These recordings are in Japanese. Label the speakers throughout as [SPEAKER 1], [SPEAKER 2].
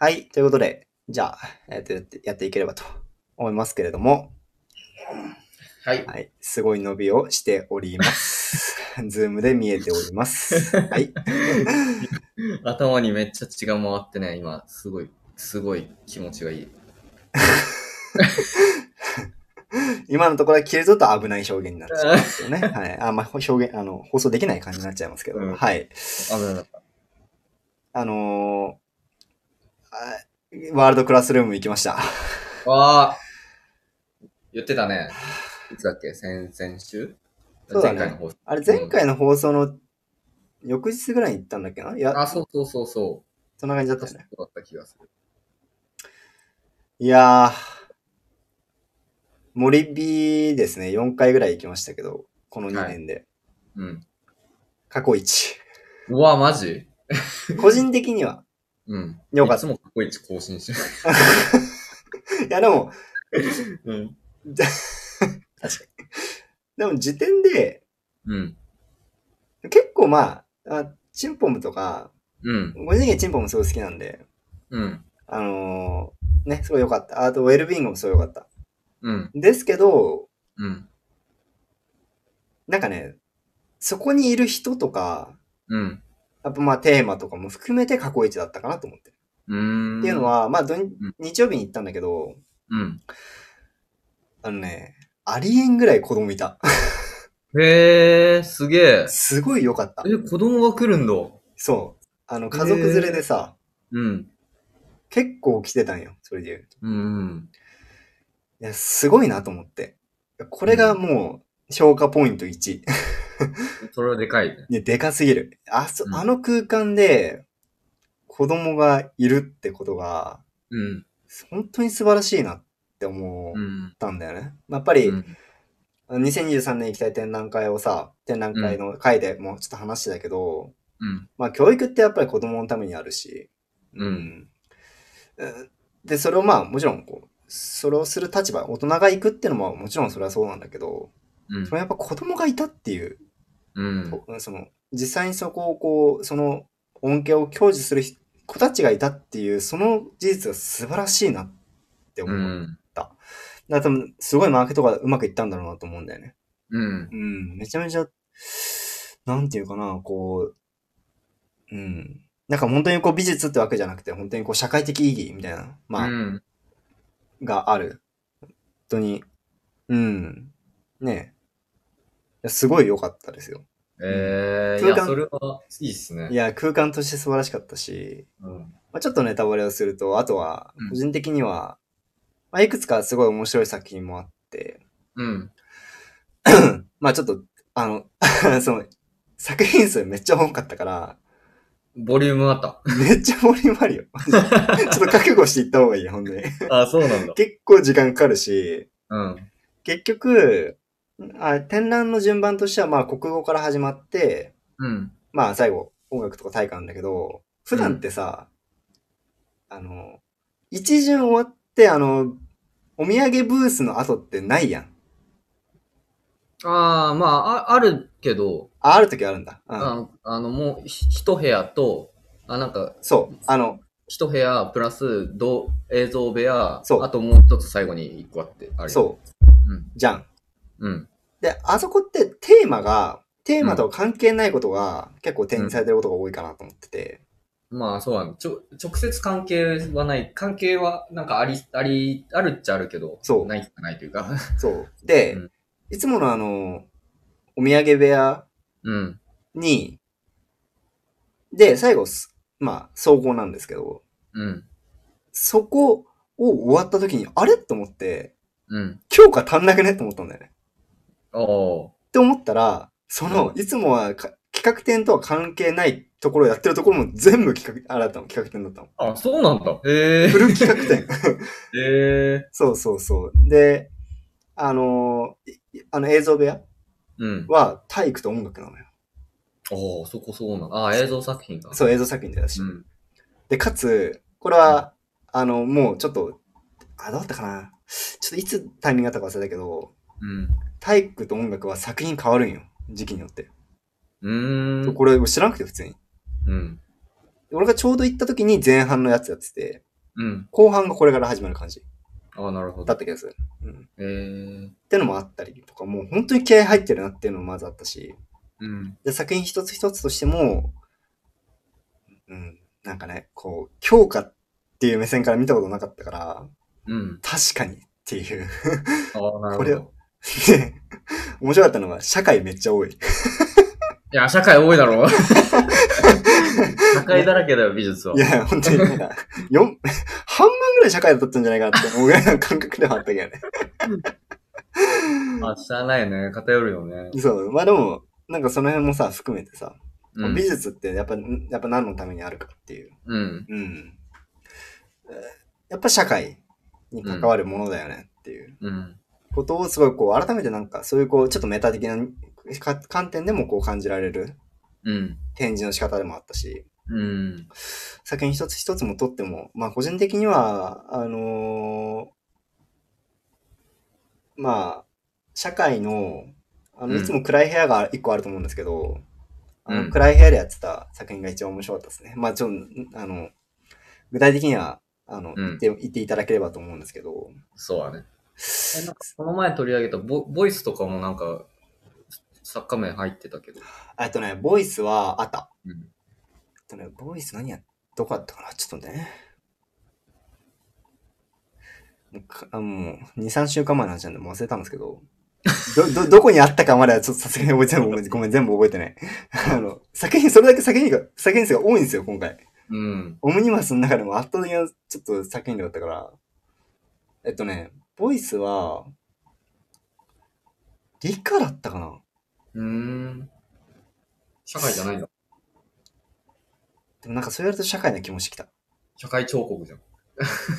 [SPEAKER 1] はい、ということで、じゃあ、えっと、やってやっていければと思いますけれども、
[SPEAKER 2] はい。
[SPEAKER 1] はい、すごい伸びをしており ます。ズームで見えております。はい。
[SPEAKER 2] 頭にめっちゃ血が回ってね、今、すごい、すごい気持ちがいい。
[SPEAKER 1] 今のところは切るぞと危ない表現になってしまうんです よね。はい。あんまあ、表現、あの、放送できない感じになっちゃいますけど、
[SPEAKER 2] うん
[SPEAKER 1] はい。
[SPEAKER 2] 危なかった。
[SPEAKER 1] あのーあワールドクラスルーム行きました。
[SPEAKER 2] わあ言ってたね。いつだっけ先々週
[SPEAKER 1] そうだね
[SPEAKER 2] 前回の放送。
[SPEAKER 1] あれ、前回の放送の翌日ぐらいに行ったんだっけないや、
[SPEAKER 2] あ、そうそうそうそ
[SPEAKER 1] そんな感じ
[SPEAKER 2] う。
[SPEAKER 1] だっ
[SPEAKER 2] 確
[SPEAKER 1] た
[SPEAKER 2] か
[SPEAKER 1] よね。
[SPEAKER 2] そうだった気がする。
[SPEAKER 1] いやー、森火ですね。4回ぐらい行きましたけど、この2年で。
[SPEAKER 2] うん。
[SPEAKER 1] 過去一。
[SPEAKER 2] うわ、マジ
[SPEAKER 1] 個人的には。
[SPEAKER 2] うん。
[SPEAKER 1] よかった
[SPEAKER 2] いつも過去一更新してる。
[SPEAKER 1] いや、でも、
[SPEAKER 2] うん。
[SPEAKER 1] でも時点で、
[SPEAKER 2] うん。
[SPEAKER 1] 結構まあ、あチンポムとか、
[SPEAKER 2] うん。
[SPEAKER 1] 個人的にはチンポムすごい好きなんで、
[SPEAKER 2] うん。
[SPEAKER 1] あのーね、すごい良かった。あと、ウェルビーイングもすごい良かった。
[SPEAKER 2] うん。
[SPEAKER 1] ですけど、
[SPEAKER 2] うん。
[SPEAKER 1] なんかね、そこにいる人とか、
[SPEAKER 2] うん。
[SPEAKER 1] やっぱまあテーマとかも含めて過去一だったかなと思って。
[SPEAKER 2] うーん。
[SPEAKER 1] っていうの、は、まあ土日
[SPEAKER 2] ん
[SPEAKER 1] 日曜日に行ったんだけど、
[SPEAKER 2] うん。
[SPEAKER 1] あのね、ありえんぐらい子供いた。
[SPEAKER 2] へえ、すげえ。
[SPEAKER 1] すごい良かった。
[SPEAKER 2] え、子供が来るんだ。
[SPEAKER 1] そう。あの、家族連れでさ、
[SPEAKER 2] うん。
[SPEAKER 1] 結構来てたんよ、それで言うと。
[SPEAKER 2] うんうん。
[SPEAKER 1] いや、すごいなと思って。これがもう、消化ポイント1。
[SPEAKER 2] それはでかいね。
[SPEAKER 1] ね、でかすぎる。あそ、
[SPEAKER 2] うん
[SPEAKER 1] あの空間で、子供がいるってことが、
[SPEAKER 2] うん。
[SPEAKER 1] 本当に素晴らしいなって思
[SPEAKER 2] う
[SPEAKER 1] っ
[SPEAKER 2] ん。
[SPEAKER 1] たんだよね。まあやっぱり、
[SPEAKER 2] うん
[SPEAKER 1] 2023年行きたい展覧会をさ、展覧会の回でもちょっと話してたけど、
[SPEAKER 2] うん。
[SPEAKER 1] まあ教育ってやっぱり子供のためにあるし、
[SPEAKER 2] うん
[SPEAKER 1] うん。で、それをまあもちろんこう、それをする立場、大人が行くっていうのももちろんそれはそうなんだけど、
[SPEAKER 2] うん
[SPEAKER 1] それはやっぱ子供がいたっていう、
[SPEAKER 2] うん。
[SPEAKER 1] その、実際にそこをこう、その恩恵を享受する人子たちがいたっていう、その事実が素晴らしいなって思
[SPEAKER 2] う
[SPEAKER 1] う。
[SPEAKER 2] ん。
[SPEAKER 1] だから多分、すごいマーケットがうまくいったんだろうなと思うんだよね。
[SPEAKER 2] うん。
[SPEAKER 1] うん、めちゃめちゃ、なんていうかな、こう、うん。なんか本当にこう美術ってわけじゃなくて、本当にこう社会的意義みたいな、まあ、
[SPEAKER 2] うん。
[SPEAKER 1] がある。本当に、うん。ねえいや。すごい良かったですよ。
[SPEAKER 2] えー、い
[SPEAKER 1] 空間
[SPEAKER 2] や、それは、いいっすね。
[SPEAKER 1] いや、空間として素晴らしかったし、
[SPEAKER 2] うん。
[SPEAKER 1] まあ、ちょっとネタバレをすると、あとは
[SPEAKER 2] う、ん
[SPEAKER 1] 個人的には、まあ、いくつかすごい面白い作品もあって、
[SPEAKER 2] うん。
[SPEAKER 1] まあちょっと、あの、その、 作品数めっちゃ多かったから、
[SPEAKER 2] ボリュームあった。
[SPEAKER 1] めっちゃ盛り上がるよ。 マジでちょっと覚悟していった方がいいよ、ほんで。
[SPEAKER 2] あ、そうなんだ。
[SPEAKER 1] 結構時間かかるし、
[SPEAKER 2] うん。
[SPEAKER 1] 結局、あ展覧の順番としては、まあ、国語から始まって、
[SPEAKER 2] うん。
[SPEAKER 1] まあ、最後、音楽とか体育なんだけど、普段ってさ、あの、一巡終わって、あの、お土産ブースの後ってないやん。
[SPEAKER 2] ああ、まあ、ああるけど、
[SPEAKER 1] あ、ある時あるんだ。うん。
[SPEAKER 2] ああの、もう、ひ一部屋と、あ、なんか、
[SPEAKER 1] そう。あの、
[SPEAKER 2] 一部屋、プラス、どう映像部屋、
[SPEAKER 1] そう
[SPEAKER 2] あともう一つ最後に一個あって、あれ。
[SPEAKER 1] そう。
[SPEAKER 2] う。うん。
[SPEAKER 1] じゃん。
[SPEAKER 2] うん。
[SPEAKER 1] で、あそこってテーマが、テーマとは関係ないことが結構展示されてることが多いかなと思ってて。
[SPEAKER 2] まあ、そうなんだ。ちょ、直接関係はない。関係は、なんかあり、あり、あるっちゃあるけど、
[SPEAKER 1] そう
[SPEAKER 2] ないっちゃないというか。
[SPEAKER 1] そう。で、
[SPEAKER 2] うん
[SPEAKER 1] いつものあの、お土産部屋
[SPEAKER 2] うん。
[SPEAKER 1] に、で、最後す、まあ、総合なんですけど、
[SPEAKER 2] うん。
[SPEAKER 1] そこを終わった時に、あれと思って、
[SPEAKER 2] うん。
[SPEAKER 1] 強化足んなくねと思ったんだよね。
[SPEAKER 2] おお
[SPEAKER 1] って思ったら、その、いつもはか企画展とは関係ないところをやってるところも全部企画、あれだったの、企画展だったの。
[SPEAKER 2] ー。あ、そうなんだ。へえ
[SPEAKER 1] フ。ル企画展。
[SPEAKER 2] へえ。
[SPEAKER 1] そうそうそう。で、あのいあの映像部屋
[SPEAKER 2] うん。
[SPEAKER 1] は体育と音楽なのよ。
[SPEAKER 2] おおそこそうなんだ。あー、映像作品か。
[SPEAKER 1] そう、映像作品でだし。
[SPEAKER 2] うん。
[SPEAKER 1] で、かつ、これは、あの、もうちょっと、あ、どうだったかな。ちょっといつタイミングだったか忘れたけど、
[SPEAKER 2] うん。
[SPEAKER 1] 体育と音楽は作品変わるんよ。時期によって。
[SPEAKER 2] うーん。
[SPEAKER 1] これ知らなくて普通に。
[SPEAKER 2] うん。
[SPEAKER 1] 俺がちょうど行った時に前半のやつやってて、
[SPEAKER 2] うん。
[SPEAKER 1] 後半がこれから始まる感じ
[SPEAKER 2] ああ、なるほ
[SPEAKER 1] だ
[SPEAKER 2] ど
[SPEAKER 1] っ。た気がする。うん。
[SPEAKER 2] えー、
[SPEAKER 1] ってのもあったりとか、もう本当に気合入ってるなっていうのもまずあったし、
[SPEAKER 2] うん。
[SPEAKER 1] で作品一つ一つとしても、うん、なんかね、こう、強化っていう目線から見たことなかったから、
[SPEAKER 2] うん。
[SPEAKER 1] 確かにっていう。
[SPEAKER 2] ああ、な
[SPEAKER 1] こ
[SPEAKER 2] るほ
[SPEAKER 1] れ
[SPEAKER 2] ど。
[SPEAKER 1] で、 面白かったのが、社会めっちゃ多い。。
[SPEAKER 2] いや、社会多いだろう。社会だらけだよ、美術はい
[SPEAKER 1] や、本当に なんか、四半分ぐらい社会だったんじゃないかなって思うぐらいの感覚ではあったけどね。
[SPEAKER 2] まあ、しゃあないね。偏るよね。
[SPEAKER 1] そう、まあでも、なんかその辺もさ、含めてさ、
[SPEAKER 2] うん
[SPEAKER 1] 美。術ってやっぱ、やっぱ何のためにあるかっていう。
[SPEAKER 2] うん。
[SPEAKER 1] うん。えーやっぱ社会に関わるものだよねっていう
[SPEAKER 2] うん。
[SPEAKER 1] ことをすごいこう、改めてなんか、そういうこう、ちょっとメタ的なか観点でもこう感じられる
[SPEAKER 2] うん。
[SPEAKER 1] 展示の仕方でもあったし、
[SPEAKER 2] うん。
[SPEAKER 1] 作品一つ一つもとっても、まあ個人的には、あのーまあ、社会の、あの、
[SPEAKER 2] うん
[SPEAKER 1] いつも暗い部屋が一個あると思うんですけど、あ
[SPEAKER 2] う
[SPEAKER 1] の
[SPEAKER 2] ん
[SPEAKER 1] 暗い部屋でやってた作品が一番面白かったですね。まあちょっと、あの、具体的には、あの、
[SPEAKER 2] う
[SPEAKER 1] 言
[SPEAKER 2] ん
[SPEAKER 1] って、言っていただければと思うんですけど、
[SPEAKER 2] そうだね。え、なんか、この前取り上げたボボイスとかもなんか、作家名入ってたけど。
[SPEAKER 1] えっとね、ボイスはあった。
[SPEAKER 2] うん。
[SPEAKER 1] えっとね、ボイス何や、どこあったかなちょっと待ってね。もうかあもう、2、3週間前の話なんで、もう忘れたんですけど、ど、ど、どこにあったかまではちょっとさすがに覚えてない。ごめんごめん、全部覚えてない。あの、作品、それだけ作品が、作品数が多いんですよ、今回。
[SPEAKER 2] うん。
[SPEAKER 1] オムニバスの中でも圧倒的なちょっと作品量だったから。えっとね、ボイスは、理科だったかな
[SPEAKER 2] うーん。社会じゃないんだ。
[SPEAKER 1] でもなんかそうやると社会な気もしてきた。
[SPEAKER 2] 社会彫刻じゃん。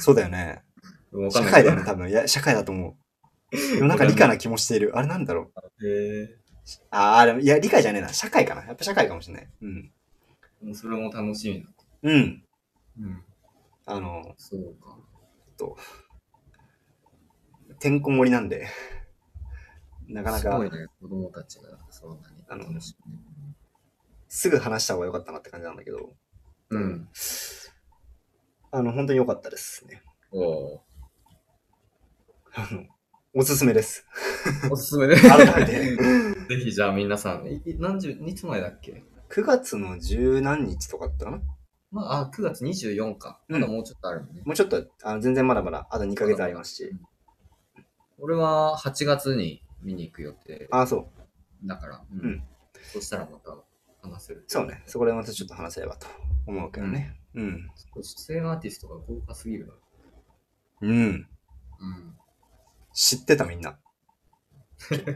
[SPEAKER 1] そうだよね。
[SPEAKER 2] わか
[SPEAKER 1] 社
[SPEAKER 2] んない
[SPEAKER 1] 会
[SPEAKER 2] け
[SPEAKER 1] だ
[SPEAKER 2] ど。
[SPEAKER 1] よね、多分。いや、社会だと思 う。でもなんか理科な気もしている。あれなんだろう。
[SPEAKER 2] へえ
[SPEAKER 1] ああ、でも、いや、理科じゃねえな。社会かな。やっぱ社会かもしれない。うん。
[SPEAKER 2] もうそれも楽しみだ。
[SPEAKER 1] うん。
[SPEAKER 2] うん。
[SPEAKER 1] あの、
[SPEAKER 2] そうか。
[SPEAKER 1] てんこ盛りなんで。なかな
[SPEAKER 2] すごい
[SPEAKER 1] か、
[SPEAKER 2] ね、子供たちがそんなに
[SPEAKER 1] あの
[SPEAKER 2] 楽しみ。
[SPEAKER 1] すぐ話した方が良かったなって感じなんだけど、
[SPEAKER 2] うん。
[SPEAKER 1] あの、本当に良かったですね。
[SPEAKER 2] おー
[SPEAKER 1] あの、おすすめです。
[SPEAKER 2] おす すめで。。
[SPEAKER 1] 改めて
[SPEAKER 2] ぜひじゃあ皆さん、いい何十、いつ前だっけ
[SPEAKER 1] 9月の十何日とかだったかな
[SPEAKER 2] まあ、あ、9月24か。
[SPEAKER 1] うん
[SPEAKER 2] まだもうちょっとあるのね。
[SPEAKER 1] もうちょっと、あの全然まだまだ、あと2ヶ月ありますし。
[SPEAKER 2] 俺は8月に見に行く予定
[SPEAKER 1] ああ、そう。
[SPEAKER 2] だから、う
[SPEAKER 1] うん。
[SPEAKER 2] そしたらまた話せる。
[SPEAKER 1] そうね。そこでまたちょっと話せればと思うけどね。うん。
[SPEAKER 2] 女性アーティストが豪華すぎるな。
[SPEAKER 1] うん。
[SPEAKER 2] うん。
[SPEAKER 1] 知ってたみんな。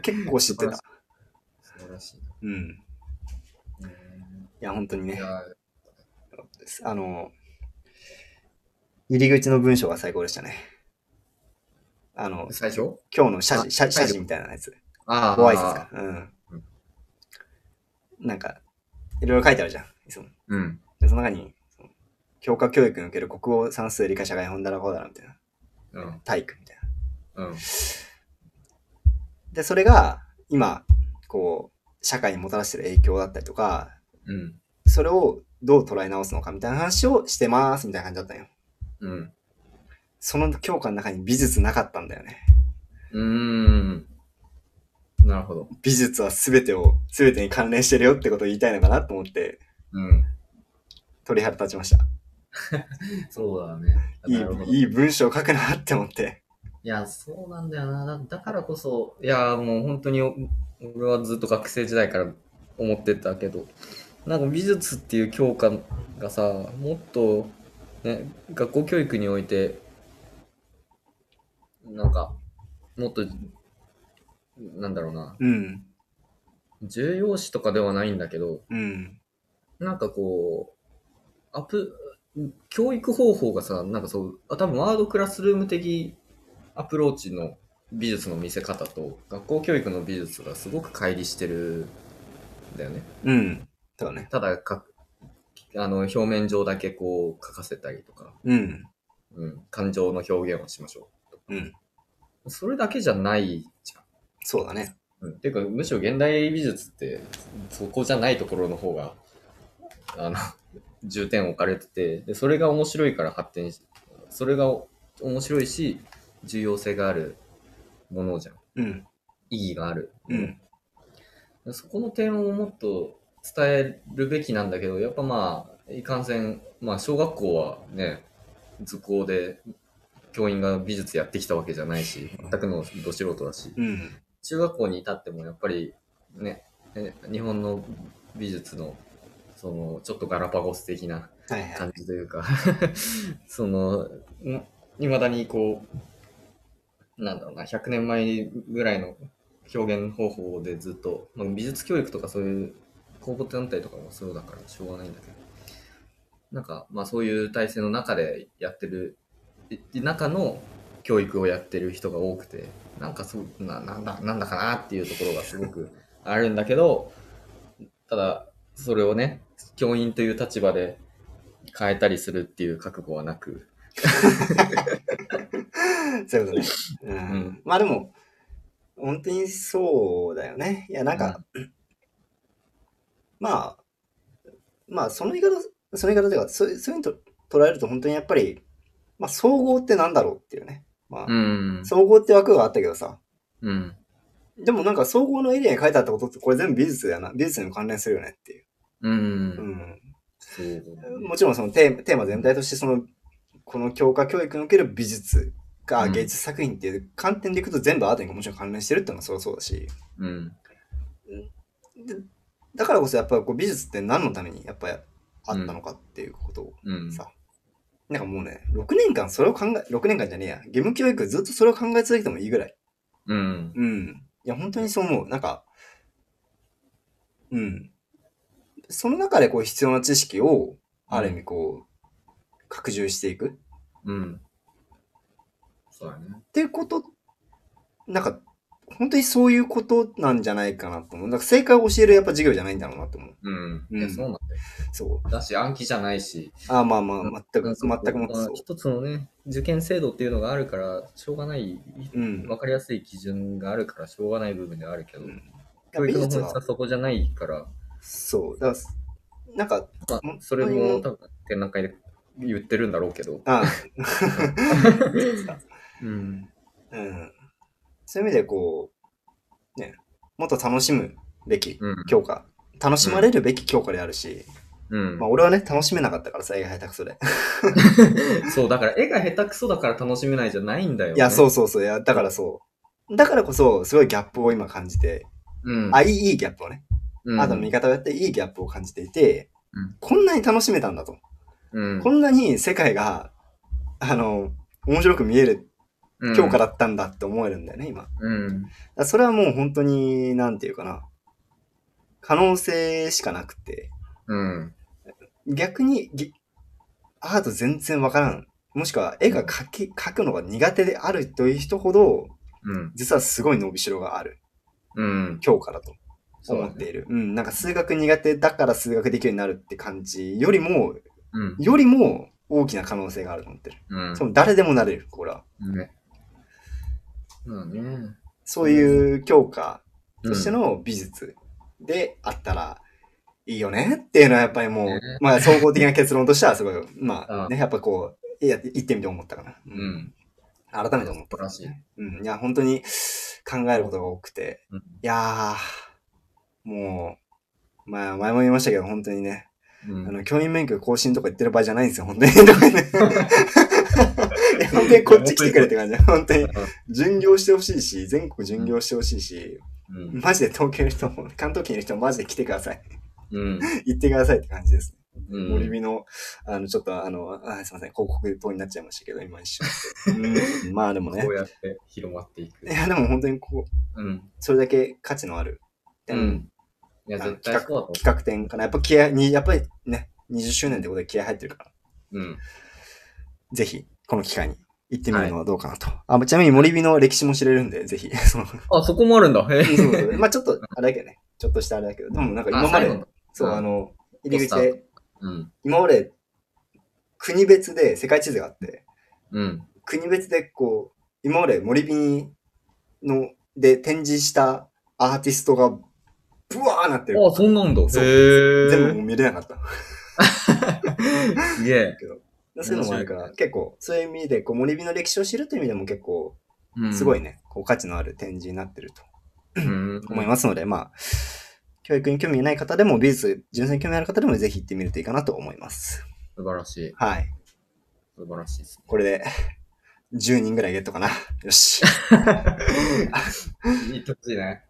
[SPEAKER 1] け 結構知ってた。
[SPEAKER 2] 素晴らしい
[SPEAKER 1] うん。
[SPEAKER 2] な。
[SPEAKER 1] いや、本当に
[SPEAKER 2] い
[SPEAKER 1] ね。
[SPEAKER 2] や、
[SPEAKER 1] あの、入り口の文章が最高でしたね。あの、
[SPEAKER 2] 最初
[SPEAKER 1] 今日の謝辞、
[SPEAKER 2] あ
[SPEAKER 1] 謝謝辞みたいなやつ。
[SPEAKER 2] あ
[SPEAKER 1] ご挨拶か。
[SPEAKER 2] う
[SPEAKER 1] うんん。なんか、いろいろ書いてあるじゃん。いつも。
[SPEAKER 2] うん。
[SPEAKER 1] で、その中に、その教科教育における国語、算数、理科、社会、本だらこうだらみたいな。
[SPEAKER 2] うん。
[SPEAKER 1] 体育みたいな。
[SPEAKER 2] うん。
[SPEAKER 1] で、それが、今、こう、社会にもたらしてる影響だったりとか、
[SPEAKER 2] うん。
[SPEAKER 1] それをどう捉え直すのかみたいな話をしてますみたいな感じだったんよ。
[SPEAKER 2] うん。
[SPEAKER 1] その教科の中に美術なかったんだよね。
[SPEAKER 2] うーん。なるほど。
[SPEAKER 1] 美術は全てを、全てに関連してるよってことを言いたいのかなと思って、
[SPEAKER 2] うん。
[SPEAKER 1] 鳥肌立ちました。
[SPEAKER 2] そうだね。
[SPEAKER 1] い
[SPEAKER 2] なるほど
[SPEAKER 1] い、いい文章書くなって思って。
[SPEAKER 2] いや、そうなんだよな。だだからこそ、いや、もう本当にお俺はずっと学生時代から思ってたけど、なんか美術っていう教科がさ、もっと、ね、学校教育において、なんか、もっと、なんだろうな、
[SPEAKER 1] うん、
[SPEAKER 2] 重要視とかではないんだけど、
[SPEAKER 1] うん、
[SPEAKER 2] なんかこう、アップ、教育方法がさ、なんかそう、あ多分ワードクラスルーム的アプローチの美術の見せ方と、学校教育の美術がすごく乖離してるんだよね。
[SPEAKER 1] うん。そうね。
[SPEAKER 2] ただか、あの、表面上だけこう書かせたりとか、
[SPEAKER 1] うん、
[SPEAKER 2] うん、感情の表現をしましょ
[SPEAKER 1] うん。
[SPEAKER 2] う。それだけじゃないじゃん。
[SPEAKER 1] そうだね。
[SPEAKER 2] うん、ていうか、むしろ現代美術って、そこじゃないところの方 が、あの、重点を置かれてて、で、それが面白いから発展しそれがお面白いし、重要性があるものじゃん。
[SPEAKER 1] うん。
[SPEAKER 2] 意義がある。
[SPEAKER 1] うん。
[SPEAKER 2] そこの点をもっと伝えるべきなんだけど、やっぱまあ、いかんせん、まあ、小学校はね、図工で教員が美術やってきたわけじゃないし、全くのど素人だし、
[SPEAKER 1] うん。
[SPEAKER 2] 中学校に至ってもやっぱりね、ね日本の美術の、その、ちょっとガラパゴス的な
[SPEAKER 1] はいはい。
[SPEAKER 2] 感じというか、 その、いまだにこう、なんだろうな、100年前ぐらいの表現方法でずっと、まあ、美術教育とかそういう公募団体とかもそうだからしょうがないんだけど、なんか、まあそういう体制の中でやってる、い中の教育をやってる人が多くて、なんかそうな、なんだ、なんだかなっていうところがすごくあるんだけど、ただ、それをね、教員という立場で変えたりするっていう覚悟はなく、
[SPEAKER 1] そういうことね。う
[SPEAKER 2] うんん。
[SPEAKER 1] まあでも、本当にそうだよね。いや、なんか、まあ、まあ、その言い方、その言い方というか、そうそういうのと捉えると本当にやっぱり、まあ、総合ってなんだろうっていうね。まあ、
[SPEAKER 2] うん。
[SPEAKER 1] 総合って枠があったけどさ、
[SPEAKER 2] うん。
[SPEAKER 1] でもなんか総合のエリアに書いてあったことってこれ全部美術だよな。美術にも関連するよねっていう。
[SPEAKER 2] う。
[SPEAKER 1] うんん。
[SPEAKER 2] そうだね
[SPEAKER 1] もちろんそのテーマテーマ全体としてその、この教科教育における美術が
[SPEAKER 2] うん
[SPEAKER 1] 芸術作品っていう観点でいくと全部アートにもちろん関連してるっていうのはそりゃそうだし。
[SPEAKER 2] うん。
[SPEAKER 1] でだからこそやっぱりこう美術って何のためにやっぱりあったのかっていうことを
[SPEAKER 2] うん。
[SPEAKER 1] さ、なんかもうね、6年間それを考え、6年間じゃねえや、義務教育ずっとそれを考え続けてもいいぐらい。
[SPEAKER 2] うん。
[SPEAKER 1] うん。いや、本当にそう思う。なんか、うん。その中でこう必要な知識を、ある意味こう、拡充していくっ
[SPEAKER 2] うん。そうだね。
[SPEAKER 1] ていうこと、なんか、本当にそういうことなんじゃないかなと思う。なんか正解を教えるやっぱ授業じゃないんだろうなと思う。
[SPEAKER 2] うん。い
[SPEAKER 1] うん
[SPEAKER 2] や、そうなんだよ。
[SPEAKER 1] そう。
[SPEAKER 2] だし、暗記じゃないし。
[SPEAKER 1] ああ、まあまあ、全く、
[SPEAKER 2] そう
[SPEAKER 1] 全くもって
[SPEAKER 2] ま
[SPEAKER 1] そ
[SPEAKER 2] あ一つのね、受験制度っていうのがあるから、しょうがない、
[SPEAKER 1] う。うん。
[SPEAKER 2] わかりやすい基準があるから、しょうがない部分ではあるけど
[SPEAKER 1] う、ん
[SPEAKER 2] 教育の本質
[SPEAKER 1] 美術は
[SPEAKER 2] はそこじゃないから、
[SPEAKER 1] そう。だから、なんか、
[SPEAKER 2] ま
[SPEAKER 1] 本
[SPEAKER 2] あ
[SPEAKER 1] 当に
[SPEAKER 2] それも多分、展覧会で言ってるんだろうけど。
[SPEAKER 1] ああ、
[SPEAKER 2] うん。
[SPEAKER 1] うん。そういう意味でこう、ね、もっと楽しむべき
[SPEAKER 2] うん。
[SPEAKER 1] 教科、楽しまれるべき教科であるし、
[SPEAKER 2] うん
[SPEAKER 1] まあ俺はね、楽しめなかったからさ、映画下手くそで。
[SPEAKER 2] そう、だから絵が下手くそだから楽しめないじゃないんだよ、ね。。
[SPEAKER 1] いや、そううそうそう、いや、だからそう。だからこそ、すごいギャップを今感じて、
[SPEAKER 2] うん。
[SPEAKER 1] あ、いい、いいギャップをね、
[SPEAKER 2] うん、
[SPEAKER 1] あとの見方をやっていいギャップを感じていて、
[SPEAKER 2] うん
[SPEAKER 1] こんなに楽しめたんだと。
[SPEAKER 2] うん
[SPEAKER 1] こんなに世界が、あの、面白く見える教科だったんだって思えるんだよね、今。
[SPEAKER 2] うん。
[SPEAKER 1] だからそれはもう本当に、なんていうかな。可能性しかなくて、
[SPEAKER 2] うん。
[SPEAKER 1] 逆にぎアート全然わからん。もしくは絵が描き、描くのが苦手であるという人ほど、
[SPEAKER 2] うん。
[SPEAKER 1] 実はすごい伸びしろがある。
[SPEAKER 2] うん。
[SPEAKER 1] 教科だと
[SPEAKER 2] そう
[SPEAKER 1] 思
[SPEAKER 2] だ
[SPEAKER 1] っ
[SPEAKER 2] ね。
[SPEAKER 1] ている。うん。なんか数学苦手だから数学できるようになるって感じよりも、
[SPEAKER 2] うん。
[SPEAKER 1] よりも大きな可能性があると思ってる。
[SPEAKER 2] うん
[SPEAKER 1] しかも誰でもなれる、これは。
[SPEAKER 2] ね。まあね。
[SPEAKER 1] そういう教科
[SPEAKER 2] う
[SPEAKER 1] と
[SPEAKER 2] ん
[SPEAKER 1] しての美術であったらいいよねっていうのはやっぱりもう、
[SPEAKER 2] ね
[SPEAKER 1] まあ総合的な結論としてはす ごい、まあ
[SPEAKER 2] うん
[SPEAKER 1] ね、やっぱこう、いや言ってみて思ったかな。う
[SPEAKER 2] う。ん。
[SPEAKER 1] 改めて思った。
[SPEAKER 2] 素晴らしい。
[SPEAKER 1] うん。いや、本当に考えることが多くて。
[SPEAKER 2] うん
[SPEAKER 1] いやー、もう、まあ前も言いましたけど、本当にね、
[SPEAKER 2] うん
[SPEAKER 1] あの、教員免許更新とか言ってる場合じゃないんですよ、本当に。 とかね いや本当にこっち来てくれって感じ。本当に。巡業してほしいし、全国巡業してほしいし、
[SPEAKER 2] うん。
[SPEAKER 1] マジで東京の人も、関東圏の人もマジで来てください。
[SPEAKER 2] うん。
[SPEAKER 1] 行ってくださいって感じですね。
[SPEAKER 2] うん
[SPEAKER 1] 森火の、あの、ちょっとあの、あすいません、広告塔になっちゃいましたけど、今一瞬。うん、まあでもね
[SPEAKER 2] こ。うやって広まっていく
[SPEAKER 1] い。や、でも本当にこう、
[SPEAKER 2] うん。
[SPEAKER 1] それだけ価値のある、
[SPEAKER 2] う
[SPEAKER 1] 点
[SPEAKER 2] ん。いや、
[SPEAKER 1] あの
[SPEAKER 2] 絶対
[SPEAKER 1] 企
[SPEAKER 2] そうだと思
[SPEAKER 1] 画企画展かな。やっぱ気合に、やっぱりね、20周年ってことで気合入ってるから、
[SPEAKER 2] う。うん。
[SPEAKER 1] ぜひ、この機会に行ってみるのはどうかなと。あ、ちなみに森火の歴史も知れるんで、ぜひ、 その、
[SPEAKER 2] あ、 そこもあるんだ。へ
[SPEAKER 1] そう
[SPEAKER 2] え。
[SPEAKER 1] そうそうまあちょっと、あれだけどね、ちょっとしたあれだけど、でもなんか今ま
[SPEAKER 2] あ最
[SPEAKER 1] で
[SPEAKER 2] 後、の
[SPEAKER 1] そう、
[SPEAKER 2] うん
[SPEAKER 1] あの、入り口
[SPEAKER 2] ポス
[SPEAKER 1] で、
[SPEAKER 2] うん。
[SPEAKER 1] 今まで国別で世界地図があって、
[SPEAKER 2] うん。
[SPEAKER 1] 国別でこう、今まで森火ので展示したアーティストがブワーなってる。
[SPEAKER 2] あ、そんなんだ。へえ。
[SPEAKER 1] 全部もう見れなかった。
[SPEAKER 2] すげえ。
[SPEAKER 1] けどそういうのもあるから、結構、そういう意味で、こう、森火の歴史を知るという意味でも結構、
[SPEAKER 2] うん
[SPEAKER 1] すごい。ね、こう、価値のある展示になってると
[SPEAKER 2] うん。
[SPEAKER 1] 思いますので、まあ、教育に興味ない方でも、美術、純粋に興味ある方でも、ぜひ行ってみるといいかなと思います。
[SPEAKER 2] 素晴らしい。
[SPEAKER 1] はい。
[SPEAKER 2] 素晴らしいです。
[SPEAKER 1] これで、10人ぐらいゲットかな。よし。
[SPEAKER 2] いいとこいね。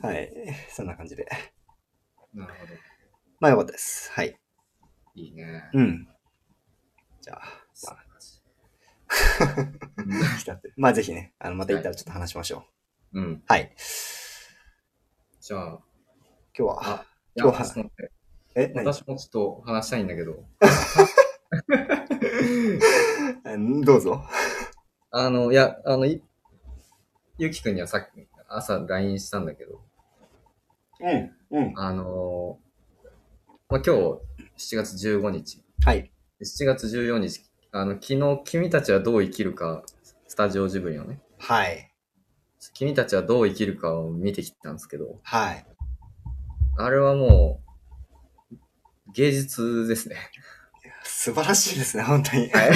[SPEAKER 1] はい。そんな感じで。
[SPEAKER 2] なるほど。
[SPEAKER 1] まあ、よかったです。はい。
[SPEAKER 2] いいね。
[SPEAKER 1] うん。じゃあ、
[SPEAKER 2] 素晴らしい
[SPEAKER 1] 来たって。まあ、ぜひね、あの、また行ったらちょっと話しましょう。
[SPEAKER 2] うん。
[SPEAKER 1] はい。
[SPEAKER 2] じゃあ、
[SPEAKER 1] 今日は、
[SPEAKER 2] い
[SPEAKER 1] 今
[SPEAKER 2] や
[SPEAKER 1] 日は
[SPEAKER 2] ちょっと待って
[SPEAKER 1] え、何
[SPEAKER 2] 私もちょっと話したいんだけど。
[SPEAKER 1] うんどうぞ。
[SPEAKER 2] あの、いや、あの、いゆきくんにはさっき、朝 LINE したんだけど、
[SPEAKER 1] うん、うん。
[SPEAKER 2] あのまあ、今日、7月15日。
[SPEAKER 1] はい。
[SPEAKER 2] 7月14日、あの、昨日、君たちはどう生きるか、スタジオジブリのね、
[SPEAKER 1] はい。
[SPEAKER 2] 君たちはどう生きるかを見てきたんですけど、
[SPEAKER 1] はい。
[SPEAKER 2] あれはもう、芸術ですね。
[SPEAKER 1] 素晴らしいですね、本当に。
[SPEAKER 2] は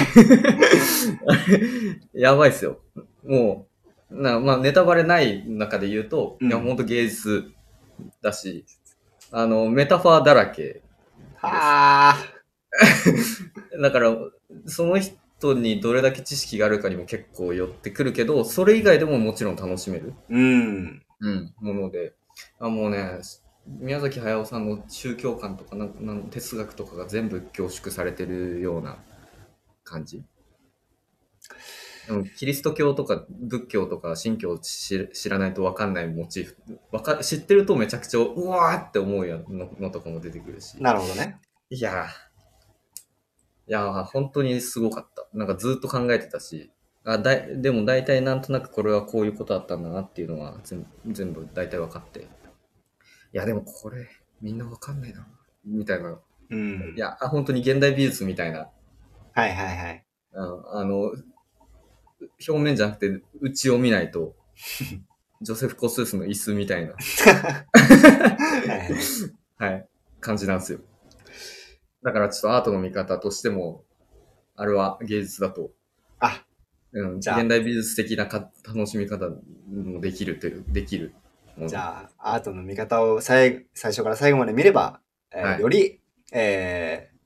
[SPEAKER 2] い やばいっすよ。もう、なまあ、ネタバレない中で言うと、
[SPEAKER 1] うん
[SPEAKER 2] いや、ほんと芸術だし、あの、メタファーだらけ。
[SPEAKER 1] あ
[SPEAKER 2] だから、その人にどれだけ知識があるかにも結構寄ってくるけど、それ以外でももちろん楽しめる、
[SPEAKER 1] ー。うん。
[SPEAKER 2] うん、もので、あもうね、宮崎駿さんの宗教観とかなんなん哲学とかが全部凝縮されてるような感じ。でもキリスト教とか仏教とか神教を知知らないと分かんないモチーフわか知ってるとめちゃくちゃうわーって思うようなののとかも出てくるし
[SPEAKER 1] なるほどね。
[SPEAKER 2] いやーいやー本当にすごかったなんかずっと考えてたしあだいでも大体なんとなくこれはこういうことだったんだなっていうのは全全部大体分かっていやでもこれみんな分かんないなみたいな
[SPEAKER 1] うん
[SPEAKER 2] い。やあ本当に現代美術みたいな
[SPEAKER 1] はいはいはい。
[SPEAKER 2] ああの、表面じゃなくて、内を見ないと、 ジョセフ・コスースの椅子みたいな、
[SPEAKER 1] はいはい
[SPEAKER 2] はい、感じなんですよ。だからちょっとアートの見方としても、あれは芸術だと、
[SPEAKER 1] あ、
[SPEAKER 2] うん、
[SPEAKER 1] じゃあ
[SPEAKER 2] 現代美術的なか楽しみ方もできるという、できるもの。
[SPEAKER 1] じゃあ、アートの見方を最最初から最後まで見れば、えー
[SPEAKER 2] はい
[SPEAKER 1] より、えー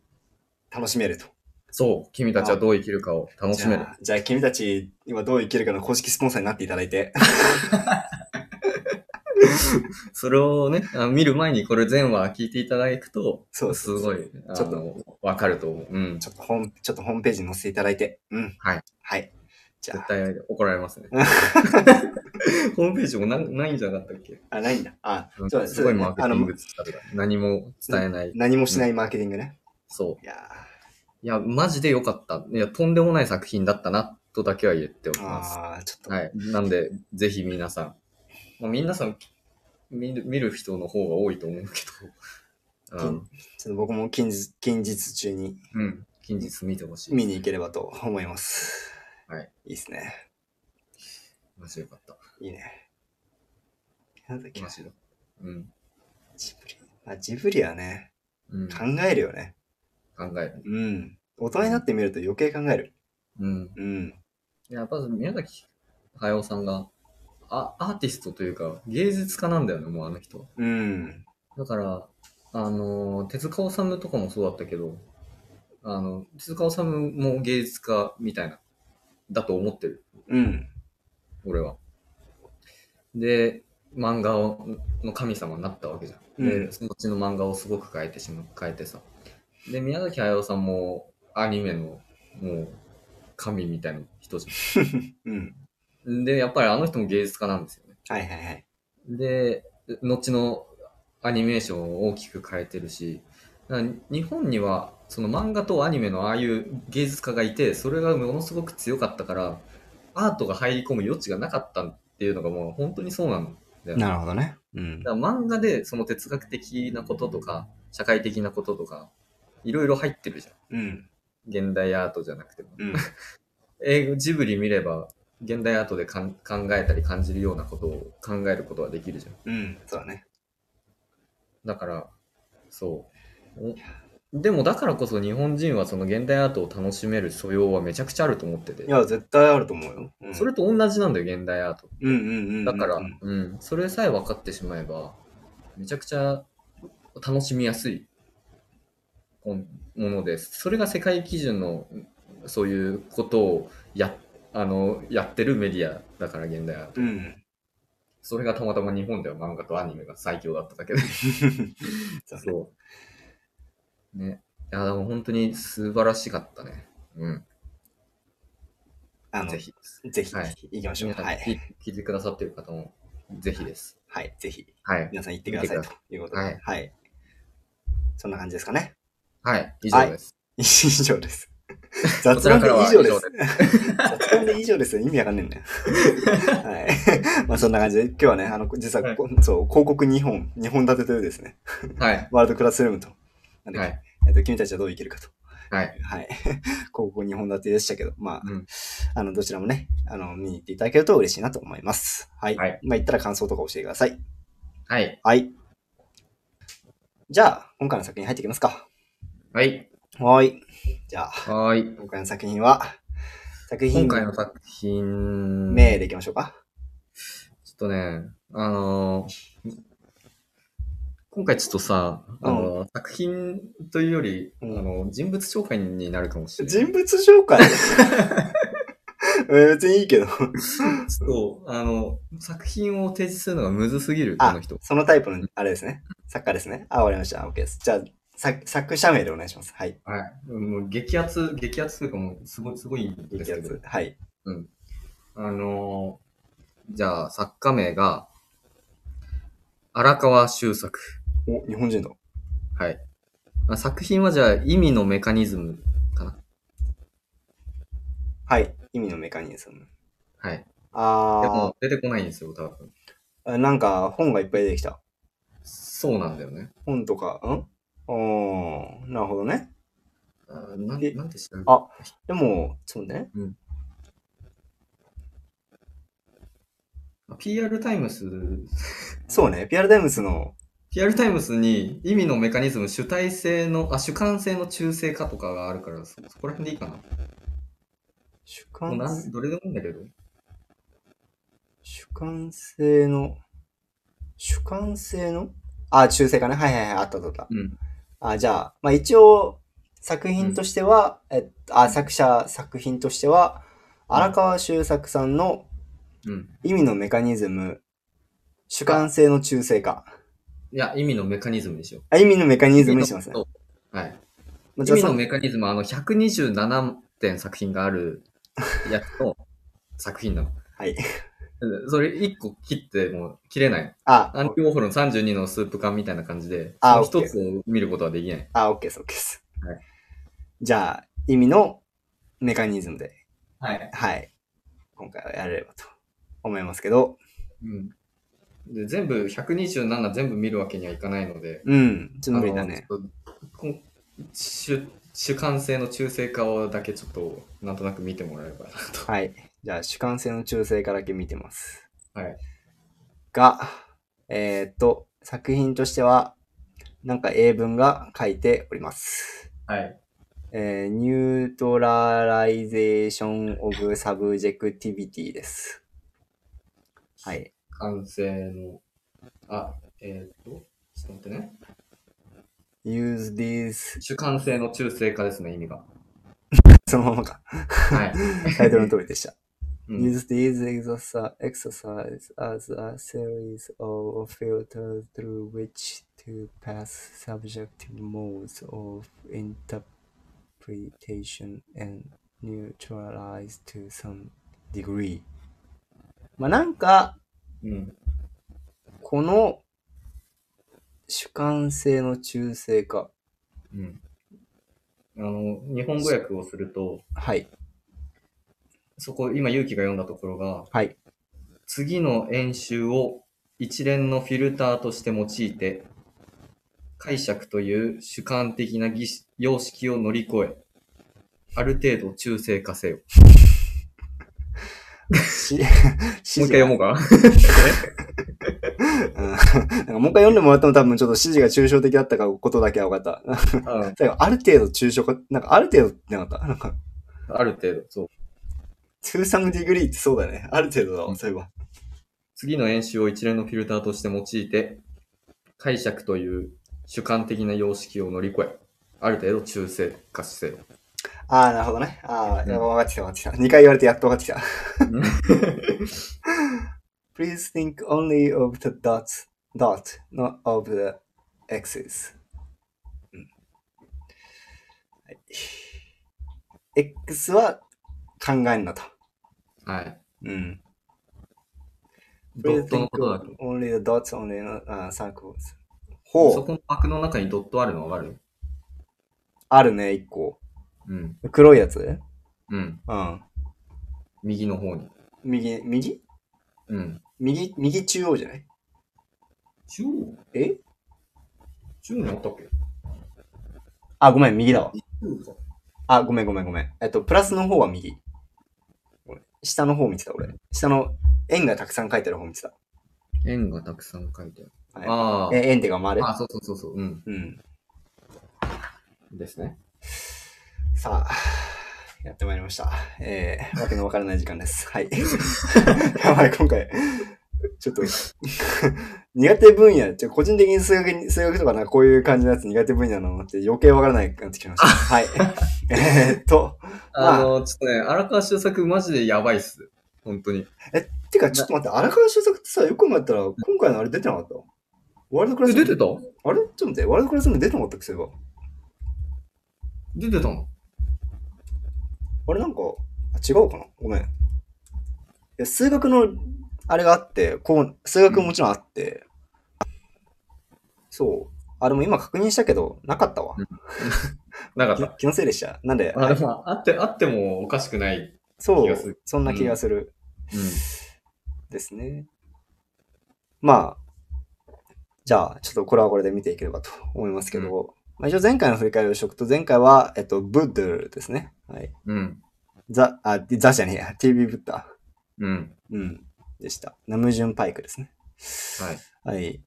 [SPEAKER 1] 楽しめると。
[SPEAKER 2] そう、君たちはどう生きるかを楽しめる
[SPEAKER 1] じゃ。あ、じゃあ君たち、今どう生きるかの公式スポンサーになっていただい て。
[SPEAKER 2] それをね、あ見る前にこれ全話聞いていただくと、
[SPEAKER 1] そう
[SPEAKER 2] す
[SPEAKER 1] そう
[SPEAKER 2] ごい、あ
[SPEAKER 1] ちょっ
[SPEAKER 2] の、わかると思う。うん。
[SPEAKER 1] ちょっとホーム、ちょっとホームページに載せていただいて。うん。
[SPEAKER 2] はい。
[SPEAKER 1] はい。じゃ
[SPEAKER 2] 絶
[SPEAKER 1] あ、
[SPEAKER 2] 対怒られ ますね。ホームページもなないんじゃなかったっけ
[SPEAKER 1] あ、ないんだ。あ、
[SPEAKER 2] うん
[SPEAKER 1] そうだ
[SPEAKER 2] すごいマーケティング
[SPEAKER 1] あの
[SPEAKER 2] だったから何も伝えない。
[SPEAKER 1] 何もしないマーケティングね。
[SPEAKER 2] そう。
[SPEAKER 1] いや
[SPEAKER 2] いや、マジで良かった。いや、とんでもない作品だったな、とだけは言っておき
[SPEAKER 1] ー、
[SPEAKER 2] ます。
[SPEAKER 1] あーちょっと、
[SPEAKER 2] はい。なんで、ぜひ皆さん。まあ、皆さん見る、見る人の方が多いと思うけど、う
[SPEAKER 1] ちょ
[SPEAKER 2] ん。
[SPEAKER 1] っと僕も近日、近日中に
[SPEAKER 2] うん。近日見てほしい。
[SPEAKER 1] 見に行ければと思います。
[SPEAKER 2] はい。
[SPEAKER 1] いいですね。
[SPEAKER 2] マジで良かった。
[SPEAKER 1] いいね。なんだっけ
[SPEAKER 2] マジで。うん。
[SPEAKER 1] ジブリ。あ、ジブリはね、
[SPEAKER 2] うん、
[SPEAKER 1] 考
[SPEAKER 2] 考
[SPEAKER 1] えるよね。
[SPEAKER 2] える。
[SPEAKER 1] うん。大人になってみると余計考える。
[SPEAKER 2] うん。
[SPEAKER 1] うん。
[SPEAKER 2] やっぱ宮崎駿さんがあアーティストというか芸術家なんだよね、もうあの人は。
[SPEAKER 1] うん。
[SPEAKER 2] だから、あのー、手塚治虫とかもそうだったけど、あの、手塚治虫も芸術家みたいな、だと思ってる、
[SPEAKER 1] うん。
[SPEAKER 2] 俺は。で、漫画をの神様になったわけじゃん。で、
[SPEAKER 1] うん
[SPEAKER 2] そっちの漫画をすごく変えてしまう、変えてさ。で、宮崎駿さんもアニメの、もう、神みたいな人じ
[SPEAKER 1] うん。
[SPEAKER 2] ゃん。で、やっぱりあの人も芸術家なんですよね。
[SPEAKER 1] はいはいはい。
[SPEAKER 2] で、後のアニメーションを大きく変えてるし、だから日本にはその漫画とアニメのああいう芸術家がいて、それがものすごく強かったから、アートが入り込む余地がなかったっていうのがもう本当にそうなんだよ。
[SPEAKER 1] なるほどね。うん。
[SPEAKER 2] だから漫画でその哲学的なこととか、社会的なこととか、いろいろ入ってるじゃん。
[SPEAKER 1] うん。
[SPEAKER 2] 現代アートじゃなくても。
[SPEAKER 1] うん。
[SPEAKER 2] 英語ジブリ見れば、現代アートでかん考えたり感じるようなことを考えることはできるじゃ
[SPEAKER 1] う
[SPEAKER 2] ん。
[SPEAKER 1] ん。そうだね。
[SPEAKER 2] だから、そう。おでもだからこそ日本人はその現代アートを楽しめる素養はめちゃくちゃあると思ってて
[SPEAKER 1] い。や、絶対あると思うよ。うん、
[SPEAKER 2] それと同じなんだよ、現代アート。
[SPEAKER 1] うんうんうんうんうん。
[SPEAKER 2] だから、うん、それさえ分かってしまえば、めちゃくちゃ楽しみやすいこんものです。それが世界基準のそういうことをやあのやってるメディアだから、現代アート。
[SPEAKER 1] うん。
[SPEAKER 2] それがたまたま日本では漫画とアニメが最強だっただけで。
[SPEAKER 1] そう
[SPEAKER 2] そう。ね。いや、でも本当に素晴らしかったね。うん。
[SPEAKER 1] あの、
[SPEAKER 2] ぜ
[SPEAKER 1] ぜひ、
[SPEAKER 2] ひ。
[SPEAKER 1] ぜひ、
[SPEAKER 2] はい
[SPEAKER 1] 行きましょう。
[SPEAKER 2] 皆さん、
[SPEAKER 1] は
[SPEAKER 2] 聞
[SPEAKER 1] い。
[SPEAKER 2] 聞いてくださってる方も、ぜひです。
[SPEAKER 1] はい、ぜひ、
[SPEAKER 2] はい。
[SPEAKER 1] 皆さん行ってください
[SPEAKER 2] 見て
[SPEAKER 1] ということで。
[SPEAKER 2] は
[SPEAKER 1] はい
[SPEAKER 2] い。
[SPEAKER 1] そんな感じですかね。
[SPEAKER 2] はい。以上です。
[SPEAKER 1] 以上です。 雑談で以上です
[SPEAKER 2] こ。
[SPEAKER 1] 雑談で以上ですよ。意味わかんねえんだよ。はい。 まあそんな感じで、今日はね、あの、実はこ、そう、広告2本、2本立てというですね、
[SPEAKER 2] はい。
[SPEAKER 1] ワールドクラスルームと、なんだっ
[SPEAKER 2] は
[SPEAKER 1] け
[SPEAKER 2] い。
[SPEAKER 1] えっと、君たちはどう生きるかと。
[SPEAKER 2] はい。
[SPEAKER 1] はい。 広告2本立てでしたけど、まあ、
[SPEAKER 2] うん
[SPEAKER 1] あの、どちらもね、あの、見に行っていただけると嬉しいなと思います。はい。
[SPEAKER 2] はい
[SPEAKER 1] まあ、行ったら感想とか教えてください。
[SPEAKER 2] はい。
[SPEAKER 1] はい。じゃあ、今回の作品入っていきますか。
[SPEAKER 2] はい。
[SPEAKER 1] はーい。じゃあ、
[SPEAKER 2] はーい。
[SPEAKER 1] 今回の作品は、作品
[SPEAKER 2] 今回の作品、
[SPEAKER 1] 名でいきましょうか。
[SPEAKER 2] ちょっとね、あのー今回ちょっとさ、あのー作品というより、
[SPEAKER 1] うん
[SPEAKER 2] あの人物紹介になるかもしれない。
[SPEAKER 1] 人物紹 介えー別にいいけど。
[SPEAKER 2] ちょっと、あの、作品を提示するのがむずすぎる、こ
[SPEAKER 1] あ
[SPEAKER 2] の人、。
[SPEAKER 1] そのタイプの、あれですね。作家ですね。あ、終わかりました。OK です。じゃあ、作作者名でお願いします。はい。
[SPEAKER 2] はい。もう激アツ、激アツというかもう、すごい、すごいんです
[SPEAKER 1] 激ア
[SPEAKER 2] けど
[SPEAKER 1] ツ。。はい。
[SPEAKER 2] あのーじゃあ、作家名が、荒川修作。
[SPEAKER 1] お、日本人だ。
[SPEAKER 2] はい。あ作品はじゃあ、意味のメカニズムかな。
[SPEAKER 1] はい。意味のメカニズム。
[SPEAKER 2] はい。で
[SPEAKER 1] あ
[SPEAKER 2] も、出てこないんですよ、多分。
[SPEAKER 1] ー、なんか本がいっぱい出てきた。
[SPEAKER 2] そうなんだよね。
[SPEAKER 1] 本とか、んおー、なるほどね。
[SPEAKER 2] あなん
[SPEAKER 1] え
[SPEAKER 2] なんで調べる
[SPEAKER 1] あでも、ちょっとね。
[SPEAKER 2] ?PR タイムス、
[SPEAKER 1] そうね。ピアルダイムスの、
[SPEAKER 2] PR タイムスに意味のメカニズム、主体性の、あ、主観性の中性化とかがあるから、そそこら辺でいいかな。
[SPEAKER 1] 主
[SPEAKER 2] もう
[SPEAKER 1] 観
[SPEAKER 2] なん、どれでもいいんだけど。
[SPEAKER 1] 主観性の、主観性のあ、中性かね。はいはいはい、あったあったあった。
[SPEAKER 2] うん。
[SPEAKER 1] あ、じゃあ、まあ一応、作品としては、えっと、あ、作者、作品としては、
[SPEAKER 2] うん
[SPEAKER 1] 荒川修作さんの
[SPEAKER 2] うん。
[SPEAKER 1] 意味のメカニズム、主観性の中性化。
[SPEAKER 2] いや、意味のメカニズムでしょ。
[SPEAKER 1] あ、意味のメカニ
[SPEAKER 2] メ
[SPEAKER 1] ズムにしますね。
[SPEAKER 2] はい。
[SPEAKER 1] まあ
[SPEAKER 2] 意
[SPEAKER 1] じゃあ
[SPEAKER 2] 味のメカニズムは、あの、127点作品があるやつの作品なの。
[SPEAKER 1] はい。
[SPEAKER 2] うんそれ1個切っても切れない。
[SPEAKER 1] あ、
[SPEAKER 2] アンティ・ウォーホルの32のスープ缶みたいな感じで、そ
[SPEAKER 1] あ
[SPEAKER 2] の一つを見ることはできない。
[SPEAKER 1] あ、OK です、OK です。
[SPEAKER 2] はい
[SPEAKER 1] じゃあ、意味のメカニズムで、
[SPEAKER 2] はい。
[SPEAKER 1] はい。今回はやれればと思いますけど、
[SPEAKER 2] うん。で、全部、127全部見るわけにはいかないので、
[SPEAKER 1] うん、ちょっと無理だね。
[SPEAKER 2] あの。ちょっとこん主主観性の中性化をだけちょっと、なんとなく見てもらえればな と。
[SPEAKER 1] はい。じゃあ、主観性の中性化だけ見てます。
[SPEAKER 2] はい。
[SPEAKER 1] が、えーっと、作品としては、なんか英文が書いております。
[SPEAKER 2] はい。
[SPEAKER 1] えー、ニュートラライゼーション・オブ・サブジェクティビティです。はい。
[SPEAKER 2] 完成の、あ、えー、っと、ちょっと待ってね。
[SPEAKER 1] use these
[SPEAKER 2] 主観性の中性化ですね、意味が。
[SPEAKER 1] そのままか。
[SPEAKER 2] はい。
[SPEAKER 1] タイトルの通りでした。
[SPEAKER 2] うん
[SPEAKER 1] Use these exerci- exercise as a series of filters through which to pass subjective modes of interpretation and neutralize to some degree. まあなんか、
[SPEAKER 2] うん。
[SPEAKER 1] この主観性の中性化。
[SPEAKER 2] うん。あの、日本語訳をすると、
[SPEAKER 1] はい。
[SPEAKER 2] そこ、今、勇気が読んだところが、
[SPEAKER 1] はい。
[SPEAKER 2] 次の演習を一連のフィルターとして用いて、解釈という主観的な儀式様式を乗り越え、ある程度中性化せよ。も
[SPEAKER 1] し
[SPEAKER 2] う一回読もうか。
[SPEAKER 1] うん なんかもう一回読んでもらっても多分ちょっと指示が抽象的だったかことだけは分かった。
[SPEAKER 2] うん
[SPEAKER 1] 最後ある程度抽象化、なんかある程度ってなかったなんか、
[SPEAKER 2] ある程度、そう。
[SPEAKER 1] トゥーサムディグリーってそうだね。ある程度だわ、そういえば。
[SPEAKER 2] 次の演習を一連のフィルターとして用いて、解釈という主観的な様式を乗り越え、ある程度中性化せよ。
[SPEAKER 1] ああ、なるほどね。ああ、
[SPEAKER 2] うん
[SPEAKER 1] 分かってきた分かってきた。2回言われてやっと分かってきた。Please think only of the dots, dot, not of the x's. うんはい X は考えんなと。
[SPEAKER 2] はい。
[SPEAKER 1] うん。
[SPEAKER 2] ドットのことだけど。
[SPEAKER 1] only the dots, only the uh, circles.
[SPEAKER 2] そ
[SPEAKER 1] ほう、
[SPEAKER 2] この枠の中にドットあるのわかる
[SPEAKER 1] あるね、一個。
[SPEAKER 2] うん。
[SPEAKER 1] 黒いやつ
[SPEAKER 2] うん。
[SPEAKER 1] うん。
[SPEAKER 2] 右の方に。
[SPEAKER 1] 右、右
[SPEAKER 2] うん。
[SPEAKER 1] 右、右中央じゃない
[SPEAKER 2] 中央
[SPEAKER 1] え
[SPEAKER 2] 中央にあったっけ
[SPEAKER 1] あ、ごめん、右だわ。
[SPEAKER 2] 中央か。
[SPEAKER 1] あ、ごめん、ごめん、ごめん。えっと、プラスの方は右。ごめん下の方見てた、俺。下の円がたくさん書いてある方見てた。
[SPEAKER 2] 円がたくさん書いてある。
[SPEAKER 1] はい
[SPEAKER 2] あー
[SPEAKER 1] え、円ってか回る
[SPEAKER 2] あ。あ、そうそうそうそう。うん。
[SPEAKER 1] うん。
[SPEAKER 2] ですね。
[SPEAKER 1] さあ、やってまいりました。えー、わけのわからない時間です。 はい。やばい、今回、ちょっと、苦手分野、ちょ個人的に数学に、数学とかな、こういう感じのやつ苦手分野なのって余計わからないくなってきました。 はい。えーっと、まあ
[SPEAKER 2] あの、ちょっとね、荒川修作マジでやばいっす。本当に。
[SPEAKER 1] てか、ちょっと待って、荒川修作ってさ、よく考えたら、今回のあれ出てなかったワールドクラ
[SPEAKER 2] え
[SPEAKER 1] ス
[SPEAKER 2] 出てた
[SPEAKER 1] あれちょっと待って、ワールドクラスも出てなかったっけそういえば。
[SPEAKER 2] 出てたの
[SPEAKER 1] あれなんか、あ違うかなごめん。いや数学の、あれがあって、こう、数学ももちろんあって、そう。あ、でも今確認したけど、なかったわ
[SPEAKER 2] う。なかった。
[SPEAKER 1] 気のせいでした。なんで、
[SPEAKER 2] あ、でも、あって、あってもおかしくない。
[SPEAKER 1] そ
[SPEAKER 2] 気がす
[SPEAKER 1] う
[SPEAKER 2] る、
[SPEAKER 1] そんな気がする、
[SPEAKER 2] う
[SPEAKER 1] ですね。まあ、じゃあ、ちょっとこれはこれで見ていければと思いますけど、まあ、一応前回の振り返りをしとくと、前回は、えっと、ブッドルですね。はい。
[SPEAKER 2] ん。うん。
[SPEAKER 1] ザ、あ、ザじゃねえや、TV ブッダー。
[SPEAKER 2] うん。
[SPEAKER 1] うん。でした。ナムジュンパイクですね。
[SPEAKER 2] はい。
[SPEAKER 1] はい。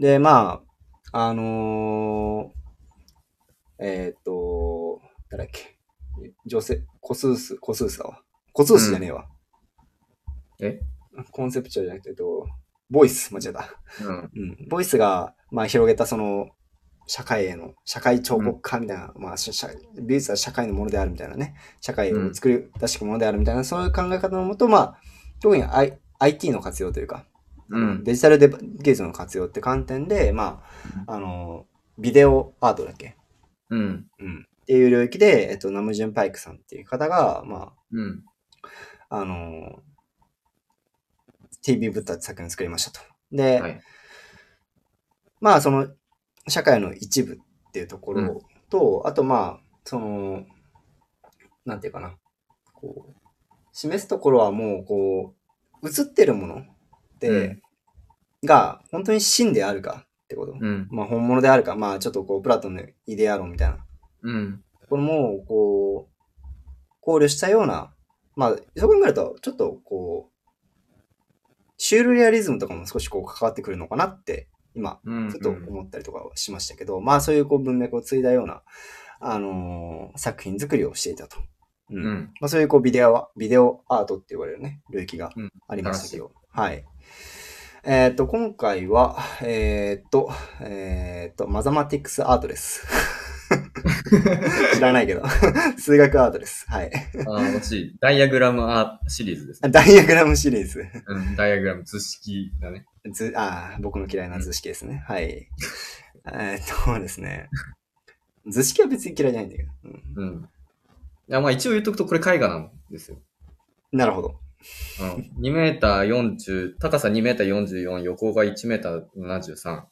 [SPEAKER 1] で、まあ、あのーえーっ、と、誰だっけ。女性、コスース、コスースだわ。コスースじゃねえわ。
[SPEAKER 2] え
[SPEAKER 1] コンセプチュアルじゃなくて、えっと、ボイス、間違えた。
[SPEAKER 2] うん。
[SPEAKER 1] うん。ボイスが、まあ、広げたその、社会への、社会彫刻家みたいな、まあ、し社美術は社会のものであるみたいなね、社会を作り出していくものであるみたいな、そういう考え方のもと、まあ、特に、I、IT の活用というか、
[SPEAKER 2] うん。
[SPEAKER 1] デジタルデバ技術の活用って観点で、まあ、あの、ビデオアートだっけ
[SPEAKER 2] うん。
[SPEAKER 1] うん。っていう領域で、えっと、ナムジュンパイクさんっていう方が、ま
[SPEAKER 2] うん。
[SPEAKER 1] あ、あの、TV ブッダって作品を作りましたと。で、
[SPEAKER 2] はい
[SPEAKER 1] まあ、その、社会の一部っていうところと、あと、まあ、その、なんていうかな、こう、示すところはもう、こう、映ってるもので、が、本当に真であるかってこと。
[SPEAKER 2] うん。
[SPEAKER 1] まあ、本物であるか、まあ、ちょっとこう、プラトンのイデア論みたいな。
[SPEAKER 2] うん。
[SPEAKER 1] これも、こう、考慮したような、まあ、そう考えると、ちょっとこう、シュールレアリズムとかも少しこう関わってくるのかなって、今、
[SPEAKER 2] うん。
[SPEAKER 1] ふと思ったりとかはしましたけど、まあ、そういうこう文脈を継いだような、あのー作品作りをしていたと。う。
[SPEAKER 2] うんん。
[SPEAKER 1] まあ、そういうこうビデオは、ビデオアートって言われるね、領域が
[SPEAKER 2] うん
[SPEAKER 1] ありましたけど。はい。えっ、と、今回は、えっ、と、えっ、と、マザマティクスアート です。知らないけど。数学アートです。はい。
[SPEAKER 2] ああ、惜しい。ダイアグラムアーシリーズですね。
[SPEAKER 1] ダイアグラムシリーズ。
[SPEAKER 2] うん。ダイアグラム図式だね。
[SPEAKER 1] ずあー僕の嫌いな図式ですね。はい。えっとですね。図式は別に嫌いじゃないんだけど。うん
[SPEAKER 2] うん。いや、まあ一応言っとくとこれ絵画なんですよ。
[SPEAKER 1] なるほど。
[SPEAKER 2] うん。2メーター40、高さ2メーター44、横が1メーター73。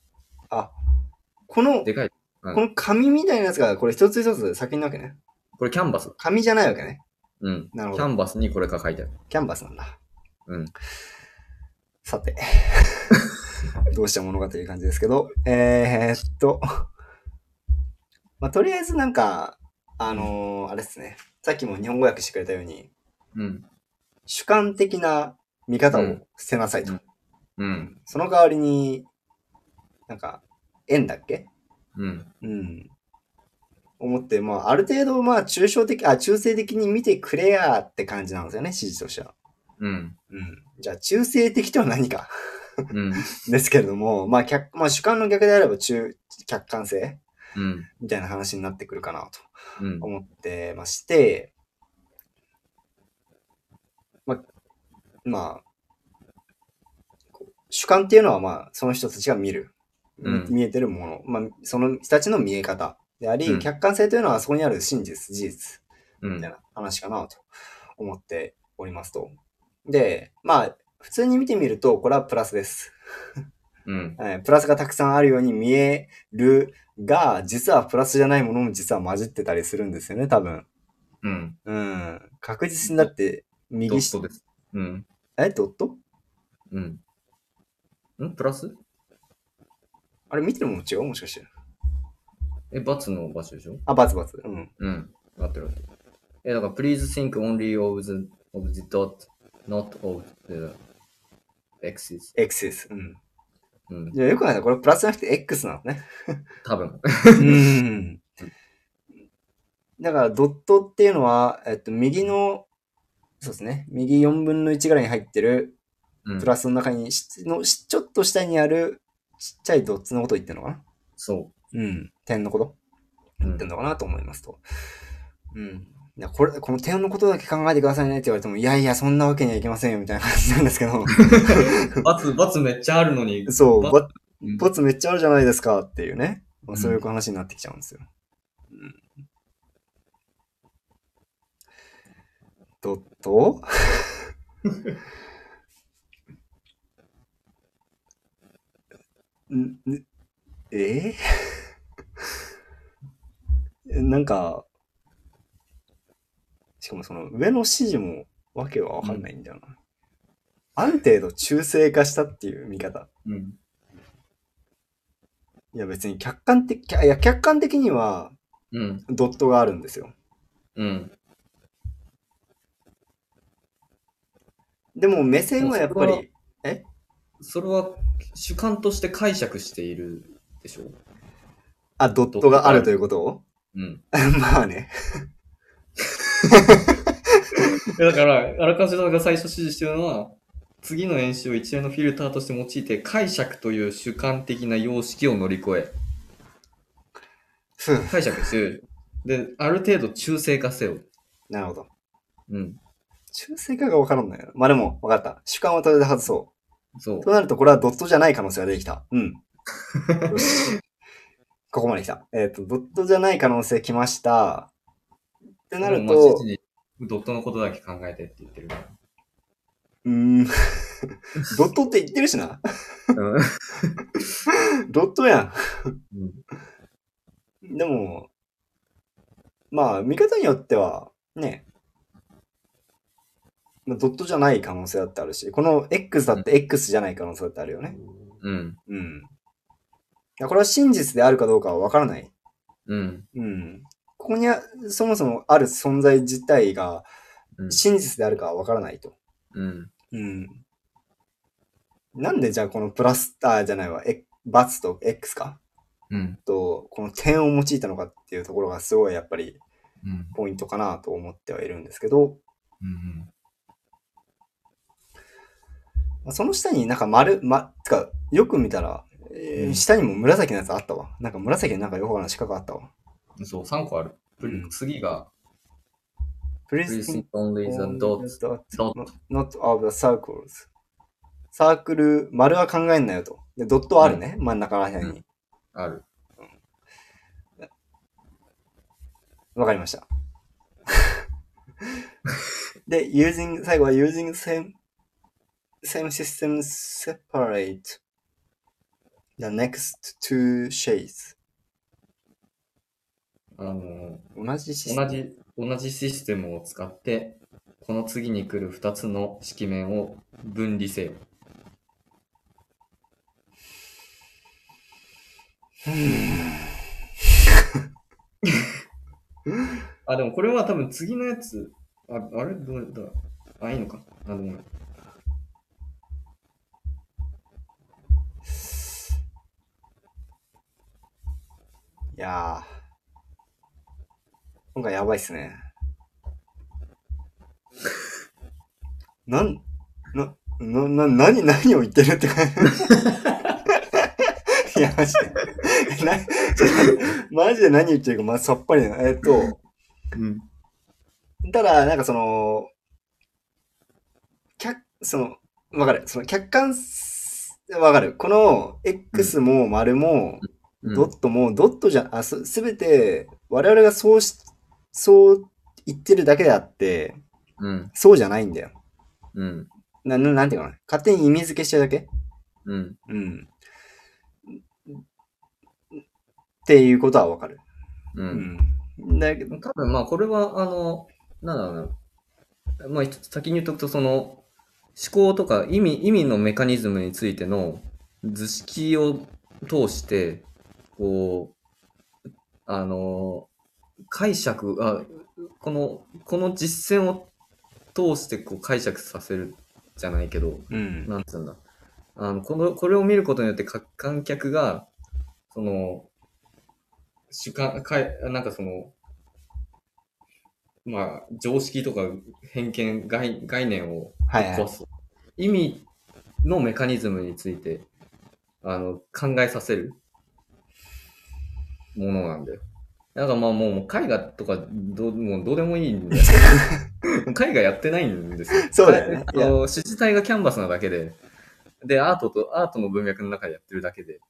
[SPEAKER 1] この、
[SPEAKER 2] でかい。
[SPEAKER 1] この紙みたいなやつが、これ一つ一つ先なわけね。
[SPEAKER 2] これキャンバス。
[SPEAKER 1] 紙じゃないわけね。
[SPEAKER 2] うん。
[SPEAKER 1] なるほ
[SPEAKER 2] キ
[SPEAKER 1] ど
[SPEAKER 2] ャ。ンバスにこれが書いてある。
[SPEAKER 1] キャンバスなんだ。
[SPEAKER 2] うん。
[SPEAKER 1] さて。 どうしたものかという感じですけど、えー、っと、まあ、とりあえずなんか、あのーあれですね。さっきも日本語訳してくれたように、
[SPEAKER 2] うん。
[SPEAKER 1] 主観的な見方
[SPEAKER 2] う
[SPEAKER 1] を
[SPEAKER 2] ん
[SPEAKER 1] 捨てなさいと。
[SPEAKER 2] うん。
[SPEAKER 1] その代わりに、なんか、円だっけ
[SPEAKER 2] うん。
[SPEAKER 1] うん。思って、まあ、ある程度、まあ、抽象的、あ、中性的に見てくれやって感じなんですよね、指示としては。
[SPEAKER 2] うん。
[SPEAKER 1] うん。じゃあ、中性的とは何か
[SPEAKER 2] うん。
[SPEAKER 1] ですけれども、まあ、客、まあ、主観の逆であれば、中、客観性
[SPEAKER 2] うん。
[SPEAKER 1] みたいな話になってくるかなと
[SPEAKER 2] うん。
[SPEAKER 1] 思ってまして、まあ、まあ、こう主観っていうのは、まあ、その人たちが見る、
[SPEAKER 2] うん
[SPEAKER 1] 見えてるもの、まあ、その人たちの見え方であり、
[SPEAKER 2] うん
[SPEAKER 1] 客観性というのはそこにある真実、事実
[SPEAKER 2] う
[SPEAKER 1] みたい
[SPEAKER 2] ん。
[SPEAKER 1] な話かなと思っておりますと。で、まあ、普通に見てみると、これはプラスです。
[SPEAKER 2] うん。
[SPEAKER 1] はいプラスがたくさんあるように見えるが、実はプラスじゃないものも実は混じってたりするんですよね、多分。
[SPEAKER 2] うん。
[SPEAKER 1] うん。確実にだって、
[SPEAKER 2] ド
[SPEAKER 1] 右
[SPEAKER 2] ッ
[SPEAKER 1] 下
[SPEAKER 2] ト、です。うん。
[SPEAKER 1] え、ドット
[SPEAKER 2] うん。んプラス
[SPEAKER 1] あれ見てるもの違うもしかして。
[SPEAKER 2] え、×の場所でしょ
[SPEAKER 1] あ、バツバツ。うん。
[SPEAKER 2] うん。合ってる合ってる。え、だから、please think only of the, of the dot, not of the axis.
[SPEAKER 1] X です。うん。
[SPEAKER 2] うん。
[SPEAKER 1] じゃあよくないな。これプラスじゃなくて X なの ね。
[SPEAKER 2] 多分。
[SPEAKER 1] うん。だから、ドットっていうのは、えっと、右の、そうですね。右4分の1ぐらいに入ってる、
[SPEAKER 2] うん
[SPEAKER 1] プラスの中に、しのしちょっと下にある、ちっちゃいドッツのことを言ってるのかな
[SPEAKER 2] そ
[SPEAKER 1] うん。点のこと
[SPEAKER 2] う。うん
[SPEAKER 1] ってんのかなと思いますと。うん。いやこれ、この点のことだけ考えてくださいねって言われても、いやいや、そんなわけにはいきませんよ、みたいな感じなんですけど、
[SPEAKER 2] ×、×めっちゃあるのに。
[SPEAKER 1] そう、
[SPEAKER 2] バ
[SPEAKER 1] ボ
[SPEAKER 2] うん
[SPEAKER 1] ボツめっちゃあるじゃないですかっていうね、まあ、
[SPEAKER 2] うん
[SPEAKER 1] そういう話になってきちゃうんですよ。うん。ドット んんえ ーなんか、しかもその上の指示もわけはわかんないんだよな。ある程度中性化したっていう見方。
[SPEAKER 2] うん。
[SPEAKER 1] いや別に客観的、いや客観的には
[SPEAKER 2] うん。
[SPEAKER 1] ドットがあるんですよ。
[SPEAKER 2] うん。
[SPEAKER 1] でも目線はやっぱ
[SPEAKER 2] そこは
[SPEAKER 1] り、え
[SPEAKER 2] それは主観として解釈しているでしょ
[SPEAKER 1] あ、ドットがあるということ を
[SPEAKER 2] うん。
[SPEAKER 1] まあね。
[SPEAKER 2] だから、荒川さんが最初指示してるのは、次の演習を一連のフィルターとして用いて、解釈という主観的な様式を乗り越え、
[SPEAKER 1] ふう
[SPEAKER 2] 解釈してる。で、ある程度中性化せよ。
[SPEAKER 1] なるほど。
[SPEAKER 2] うん。
[SPEAKER 1] 中性化がわからんのよ。まあでも、わかった。主観はとりあえず外そ
[SPEAKER 2] そ
[SPEAKER 1] う。
[SPEAKER 2] う
[SPEAKER 1] と。なるとこれはドットじゃない可能性が出てきた。 うん。よし。ここまで来た。えっ、と、ドットじゃない可能性来ました。ってなる
[SPEAKER 2] でもまあ
[SPEAKER 1] と
[SPEAKER 2] 父、にドットのことだけ考えてって言ってるから。
[SPEAKER 1] うーん。 ドットって言ってるしな。ドットやん。
[SPEAKER 2] うん
[SPEAKER 1] でも、まあ、見方によっては、ね、まあドットじゃない可能性だってあるし、この X だって X じゃない可能性だってあるよね。
[SPEAKER 2] うん。
[SPEAKER 1] うん。いやこれは真実であるかどうかはわからない。
[SPEAKER 2] うん。
[SPEAKER 1] うん。ここにあそもそもある存在自体が
[SPEAKER 2] うん
[SPEAKER 1] 真実であるかはわからないと。
[SPEAKER 2] うん。
[SPEAKER 1] うん。なんでじゃあこのプラス、あ、じゃないわ、え、バツと X か
[SPEAKER 2] うん。
[SPEAKER 1] と、この点を用いたのかっていうところがすごいやっぱり
[SPEAKER 2] うん。
[SPEAKER 1] ポイントかなと思ってはいるんですけど、
[SPEAKER 2] うん。
[SPEAKER 1] まあその下になんか丸、ま、てか、よく見たら、えー
[SPEAKER 2] うん
[SPEAKER 1] 下にも紫のやつあったわ。なんか紫のなんかよくわからない四角あったわ。
[SPEAKER 2] そう、3個ある。プリ
[SPEAKER 1] うん
[SPEAKER 2] 次が、
[SPEAKER 1] プリ
[SPEAKER 2] Please
[SPEAKER 1] ズ
[SPEAKER 2] think only the dot, dot.
[SPEAKER 1] not of the circles. サークル、丸は考えんなよと。で、ドットあるね、真ん中ら辺に。
[SPEAKER 2] ある。
[SPEAKER 1] わかりました。で、using、最後は using same, same system separate the next two shades.
[SPEAKER 2] あの
[SPEAKER 1] 同じシス
[SPEAKER 2] ー、
[SPEAKER 1] テ
[SPEAKER 2] 同
[SPEAKER 1] ム。
[SPEAKER 2] じ、同じシステムを使って、この次に来る2つの式面を分離せよ。あ、でもこれは多分次のやつ、ああれどうだあ、いいのか。あ、でもない。
[SPEAKER 1] いやー。今回やばいっすね。 なん、な、な、な、何、何を言ってるって感じ。 いや、マジで。 な、ちょっと、マジで何言ってるか、まあ、さっぱりだなえっと、
[SPEAKER 2] うん。
[SPEAKER 1] ただ、なんかその、客、その、わかる。その客観す、わかる。この X も丸も、ドットも、ドットじゃ、あ、すすべて、我々がそうし、そう言ってるだけであって、
[SPEAKER 2] うん。
[SPEAKER 1] そうじゃないんだよ。
[SPEAKER 2] うん。
[SPEAKER 1] な、ななんていうのかな。勝手に意味付けしてるだけ
[SPEAKER 2] うん。
[SPEAKER 1] うん。っていうことはわかる。
[SPEAKER 2] う。
[SPEAKER 1] うんん。だけど、
[SPEAKER 2] 多分まあこれはあの、なんだろうな。まあ一つ先に言っとくとその思考とか意味、意味のメカニズムについての図式を通して、こう、あの、解釈、あ、この、この実践を通してこう解釈させるじゃないけど、
[SPEAKER 1] うん。
[SPEAKER 2] なんつうんだ。あの、この、これを見ることによってか観客が、その、主観、かい、なんかその、まあ、常識とか偏見、概概念を
[SPEAKER 1] はいは
[SPEAKER 2] 壊
[SPEAKER 1] い。
[SPEAKER 2] す。意味のメカニズムについて、あの、考えさせるものなんだよ。なんかまあもうもう絵画とかどうもうどうでもいい んだよ。絵画やってないんですよ。
[SPEAKER 1] そうだよね
[SPEAKER 2] あの主自体がキャンバスなだけで、で、アートと、アートの文脈の中でやってるだけで、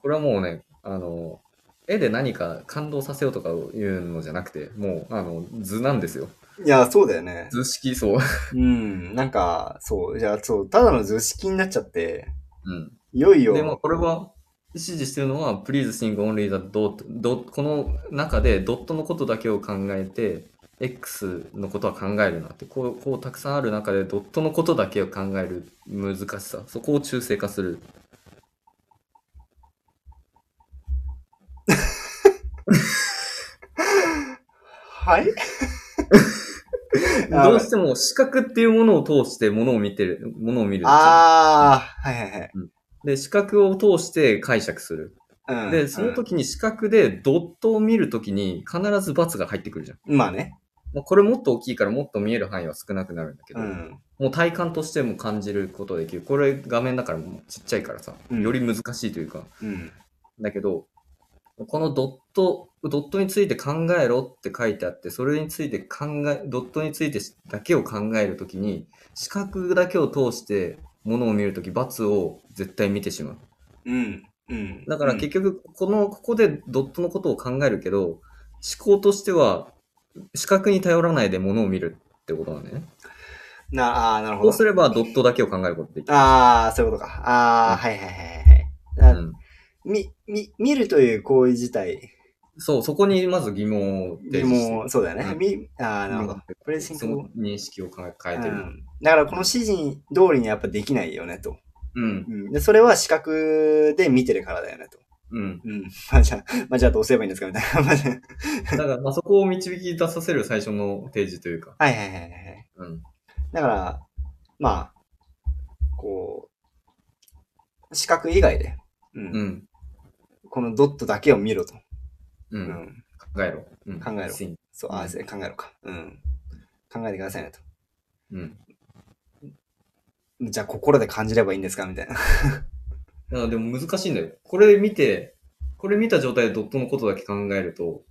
[SPEAKER 2] これはもうね、あの、絵で何か感動させようとかいうのじゃなくて、もう、あの、図なんですよ。
[SPEAKER 1] いや、そうだよね。
[SPEAKER 2] 図式、そう。
[SPEAKER 1] うん。なんか、そう。じゃあ、そう、ただの図式になっちゃって、
[SPEAKER 2] うん。
[SPEAKER 1] いよいよ。
[SPEAKER 2] で、まあ、これは、指示してるのは、please sing only the dot, dot この中でドットのことだけを考えて、X のことは考えるなって、こう、こうたくさんある中でドットのことだけを考える難しさ、そこを中性化する。
[SPEAKER 1] はいあ
[SPEAKER 2] どうしても視覚っていうものを通してものを見てる、ものを見る。
[SPEAKER 1] あー、はいはい
[SPEAKER 2] で、視覚を通して解釈する。
[SPEAKER 1] はい。うん、
[SPEAKER 2] で、その時に視覚でドットを見るときに必ず×が入ってくるじゃん。
[SPEAKER 1] うん、まあね。
[SPEAKER 2] まあ、これもっと大きいからもっと見える範囲は少なくなるんだけど、
[SPEAKER 1] うん。
[SPEAKER 2] もう体感としても感じることができる。これ画面だからもうちっちゃいからさ、
[SPEAKER 1] うん
[SPEAKER 2] より難しいというか、
[SPEAKER 1] うん。
[SPEAKER 2] だけど、このドット、ドットについて考えろって書いてあって、それについて考え、ドットについてだけを考えるときに、視覚だけを通して物を見るとき、×を絶対見てしまう。
[SPEAKER 1] うん。うん。
[SPEAKER 2] だから結局、この、ここでドットのことを考えるけど、思考としては、視覚に頼らないで物を見るってことなんだよね。
[SPEAKER 1] な、あーなるほ
[SPEAKER 2] そう
[SPEAKER 1] ど。
[SPEAKER 2] すればドットだけを考えることできる。
[SPEAKER 1] ああ、そういうことか。ああ、
[SPEAKER 2] うん
[SPEAKER 1] はいはいはいは
[SPEAKER 2] う
[SPEAKER 1] い。あ
[SPEAKER 2] ん
[SPEAKER 1] み、み、見るという行為自体
[SPEAKER 2] そう、そこにまず疑問を提
[SPEAKER 1] で
[SPEAKER 2] 示して
[SPEAKER 1] も、そうだよね。
[SPEAKER 2] うん
[SPEAKER 1] み、ああ、なるほど。これ進
[SPEAKER 2] そ
[SPEAKER 1] 行
[SPEAKER 2] の。認識を変え
[SPEAKER 1] う
[SPEAKER 2] 変えてる。
[SPEAKER 1] ん、だからこの指示に通りにやっぱできないよねと。
[SPEAKER 2] うん。
[SPEAKER 1] うん、でそれは視覚で見てるからだよねと。
[SPEAKER 2] うん。
[SPEAKER 1] うん。 まあじゃあ、まあじゃあどうすればいいんですかみたいな。 まあじゃ
[SPEAKER 2] だから、まあ、そこを導き出させる最初の提示というか。
[SPEAKER 1] あはいはいはいはい。
[SPEAKER 2] うん。
[SPEAKER 1] だから、まあ、こう、視覚以外で、うん
[SPEAKER 2] うん。
[SPEAKER 1] このドットだけを見ろと。
[SPEAKER 2] う。
[SPEAKER 1] うんん、
[SPEAKER 2] 考えろ。うん、
[SPEAKER 1] 考えろ
[SPEAKER 2] シーン
[SPEAKER 1] そう、ああ、そう考えろか。うん。考えてくださいねと。
[SPEAKER 2] うん。
[SPEAKER 1] じゃあ心で感じればいいんですかみたいな。
[SPEAKER 2] だからでも難しいんだよ。これ見て、これ見た状態でドットのことだけ考えると、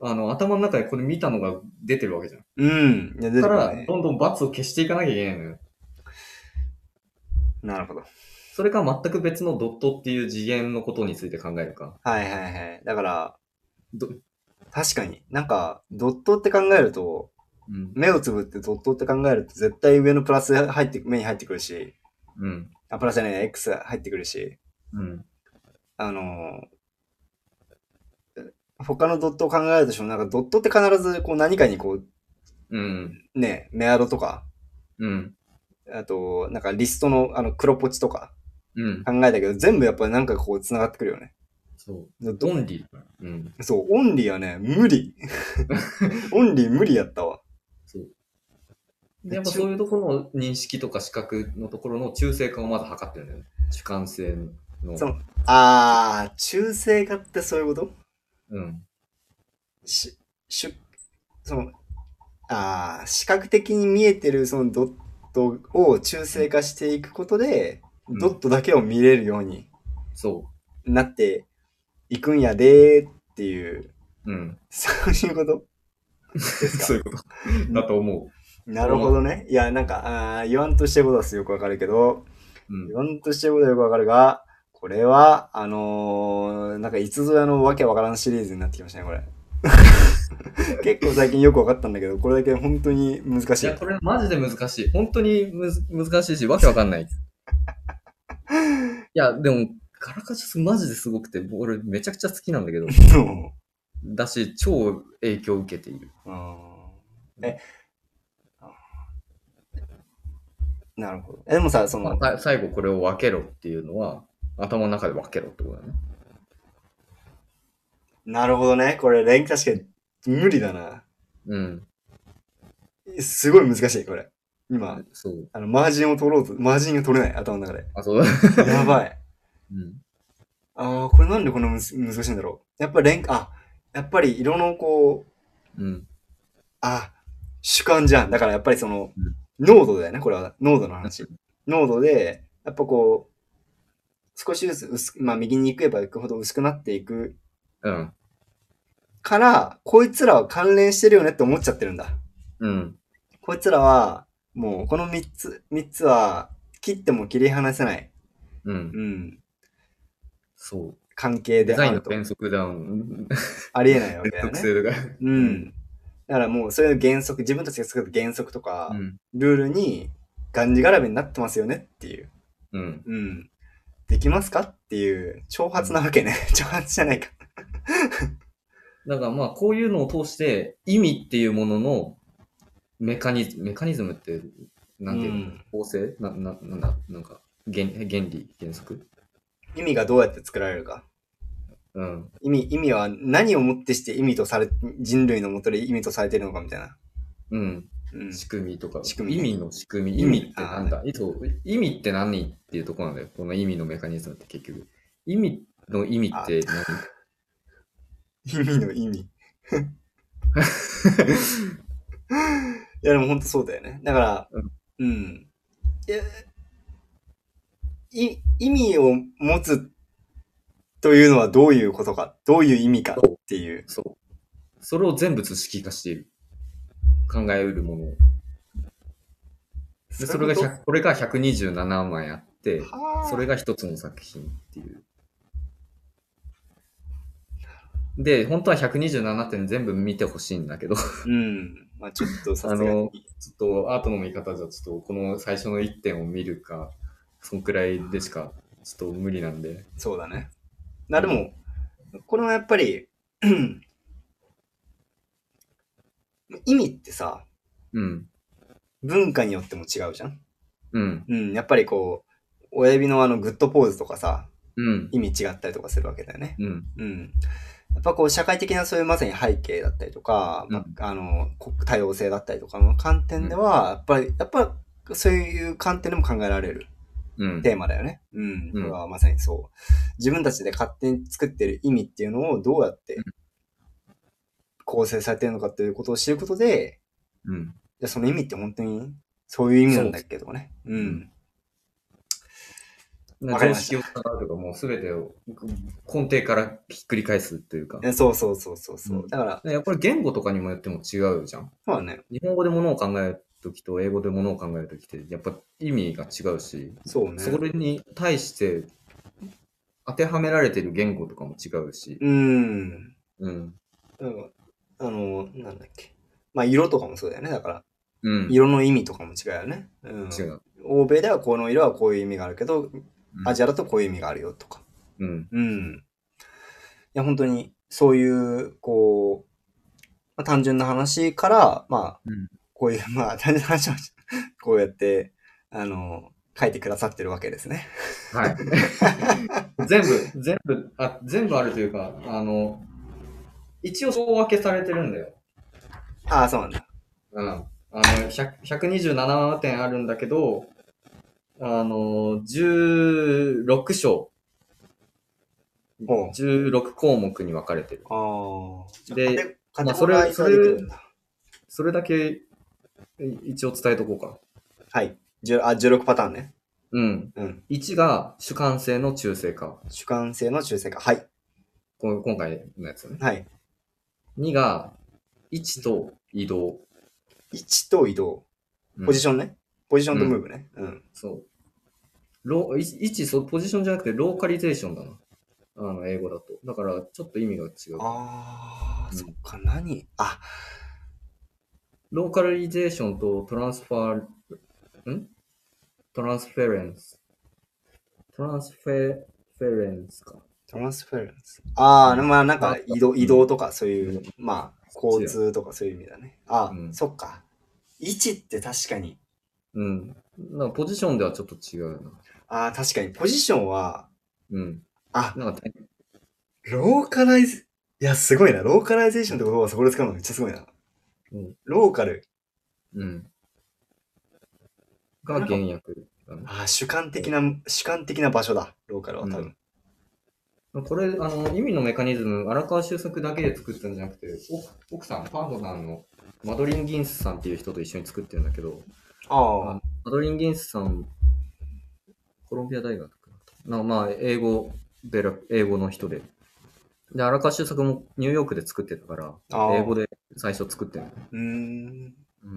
[SPEAKER 2] あの、頭の中でこれ見たのが出てるわけじゃん。
[SPEAKER 1] うん。いや出て
[SPEAKER 2] だか
[SPEAKER 1] くる
[SPEAKER 2] ら、
[SPEAKER 1] ね
[SPEAKER 2] どんどん罰を消していかなきゃいけないのよ。
[SPEAKER 1] なるほど。
[SPEAKER 2] それか全く別のドットっていう次元のことについて考えるか。
[SPEAKER 1] はいはいはい。だから、
[SPEAKER 2] ど
[SPEAKER 1] 確かになんか、ドットって考えると、
[SPEAKER 2] うん。
[SPEAKER 1] 目をつぶってドットって考えると、絶対上のプラス入って、目に入ってくるし、
[SPEAKER 2] うん。
[SPEAKER 1] あ、プラスじゃない、X 入ってくるし、
[SPEAKER 2] うん。
[SPEAKER 1] あのー、他のドットを考えるとしても、なんかドットって必ずこう何かにこ
[SPEAKER 2] うん。
[SPEAKER 1] う、ね、メアドとか、
[SPEAKER 2] うん。
[SPEAKER 1] あと、なんかリストのあの黒ポチとか
[SPEAKER 2] うん。
[SPEAKER 1] 考えたけど、全部やっぱりなんかこう繋がってくるよね。
[SPEAKER 2] そう。
[SPEAKER 1] ド
[SPEAKER 2] オンリー。うん。
[SPEAKER 1] そう、オンリーはね、無 理。オンリー無理やったわ。
[SPEAKER 2] そう。でやっぱそういうところの認識とか視覚のところの中性化をまず測ってるんだよね。主観性の。の。
[SPEAKER 1] そのあー、中性化ってそういうこと
[SPEAKER 2] うん。
[SPEAKER 1] し、しゅ、その、あー視覚的に見えてるそのドットを中性化していくことで、
[SPEAKER 2] うん
[SPEAKER 1] ドットだけを見れるように
[SPEAKER 2] そ
[SPEAKER 1] なっていくんやでーっていう、
[SPEAKER 2] う。うん。
[SPEAKER 1] そういうこと
[SPEAKER 2] そういうこと。だと思
[SPEAKER 1] なるほどね。いや、なんか、あー言わんとしてることはよくわかるけど、
[SPEAKER 2] う。うん
[SPEAKER 1] 言。わんとしてることはよくわかるが、これは、あのー、なんかいつぞやのわけわからんシリーズになってきました ね、これ。結構最近よくわかったんだけど、これだけ本当に難し
[SPEAKER 2] い
[SPEAKER 1] い
[SPEAKER 2] や、。これマジで難しい。本当にむず難しいし、わけわかんない。いや、でも、カラカチャスマジですごくて、僕俺めちゃくちゃ好きなんだけど、
[SPEAKER 1] そう
[SPEAKER 2] だし、超影響を受けている。
[SPEAKER 1] うんえ、あなるほど。え、でもさ、そ
[SPEAKER 2] ま
[SPEAKER 1] の
[SPEAKER 2] あ、、さ最後これを分けろっていうのは、頭の中で分けろってことだね。
[SPEAKER 1] なるほどね。これ、連確かに無理だな。
[SPEAKER 2] うん。
[SPEAKER 1] すごい難しい、これ。今、
[SPEAKER 2] そう。
[SPEAKER 1] あの、マージンを取ろうと、マージンが取れない、頭の中で。
[SPEAKER 2] あ、そう。
[SPEAKER 1] やばい。
[SPEAKER 2] うん。
[SPEAKER 1] ああ、これなんでこんなむず難しいんだろう。やっぱ連、あ、やっぱり色のこう、
[SPEAKER 2] うん。
[SPEAKER 1] あ、主観じゃん。だからやっぱりその
[SPEAKER 2] う、
[SPEAKER 1] 濃度だよね、これは。濃度の話。濃度で、やっぱこう、少しずつ薄く、まあ右に行けば行くほど薄くなっていく
[SPEAKER 2] うん。
[SPEAKER 1] から、こいつらは関連してるよねって思っちゃってるんだ。
[SPEAKER 2] うん。
[SPEAKER 1] こいつらは、もうこの3つ、三つは、切っても切り離せない、
[SPEAKER 2] うん。
[SPEAKER 1] うん、
[SPEAKER 2] そう。
[SPEAKER 1] 関係
[SPEAKER 2] デ
[SPEAKER 1] で
[SPEAKER 2] ザ
[SPEAKER 1] あ
[SPEAKER 2] インの
[SPEAKER 1] ると。
[SPEAKER 2] 変則だうん。
[SPEAKER 1] ありえないわけ
[SPEAKER 2] 変
[SPEAKER 1] だよ
[SPEAKER 2] 則
[SPEAKER 1] ね。
[SPEAKER 2] 性とか。
[SPEAKER 1] うん。だからもう、そういう原則、自分たちが作った原則とか、
[SPEAKER 2] うん。
[SPEAKER 1] ルールに、がんじがらめになってますよねっていう。
[SPEAKER 2] うん。
[SPEAKER 1] うん。できますかっていう、挑発なわけね。挑発じゃないか。
[SPEAKER 2] だからまあ、こういうのを通して、意味っていうもののメカニズム、メカニズムって、なんていうの、
[SPEAKER 1] うん
[SPEAKER 2] 構成な、な、なんだ、なんか、原原理、原則
[SPEAKER 1] 意味がどうやって作られるか。
[SPEAKER 2] うん。
[SPEAKER 1] 意味、意味は何をもってして意味とされ、人類のもとで意味とされてるのかみたいな。
[SPEAKER 2] うん。
[SPEAKER 1] うん。
[SPEAKER 2] 仕組みとか、
[SPEAKER 1] 仕組みね
[SPEAKER 2] 意味の仕組み、
[SPEAKER 1] 意
[SPEAKER 2] 意
[SPEAKER 1] 味
[SPEAKER 2] 味ってなんだ、そう意味って何っていうところなんだよ。この意味のメカニズムって結局。意味の意味って何
[SPEAKER 1] 意味の意味。いや、でも本当そうだよね。だから、うん。いやい、意味を持つというのはどういうことか、どういう意味かっていう。
[SPEAKER 2] そう。それを全部図式化している。考えうるものを。でそれが
[SPEAKER 1] そういうこ
[SPEAKER 2] 100これが127枚あって、
[SPEAKER 1] とはあ
[SPEAKER 2] それが一つの作品っていう。で、本当は127点全部見てほしいんだけど、ち ょ
[SPEAKER 1] うん。まあちょっとさすが
[SPEAKER 2] あの
[SPEAKER 1] に。
[SPEAKER 2] っとアートの見方じゃちょっとこの最初の1点を見るか、そんくらいでしかちょっと無理なんで。
[SPEAKER 1] そうだね。な、でも、これはやっぱり、 うん意味ってさ、
[SPEAKER 2] うん。
[SPEAKER 1] 文化によっても違うじゃん。
[SPEAKER 2] うん。
[SPEAKER 1] うん、やっぱりこう、親指のあのグッドポーズとかさ、
[SPEAKER 2] うん。
[SPEAKER 1] 意味違ったりとかするわけだよね。
[SPEAKER 2] うん。
[SPEAKER 1] うん。やっぱこう、社会的なそういうまさに背景だったりとか、
[SPEAKER 2] うん
[SPEAKER 1] まあの、こ多様性だったりとかの観点では、やっぱり、やっぱそういう観点でも考えられる。
[SPEAKER 2] うん。
[SPEAKER 1] テーマだよね。うん。こ
[SPEAKER 2] うん
[SPEAKER 1] れはまさにそう。自分たちで勝手に作ってる意味っていうのをどうやって
[SPEAKER 2] うん
[SPEAKER 1] 構成されてるのかっていうことを知ることで、
[SPEAKER 2] うん。
[SPEAKER 1] じゃあその意味って本当にそういう意味なんだっけとかね。う。
[SPEAKER 2] うん
[SPEAKER 1] わかりました
[SPEAKER 2] 常識を使うとか、もう全てを根底からひっくり返すっていうか。
[SPEAKER 1] えそうそうそうそうそう。
[SPEAKER 2] うん
[SPEAKER 1] だから、
[SPEAKER 2] やっぱり言語とかにもよっても違うじゃん。
[SPEAKER 1] そうだね。
[SPEAKER 2] 日本語で物を考えるときと英語で物を考えるときってやっぱ意味が違うし、
[SPEAKER 1] そうね。
[SPEAKER 2] それに対して当てはめられてる言語とかも違うし、
[SPEAKER 1] うん。
[SPEAKER 2] うん。
[SPEAKER 1] うんあの、なんだっけ。まあ、色とかもそうだよね。だから、
[SPEAKER 2] うん。
[SPEAKER 1] 色の意味とかも違うよね。うん。
[SPEAKER 2] 違う。
[SPEAKER 1] 欧米ではこの色はこういう意味があるけど、
[SPEAKER 2] ん
[SPEAKER 1] アジアだとこういう意味があるよとか。
[SPEAKER 2] うん。
[SPEAKER 1] うん。いや、本当に、そういう、こう、まあ、単純な話から、まあ、
[SPEAKER 2] うん
[SPEAKER 1] こういう、まあ、単純な話を、 こうやって、あの、書いてくださってるわけですね。
[SPEAKER 2] はい。 全部、全部、あ、全部あるというか、あの、一応総分けされてるんだよ。
[SPEAKER 1] ああ、そうなんだ。
[SPEAKER 2] うん。あの、100 127点あるんだけど、あの、16章
[SPEAKER 1] おう
[SPEAKER 2] 16項目に分かれてる。
[SPEAKER 1] ああ。
[SPEAKER 2] で
[SPEAKER 1] じゃカテ、カテ
[SPEAKER 2] まあ
[SPEAKER 1] ゴ
[SPEAKER 2] それ
[SPEAKER 1] ライズはできるんだ。
[SPEAKER 2] それだけ、い一応伝えとこうか。
[SPEAKER 1] はい。じゅあ、16パターンね。
[SPEAKER 2] うん。
[SPEAKER 1] うん。
[SPEAKER 2] 1が主観性の中性化。
[SPEAKER 1] 主観性の中性化。はい。
[SPEAKER 2] こう今回のやつね。
[SPEAKER 1] はい。
[SPEAKER 2] 2が、位置と移動。
[SPEAKER 1] 位置と移動。
[SPEAKER 2] うん
[SPEAKER 1] ポジションね。ポジションとムーブね。うん。
[SPEAKER 2] そう。ロー位置そう、ポジションじゃなくて、ローカリゼーションだな。あの、英語だと。だから、ちょっと意味が違う。
[SPEAKER 1] ああ、
[SPEAKER 2] うん
[SPEAKER 1] そっか、何あ、
[SPEAKER 2] ローカリゼーションとトランスファー、んトランスフェレンス。トランスフェ、フェレンスか。
[SPEAKER 1] トランスフェレンス。ああ、まあなん
[SPEAKER 2] あ
[SPEAKER 1] か移動、移動とかそういう
[SPEAKER 2] う、
[SPEAKER 1] まあ、交通とかそういう意味だね。ああ、
[SPEAKER 2] うん
[SPEAKER 1] そっか。位置って確かに。
[SPEAKER 2] うん。なんかポジションではちょっと違うな。
[SPEAKER 1] ああ、確かに。ポジションは、
[SPEAKER 2] うん。
[SPEAKER 1] あ、
[SPEAKER 2] なんかタイ、
[SPEAKER 1] ローカライズ、いや、すごいな。ローカライゼーションって言葉をそこで使うのめっちゃすごいな。
[SPEAKER 2] うん
[SPEAKER 1] ローカル。
[SPEAKER 2] うん。が原訳だね。
[SPEAKER 1] ああ、主観的な、主観的な場所だ。ローカルは多分。
[SPEAKER 2] これ、あの、意味のメカニズム、荒川修作だけで作ったんじゃなくて、お奥さん、パートナーのマドリン・ギンスさんっていう人と一緒に作ってるんだけど、
[SPEAKER 1] ああ
[SPEAKER 2] あ、マドリン・ギンスさん、コロンビア大学の、まあ、英語でら、英語の人で。で、荒川修作もニューヨークで作ってたから、
[SPEAKER 1] ああ
[SPEAKER 2] 英語で最初作ってる、
[SPEAKER 1] うーん。
[SPEAKER 2] うん。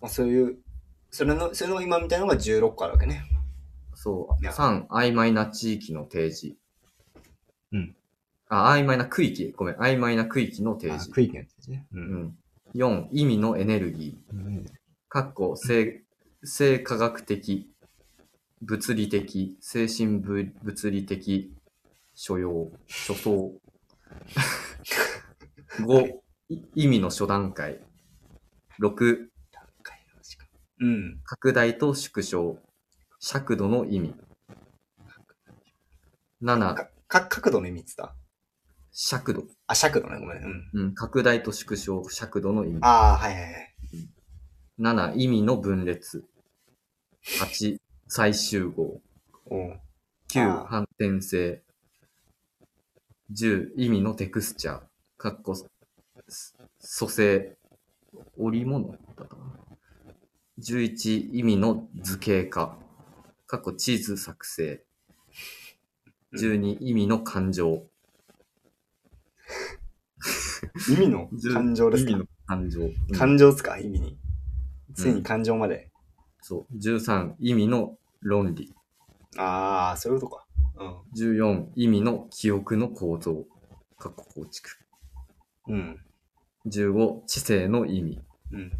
[SPEAKER 1] まあ、そういう、それの、それの今みたいなのが16個あるわけね。
[SPEAKER 2] そう。
[SPEAKER 1] いや
[SPEAKER 2] 3、曖昧な地域の提示。
[SPEAKER 1] うん。
[SPEAKER 2] あ、曖昧な区域。ごめん。曖昧な区域の提示。
[SPEAKER 1] 区域のやつですね。う。
[SPEAKER 2] うんん。4、意味のエネルギー。かっこ、性、性科学的、物理的、精神ぶ物理的、所要、所 相。5、い意味の初段階。6、
[SPEAKER 1] うん。
[SPEAKER 2] 拡大と縮小。尺度の意味。7、
[SPEAKER 1] か、か角度の意味って言った
[SPEAKER 2] 尺度。
[SPEAKER 1] あ、尺度ね、ごめん。うん。
[SPEAKER 2] うん、拡大と縮小、尺度の意味。
[SPEAKER 1] ああ、はいはいはい。
[SPEAKER 2] 7、意味の分裂。8、再集合。
[SPEAKER 1] おう
[SPEAKER 2] 9、
[SPEAKER 1] あー
[SPEAKER 2] 反転性。10、意味のテクスチャー。かっこ、す蘇生。織物だったかな。11、意味の図形化。かっこ地図作成。12、意味の感情。
[SPEAKER 1] 意味の
[SPEAKER 2] 10
[SPEAKER 1] 感情です
[SPEAKER 2] 意味
[SPEAKER 1] か
[SPEAKER 2] の感情。うん
[SPEAKER 1] 感情ですか意味に。ついに感情まで。
[SPEAKER 2] そう。13、意味の論理。
[SPEAKER 1] ああ、そういうことか。うん
[SPEAKER 2] 14意味の記憶の構造かっこ構築。
[SPEAKER 1] うん。
[SPEAKER 2] 15知性の意味
[SPEAKER 1] うん。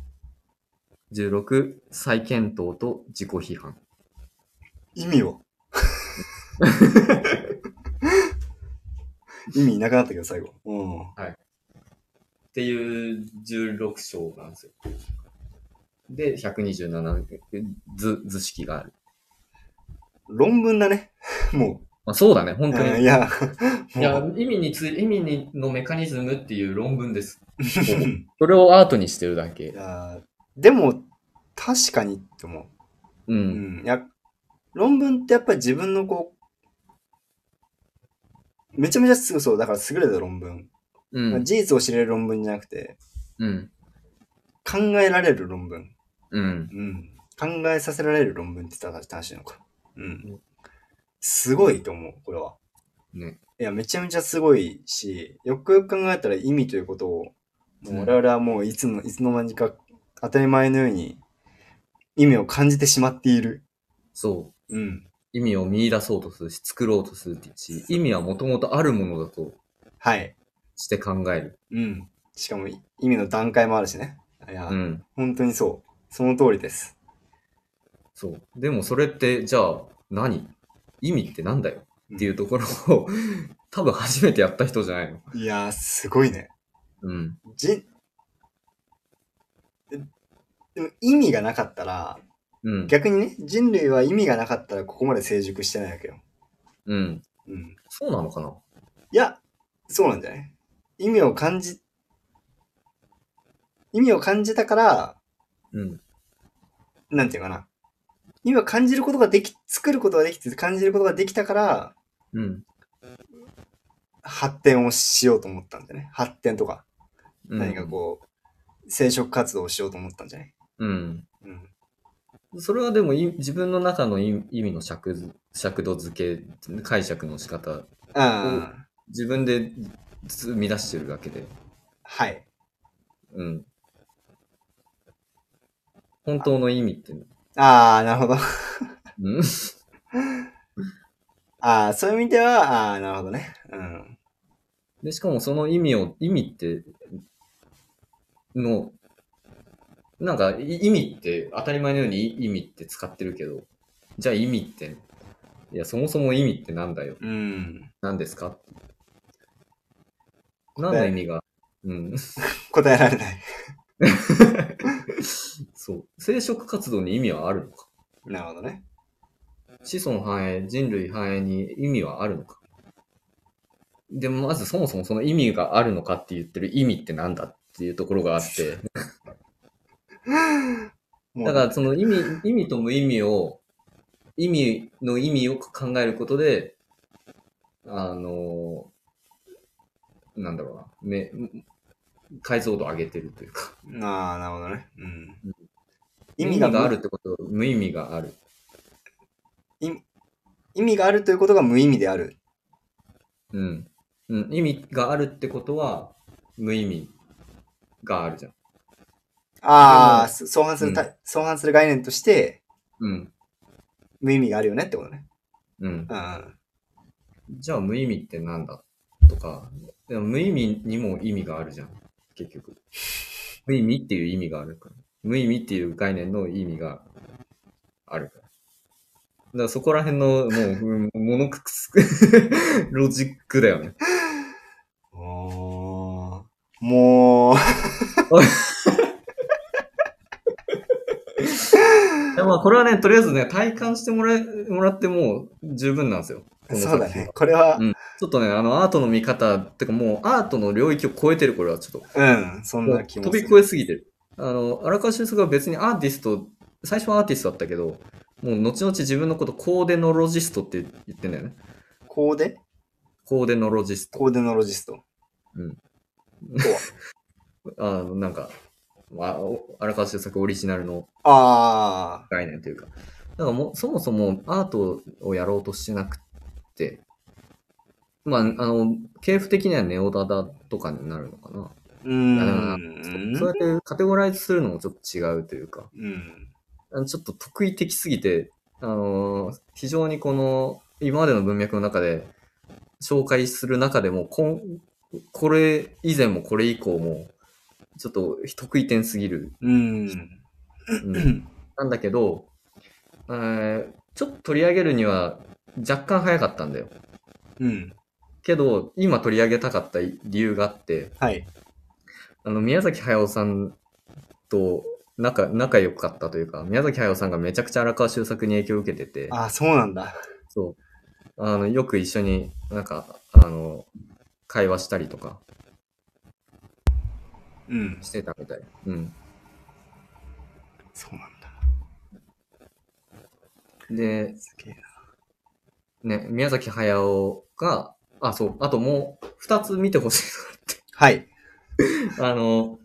[SPEAKER 2] 16再検討と自己批判
[SPEAKER 1] 意味 を。意味いなくなったけど、最後。うん。
[SPEAKER 2] っていう16章なんですよで127図図式がある、
[SPEAKER 1] 論文だね。も
[SPEAKER 2] まあ、そうだね本
[SPEAKER 1] う。
[SPEAKER 2] 当に、
[SPEAKER 1] うんいや、
[SPEAKER 2] いや意味につい意味にのメカニズムっていう論文です
[SPEAKER 1] い
[SPEAKER 2] それをアートにしてるだけ
[SPEAKER 1] やでも、確かにって思う。
[SPEAKER 2] う
[SPEAKER 1] うんん、いや論文ってやっぱり自分のこうめちゃめちゃすぐそうだから優れた論文、
[SPEAKER 2] うん
[SPEAKER 1] 事実を知れる論文じゃなくて
[SPEAKER 2] うん
[SPEAKER 1] 考えられる論文、
[SPEAKER 2] うん
[SPEAKER 1] うん、考えさせられる論文って言ったら正しいのか、う
[SPEAKER 2] うんん、
[SPEAKER 1] すごいと思うこれは
[SPEAKER 2] ね
[SPEAKER 1] いやめちゃめちゃすごいしよくよく考えたら意味ということをもう我々はもういつのいつの間にか当たり前のように意味を感じてしまっている、
[SPEAKER 2] そう
[SPEAKER 1] うん、
[SPEAKER 2] 意味を見出そうとするし、作ろうとするし、意味はもともとあるものだと
[SPEAKER 1] はい
[SPEAKER 2] して考える。
[SPEAKER 1] うん。しかもい意味の段階もあるしね。いや、
[SPEAKER 2] うん。
[SPEAKER 1] 本当にそう。その通りです。
[SPEAKER 2] そう。でもそれって、じゃあ何、意味ってなんだよっていうところを、 多分初めてやった人じゃないの。
[SPEAKER 1] いやー、すごいね。
[SPEAKER 2] うん。
[SPEAKER 1] じ、ででも意味がなかったら、
[SPEAKER 2] うん。
[SPEAKER 1] 逆にね、人類は意味がなかったらここまで成熟してないわけよ。
[SPEAKER 2] うん。
[SPEAKER 1] うん。
[SPEAKER 2] そうなのかない
[SPEAKER 1] や、そうなんじゃない意味を感じ、意味を感じたから、
[SPEAKER 2] うん。
[SPEAKER 1] なんていうかな。意味を感じることができ、作ることができて、感じることができたから、
[SPEAKER 2] うん。
[SPEAKER 1] 発展をしようと思ったんじゃない発展とか、
[SPEAKER 2] うん
[SPEAKER 1] 何かこう、生殖活動をしようと思ったんじゃない
[SPEAKER 2] うん。
[SPEAKER 1] うん。
[SPEAKER 2] それはでもい自分の中の意意味の尺ず尺度付け、解釈の仕方、
[SPEAKER 1] ああ、
[SPEAKER 2] 自分で生み出してるだけで、
[SPEAKER 1] はい。
[SPEAKER 2] うん。本当の意味って、
[SPEAKER 1] ああ、なるほど。
[SPEAKER 2] うん。
[SPEAKER 1] ああ、そういう意味では、ああ、なるほどね。うん。
[SPEAKER 2] で、しかもその意味を、意味って、の、なんか、い意味って、当たり前のようにい意味って使ってるけど、じゃあ意味って、いや、そもそも意味ってなんだよ。
[SPEAKER 1] うん。
[SPEAKER 2] 何ですか何の意味が、うん。
[SPEAKER 1] 答えられない。
[SPEAKER 2] そう。生殖活動に意味はあるのか
[SPEAKER 1] なるほどね。
[SPEAKER 2] 子孫繁栄、人類繁栄に意味はあるのかでも、まずそもそもその意味があるのかって言ってる意味ってなんだっていうところがあって、
[SPEAKER 1] もう
[SPEAKER 2] だからその意味、意味と無意味を、意味の意味を考えることで、あの、なんだろうな、め解像度を上げてるというか、
[SPEAKER 1] ああ、なるほどね。うん
[SPEAKER 2] うん。
[SPEAKER 1] 意
[SPEAKER 2] 意
[SPEAKER 1] 味
[SPEAKER 2] 味
[SPEAKER 1] が
[SPEAKER 2] があるってこと、無意味がある。
[SPEAKER 1] 意味があるということが無意味である。
[SPEAKER 2] うん。うん、意味があるってことは、無意味があるじゃん。
[SPEAKER 1] ああ、
[SPEAKER 2] で
[SPEAKER 1] そ相反する、
[SPEAKER 2] うん
[SPEAKER 1] た相反する概念として、
[SPEAKER 2] うん。
[SPEAKER 1] 無意味があるよねってことね。
[SPEAKER 2] うん。
[SPEAKER 1] うん。
[SPEAKER 2] じゃあ無意味ってなんだとか、でも無意味にも意味があるじゃん。結局。無意味っていう意味があるから。無意味っていう概念の意味があるから。だからそこら辺の、もううん、 ものくす、ロジックだよね。
[SPEAKER 1] おー もう、
[SPEAKER 2] でまあこれはね、とりあえずね、体感してもらえ、もらってもう十分なんですよ。この
[SPEAKER 1] そうだ
[SPEAKER 2] 作品
[SPEAKER 1] ね
[SPEAKER 2] は。。
[SPEAKER 1] これは、
[SPEAKER 2] うんちょっとね、あの、アートの見方、ってかもう、アートの領域を超えてる、これはちょっと。
[SPEAKER 1] うん、そん
[SPEAKER 2] も
[SPEAKER 1] な
[SPEAKER 2] う
[SPEAKER 1] 気
[SPEAKER 2] 飛
[SPEAKER 1] もす
[SPEAKER 2] び
[SPEAKER 1] る。
[SPEAKER 2] 越えすぎてる。あの、荒川修作は別にアーティスト、最初はアーティストだったけど、もう後々自分のことコーデノロジストって言ってんだよね。
[SPEAKER 1] コーデ
[SPEAKER 2] コーデノロジスト。
[SPEAKER 1] コーデノロジスト。
[SPEAKER 2] あの、なんか、まあ、お荒川修作オリジナルの
[SPEAKER 1] あ
[SPEAKER 2] 概念というか。だからもう、そもそもアートをやろうとしてなくて、まあ、あの、系譜的にはネオダダとかになるのかな。
[SPEAKER 1] あ、うー。
[SPEAKER 2] うんそうやってカテゴライズするのもちょっと違うというか、
[SPEAKER 1] うん。
[SPEAKER 2] あのちょっと得意的すぎて、あのー非常にこの、今までの文脈の中で、紹介する中でも、こんこれ以前もこれ以降も、ちょっと得意点すぎる。
[SPEAKER 1] うん。
[SPEAKER 2] う
[SPEAKER 1] うんん
[SPEAKER 2] なんだけど、えーちょっと取り上げるには若干早かったんだよ。
[SPEAKER 1] うん。
[SPEAKER 2] けど、今取り上げたかった理由があって、
[SPEAKER 1] はい。
[SPEAKER 2] あの、宮崎駿さんと仲、仲良かったというか、宮崎駿さんがめちゃくちゃ荒川修作に影響を受けてて、
[SPEAKER 1] ああ、そうなんだ。
[SPEAKER 2] そう。あの、よく一緒になんか、あの、会話したりとか
[SPEAKER 1] うん。
[SPEAKER 2] してたみたい。うん。
[SPEAKER 1] そうなんだ。
[SPEAKER 2] で、
[SPEAKER 1] すげえな。
[SPEAKER 2] ね、宮崎駿が、あ、そう、あともう二つ見てほしい
[SPEAKER 1] はい。
[SPEAKER 2] のがあって、あの、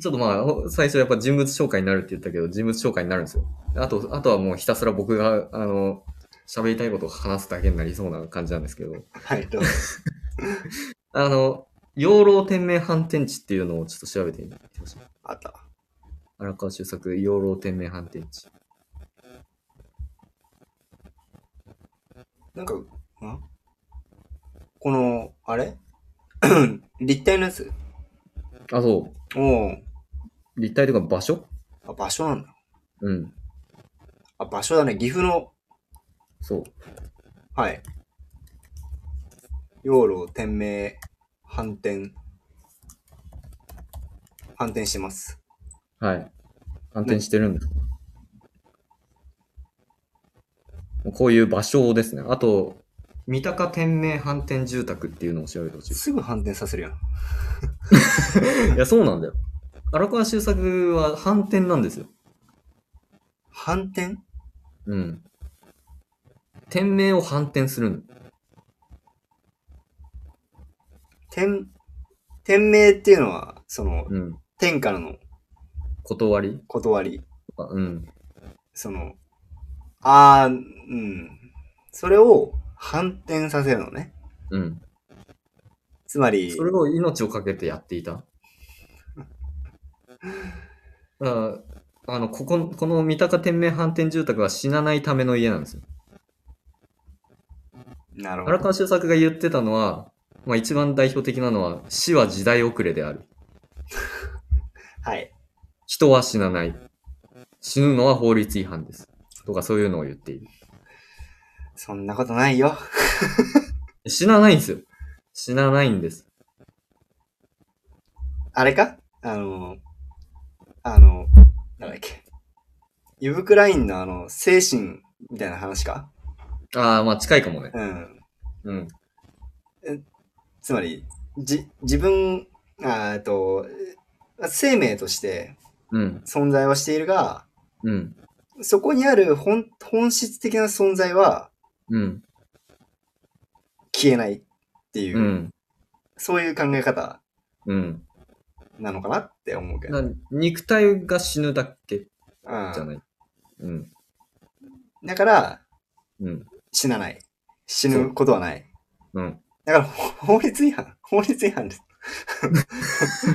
[SPEAKER 2] ちょっとまあ、ほ最初やっぱ人物紹介になるって言ったけど、人物紹介になるんですよ。あと、あとはもうひたすら僕が、あの、喋りたいことを話すだけになりそうな感じなんですけど。
[SPEAKER 1] はい、どうぞ。
[SPEAKER 2] あの、養老天命反転地っていうのをちょっと調べてみてほしい。
[SPEAKER 1] あった。
[SPEAKER 2] 荒川修作、養老天命反転地。
[SPEAKER 1] なんか、んこの、あれ 立体のやつ
[SPEAKER 2] あ、そ
[SPEAKER 1] おう
[SPEAKER 2] う。立体とか場所
[SPEAKER 1] あ、場所なんだ。
[SPEAKER 2] うん。
[SPEAKER 1] あ、場所だね。岐阜の、
[SPEAKER 2] そう。
[SPEAKER 1] はい。養老天明、反転、反転してます。
[SPEAKER 2] はい。反転してるんです。こういう場所ですね。あと、三鷹天命反転住宅っていうのを調べてほしい。
[SPEAKER 1] すぐ反転させるやん。
[SPEAKER 2] いや、そうなんだよ。荒川修作は反転なんですよ。
[SPEAKER 1] 反転
[SPEAKER 2] うん。天命を反転するの。
[SPEAKER 1] 天、天命っていうのは、その、
[SPEAKER 2] うん。
[SPEAKER 1] 天からの
[SPEAKER 2] 断り
[SPEAKER 1] 断り。
[SPEAKER 2] とか、うん。
[SPEAKER 1] その、あー、うん。それを反転させるのね。
[SPEAKER 2] うん。
[SPEAKER 1] つまり
[SPEAKER 2] そ、れを命をかけてやっていた。だからあの、ここ、この三鷹天命反転住宅は死なないための家なんですよ。
[SPEAKER 1] なるほ
[SPEAKER 2] 荒
[SPEAKER 1] ど。
[SPEAKER 2] 川修作が言ってたのは、まあ一番代表的なのは、死は時代遅れである。
[SPEAKER 1] はい。
[SPEAKER 2] 人は死なない。死ぬのは法律違反です。とかそういうのを言っている。
[SPEAKER 1] そんなことないよ。
[SPEAKER 2] 死なないんですよ。死なないんです。
[SPEAKER 1] あれかあの、あの、なんだっけ。ユブクラインのあの、精神みたいな話か
[SPEAKER 2] ああ、まあ近いかもね。
[SPEAKER 1] うん。
[SPEAKER 2] うん。
[SPEAKER 1] つまり、じ、自分、あーえっと、生命として
[SPEAKER 2] うん。
[SPEAKER 1] 存在はしているが、
[SPEAKER 2] うん。
[SPEAKER 1] そこにある本本質的な存在は
[SPEAKER 2] うん。
[SPEAKER 1] 消えないっていう、
[SPEAKER 2] うん。
[SPEAKER 1] そういう考え方
[SPEAKER 2] うん。
[SPEAKER 1] なのかなって思うけど。
[SPEAKER 2] な肉体が死ぬだけじ
[SPEAKER 1] うん
[SPEAKER 2] ゃない。うん。
[SPEAKER 1] だから、
[SPEAKER 2] うん。
[SPEAKER 1] 死なない。死ぬことはない。
[SPEAKER 2] うん。
[SPEAKER 1] だから、ほ法律違反。法律違反です。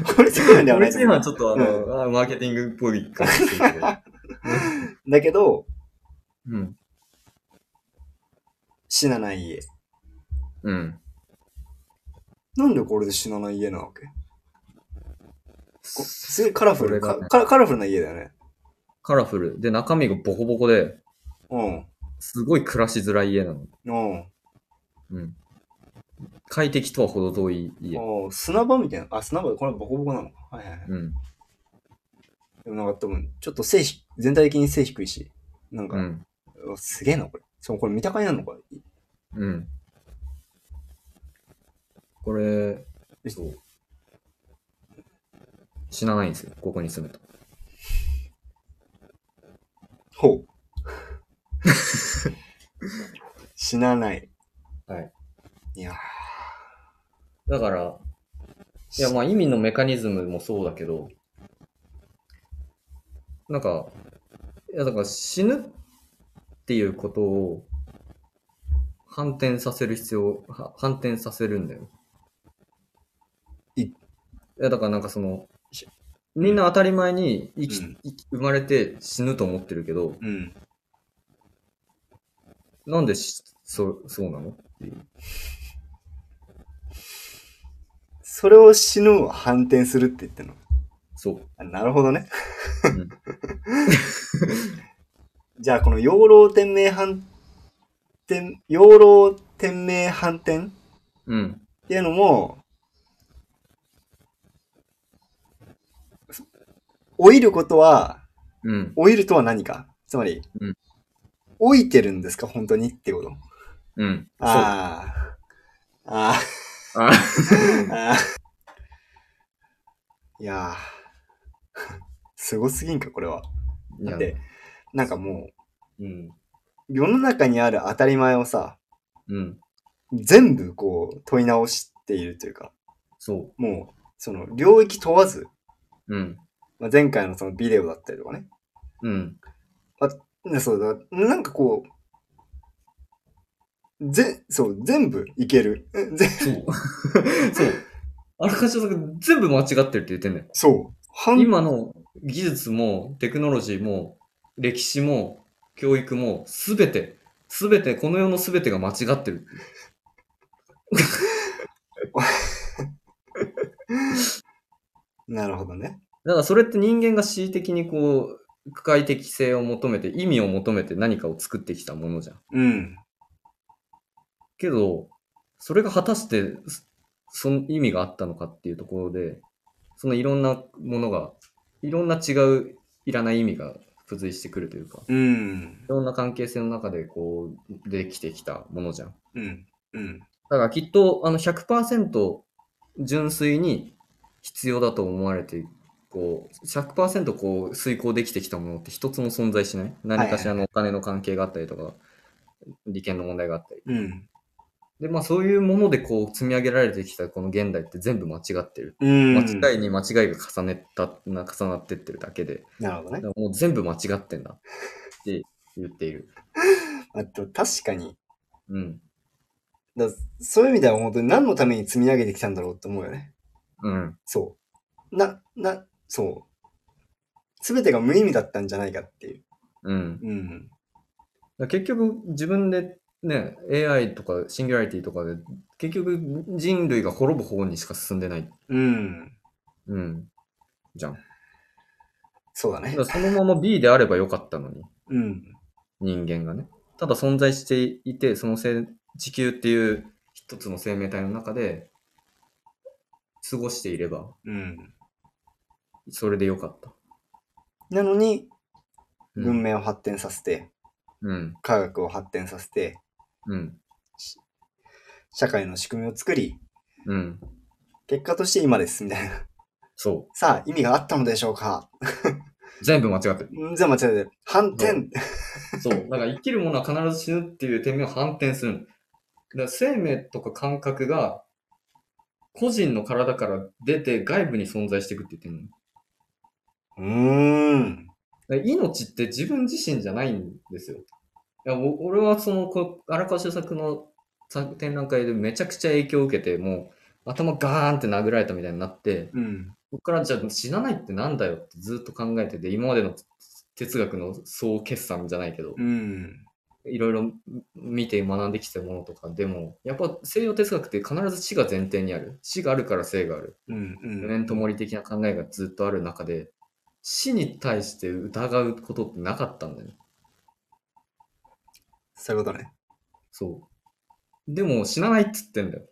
[SPEAKER 1] 法律違反では
[SPEAKER 2] 法
[SPEAKER 1] ないと
[SPEAKER 2] 律違
[SPEAKER 1] 思う。
[SPEAKER 2] 反はちょっとあの、あーマーケティングっぽい感じするけど。
[SPEAKER 1] だけど、
[SPEAKER 2] うん。
[SPEAKER 1] 死なない家。
[SPEAKER 2] うん。
[SPEAKER 1] なんでこれで死なない家なわけこすげえカラフル、
[SPEAKER 2] それ
[SPEAKER 1] か
[SPEAKER 2] がね
[SPEAKER 1] カラカラフルな家だよね。
[SPEAKER 2] カラフル。で、中身がボコボコで、
[SPEAKER 1] うん。
[SPEAKER 2] すごい暮らしづらい家なの。
[SPEAKER 1] うん。
[SPEAKER 2] うん。快適とは程遠い家。
[SPEAKER 1] ああ、砂場みたいな。あ、砂場でこれボコボコなのか。はいはいはい。
[SPEAKER 2] うん。
[SPEAKER 1] でもなんか多分、ちょっと背ひ、全体的に背低いし、なんか、
[SPEAKER 2] うん。
[SPEAKER 1] うわすげえな、これ。しかもこれ見たかになるのか。い
[SPEAKER 2] うん。これ、そう。死なないんですよ、ここに住むと。
[SPEAKER 1] ほう。 死なない。
[SPEAKER 2] はい。
[SPEAKER 1] いやー
[SPEAKER 2] だから、いや、まあ意味のメカニズムもそうだけど、なんか、いや、だから死ぬっていうことを反転させる必要、は反転させるんだよ。
[SPEAKER 1] い
[SPEAKER 2] いや、だからなんかその
[SPEAKER 1] し、
[SPEAKER 2] みんな当たり前に生き、
[SPEAKER 1] うん
[SPEAKER 2] 生き生まれて死ぬと思ってるけど、
[SPEAKER 1] うん。
[SPEAKER 2] なんでし、そう、そうなのっていう。
[SPEAKER 1] それを死ぬを反転するって言ってんの。
[SPEAKER 2] そう。
[SPEAKER 1] あなるほどね。
[SPEAKER 2] うん
[SPEAKER 1] じゃあ、この養老天命反転、養老天命反転っ
[SPEAKER 2] うん。
[SPEAKER 1] ていうのも、老いることは
[SPEAKER 2] うん。
[SPEAKER 1] 老いるとは何かつまり、
[SPEAKER 2] うん
[SPEAKER 1] 老いてるんですか本当にってこと。
[SPEAKER 2] うん。そう。
[SPEAKER 1] ああ。あー
[SPEAKER 2] あ
[SPEAKER 1] あー。いやー。 すごすぎんか、これは。
[SPEAKER 2] い
[SPEAKER 1] だ
[SPEAKER 2] や
[SPEAKER 1] って、なんかも
[SPEAKER 2] うん。
[SPEAKER 1] う、世の中にある当たり前をさ、
[SPEAKER 2] うん。
[SPEAKER 1] 全部こう、問い直しているというか、
[SPEAKER 2] そ
[SPEAKER 1] もう、その、領域問わず、
[SPEAKER 2] う。うん。
[SPEAKER 1] まあ、前回のそのビデオだったりとかね。
[SPEAKER 2] うん。
[SPEAKER 1] ねそうだ、なんかこう、ぜ、そう、全部いける。えぜ
[SPEAKER 2] そう。 そう。あらかじめ全部間違ってるって言ってんだよ。
[SPEAKER 1] そう。半
[SPEAKER 2] 今の技術もテクノロジーも歴史も教育もすべて、すべて、この世のすべてが間違ってる。
[SPEAKER 1] なるほどね。
[SPEAKER 2] だからそれって人間が恣意的にこう、快適性を求めて、意味を求めて何かを作ってきたものじゃん。
[SPEAKER 1] うん。
[SPEAKER 2] けど、それが果たして、そその意味があったのかっていうところで、そのいろんなものが、いろんな違う、いらない意味が付随してくるというか、
[SPEAKER 1] うん
[SPEAKER 2] い。ろんな関係性の中でこう、できてきたものじゃん。だ
[SPEAKER 1] うん。うん。
[SPEAKER 2] からきっと、あの100%純粋に必要だと思われて、こう、100%こう、遂行できてきたものって一つも存在しない何かしらのお金の関係があったりとか、利権の問題があったり。
[SPEAKER 1] うん。
[SPEAKER 2] で、まあそういうものでこう積み上げられてきたこの現代って全部間違ってる。
[SPEAKER 1] うん。
[SPEAKER 2] 間違いに間違いが重ねた、な重なってってるだけで、
[SPEAKER 1] なるほど
[SPEAKER 2] だ
[SPEAKER 1] ね
[SPEAKER 2] か。らもう全部間違ってんだって言っている。
[SPEAKER 1] あと、確かに、
[SPEAKER 2] うん。
[SPEAKER 1] だそういう意味では本当に何のために積み上げてきたんだろうって思うよね。
[SPEAKER 2] うん。
[SPEAKER 1] そう。な、な、そう。すべてが無意味だったんじゃないかっていう。
[SPEAKER 2] うん。
[SPEAKER 1] うん。
[SPEAKER 2] だから結局自分でね AI とかシンギュラリティとかで結局人類が滅ぶ方にしか進んでない、
[SPEAKER 1] うん。
[SPEAKER 2] うん、じゃんだ
[SPEAKER 1] そうだね
[SPEAKER 2] か。らそのまま B であればよかったのに
[SPEAKER 1] うん。
[SPEAKER 2] 人間がねただ存在していてそのせ地球っていう一つの生命体の中で過ごしていれば
[SPEAKER 1] うん。
[SPEAKER 2] それでよかった、
[SPEAKER 1] なのに、
[SPEAKER 2] うん、
[SPEAKER 1] 文明を発展させて、
[SPEAKER 2] うん
[SPEAKER 1] 科学を発展させて、
[SPEAKER 2] うん
[SPEAKER 1] 社会の仕組みを作り、
[SPEAKER 2] うん
[SPEAKER 1] 結果として今です、みたいな。
[SPEAKER 2] そ
[SPEAKER 1] さあ、意味があったのでしょうか
[SPEAKER 2] う全部間違ってる
[SPEAKER 1] うんじゃあ間違えてる。反転、
[SPEAKER 2] うそう。だから生きるものは必ず死ぬっていう点面を反転するの。だから生命とか感覚が、個人の体から出て外部に存在していくって言ってるの。
[SPEAKER 1] うーん。
[SPEAKER 2] だから命って自分自身じゃないんですよ。いやお俺はそのこ荒川修作の作展覧会でめちゃくちゃ影響を受けて、もう頭ガーンって殴られたみたいになって、
[SPEAKER 1] うん。
[SPEAKER 2] こっからじゃあ死なないってなんだよってずっと考えてて、今までの哲学の総決算じゃないけど
[SPEAKER 1] う、ん。
[SPEAKER 2] いろいろ見て学んできたものとかでもやっぱ西洋哲学って必ず死が前提にある死があるから生がある
[SPEAKER 1] うん。うん。
[SPEAKER 2] 四年ともり的な考えがずっとある中で死に対して疑うことってなかったんだよね
[SPEAKER 1] そういうことね。
[SPEAKER 2] そうでも死なないっつってんだよ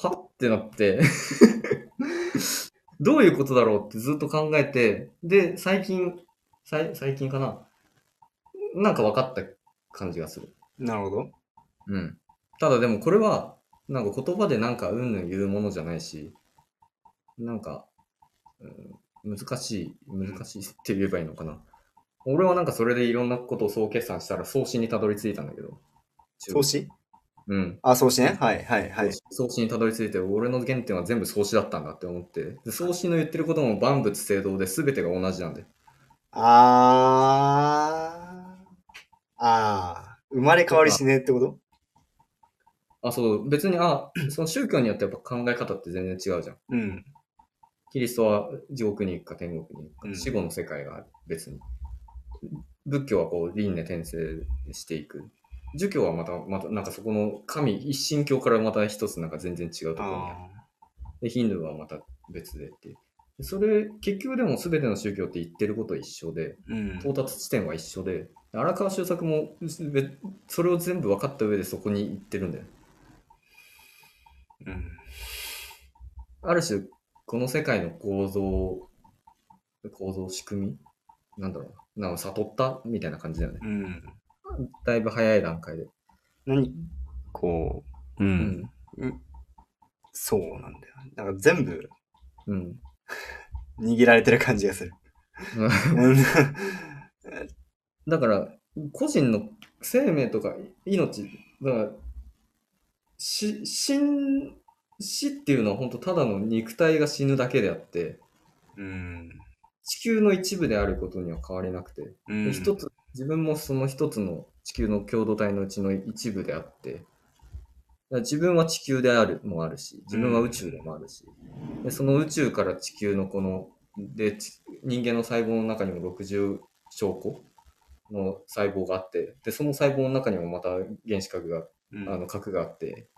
[SPEAKER 2] はってなって どういうことだろうってずっと考えてで最近さい最近かななんか分かった感じがする
[SPEAKER 1] なるほど。
[SPEAKER 2] うん。ただでもこれは、なんか言葉でなんかうんぬん言うものじゃないし、なんか、うん、難しい、難しいって言えばいいのかな。俺はなんかそれでいろんなことを総決算したら送信にたどり着いたんだけど。
[SPEAKER 1] 創始
[SPEAKER 2] うん。
[SPEAKER 1] あ、創始ね。はい、はい、はい。
[SPEAKER 2] 創始にたどり着いて、俺の原点は全部創始だったんだって思って、で創始の言ってることも万物正道で全てが同じなんで。
[SPEAKER 1] あー。あー。生まれ変わりしねえってこと
[SPEAKER 2] あ、そう、別に、あ、その宗教によってやっぱ考え方って全然違うじゃん。
[SPEAKER 1] うん。
[SPEAKER 2] キリストは地獄に行くか天国に行くか、
[SPEAKER 1] うん
[SPEAKER 2] 死後の世界が別に。仏教はこう、輪廻転生していく。儒教はまた、また、なんかそこの神、一神教からまた一つなんか全然違うところにある
[SPEAKER 1] あ
[SPEAKER 2] で、ヒンドゥーはまた別でっていう。でそれ、結局でも全ての宗教って言ってること一緒で、
[SPEAKER 1] ー。うん。
[SPEAKER 2] 到達地点は一緒で、荒川修作も、べそれを全部分かった上でそこに行ってるんだよ。
[SPEAKER 1] うん。
[SPEAKER 2] ある種、この世界の構造、構造、仕組みなんだろうな。なんか悟ったみたいな感じだよね。
[SPEAKER 1] うん。
[SPEAKER 2] だいぶ早い段階で。
[SPEAKER 1] 何こう、うん。そうなんだよ。なんか全部
[SPEAKER 2] うん。うん。
[SPEAKER 1] 握られてる感じがする。 うん
[SPEAKER 2] だから、個人の生命とか命、だから、し、死ん、死っていうのは本当ただの肉体が死ぬだけであって、
[SPEAKER 1] うん。
[SPEAKER 2] 地球の一部であることには変わりなくて、
[SPEAKER 1] うん。
[SPEAKER 2] 一つ自分もその一つの地球の共同体のうちの一部であってだから自分は地球であるもあるし自分は宇宙でもあるし、でその宇宙から地球のこのでち人間の細胞の中にも60兆個の細胞があってでその細胞の中にもまた原子核が
[SPEAKER 1] うん
[SPEAKER 2] あの核があって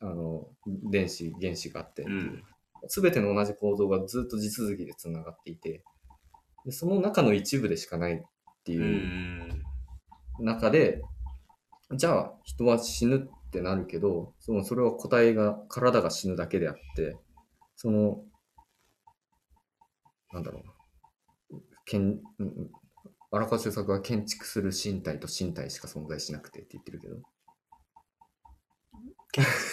[SPEAKER 2] あの電子原子があって、
[SPEAKER 1] うん。
[SPEAKER 2] 全ての同じ構造がずっと地続きでつながっていてでその中の一部でしかないって
[SPEAKER 1] う。
[SPEAKER 2] いうん中で、じゃあ人は死ぬってなるけどそのそれは個体が体が死ぬだけであってそのなんだろうなけん、うんうん、荒川修作は建築する身体と身体しか存在しなくてって言ってるけど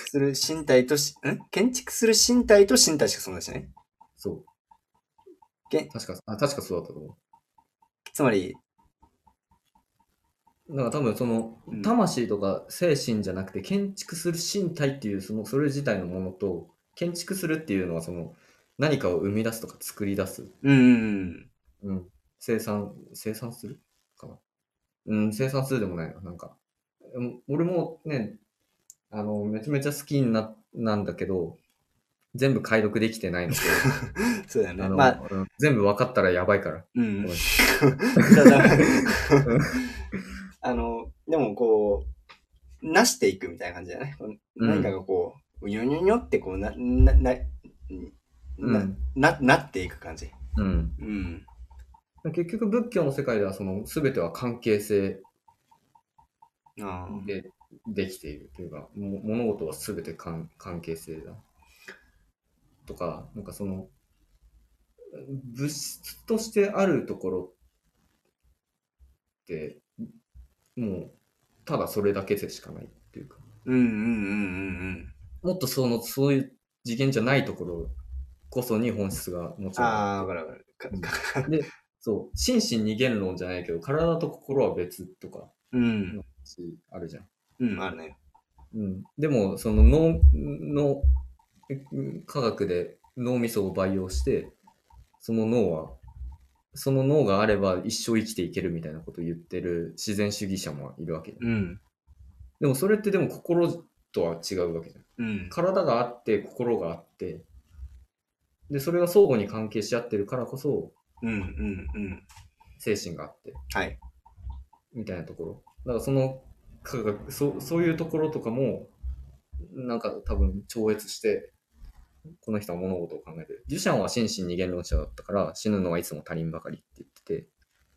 [SPEAKER 1] する身体とし、ん建築する身体と身体しか存在しない
[SPEAKER 2] そう
[SPEAKER 1] け
[SPEAKER 2] 確かあ確かそうだったと思う
[SPEAKER 1] つまり、
[SPEAKER 2] なんか多分その
[SPEAKER 1] うん、
[SPEAKER 2] 魂とか精神じゃなくて、建築する身体っていう、その、それ自体のものと、建築するっていうのは、その、何かを生み出すとか作り出す。
[SPEAKER 1] うんうん
[SPEAKER 2] うん。生産、生産するかな。うん、生産するでもないな。なんか、うん俺もね、あの、めちゃめちゃ好きにな、なんだけど、全部解読でき てないので、
[SPEAKER 1] うん。そうだよね。
[SPEAKER 2] あの、
[SPEAKER 1] まあ、
[SPEAKER 2] うん全部分かったらやばいから。
[SPEAKER 1] うん。
[SPEAKER 2] ごめん
[SPEAKER 1] だから あの、でもこう、なしていくみたいな感じだね。
[SPEAKER 2] うん
[SPEAKER 1] 何かがこう、うにょにょにょってこうな、な、な、
[SPEAKER 2] う
[SPEAKER 1] な、
[SPEAKER 2] ん。
[SPEAKER 1] ななっていく感じ。
[SPEAKER 2] うん。
[SPEAKER 1] うん。
[SPEAKER 2] 結局仏教の世界ではその全ては関係性
[SPEAKER 1] ああ
[SPEAKER 2] でできているというか、も物事は全て関関係性だとかなんかその物質としてあるところってもうただそれだけでしかないっていうか
[SPEAKER 1] うんうんうん
[SPEAKER 2] もっとそのそういう次元じゃないところこそに本質がも
[SPEAKER 1] うん。
[SPEAKER 2] ちろん
[SPEAKER 1] ああ、わかるわかる。かか
[SPEAKER 2] そう心身二元論じゃないけど体と心は別とか
[SPEAKER 1] うん。
[SPEAKER 2] あるじゃん
[SPEAKER 1] うん、あるね。
[SPEAKER 2] うん、でもその脳の科学で脳みそを培養してその脳はその脳があれば一生生きていけるみたいなことを言ってる自然主義者もいるわけじゃん
[SPEAKER 1] うん。
[SPEAKER 2] でもそれってでも心とは違うわけじゃ
[SPEAKER 1] う
[SPEAKER 2] ん
[SPEAKER 1] ん。
[SPEAKER 2] 体があって心があってでそれが相互に関係し合ってるからこそ
[SPEAKER 1] うんうんうん。
[SPEAKER 2] 精神があって
[SPEAKER 1] はい。
[SPEAKER 2] みたいなところ。だからその科学、そそういうところとかも、なんか多分超越して、この人は物事を考えてる。デュシャンは心身二元論者だったから、死ぬのはいつも他人ばかりって言ってて、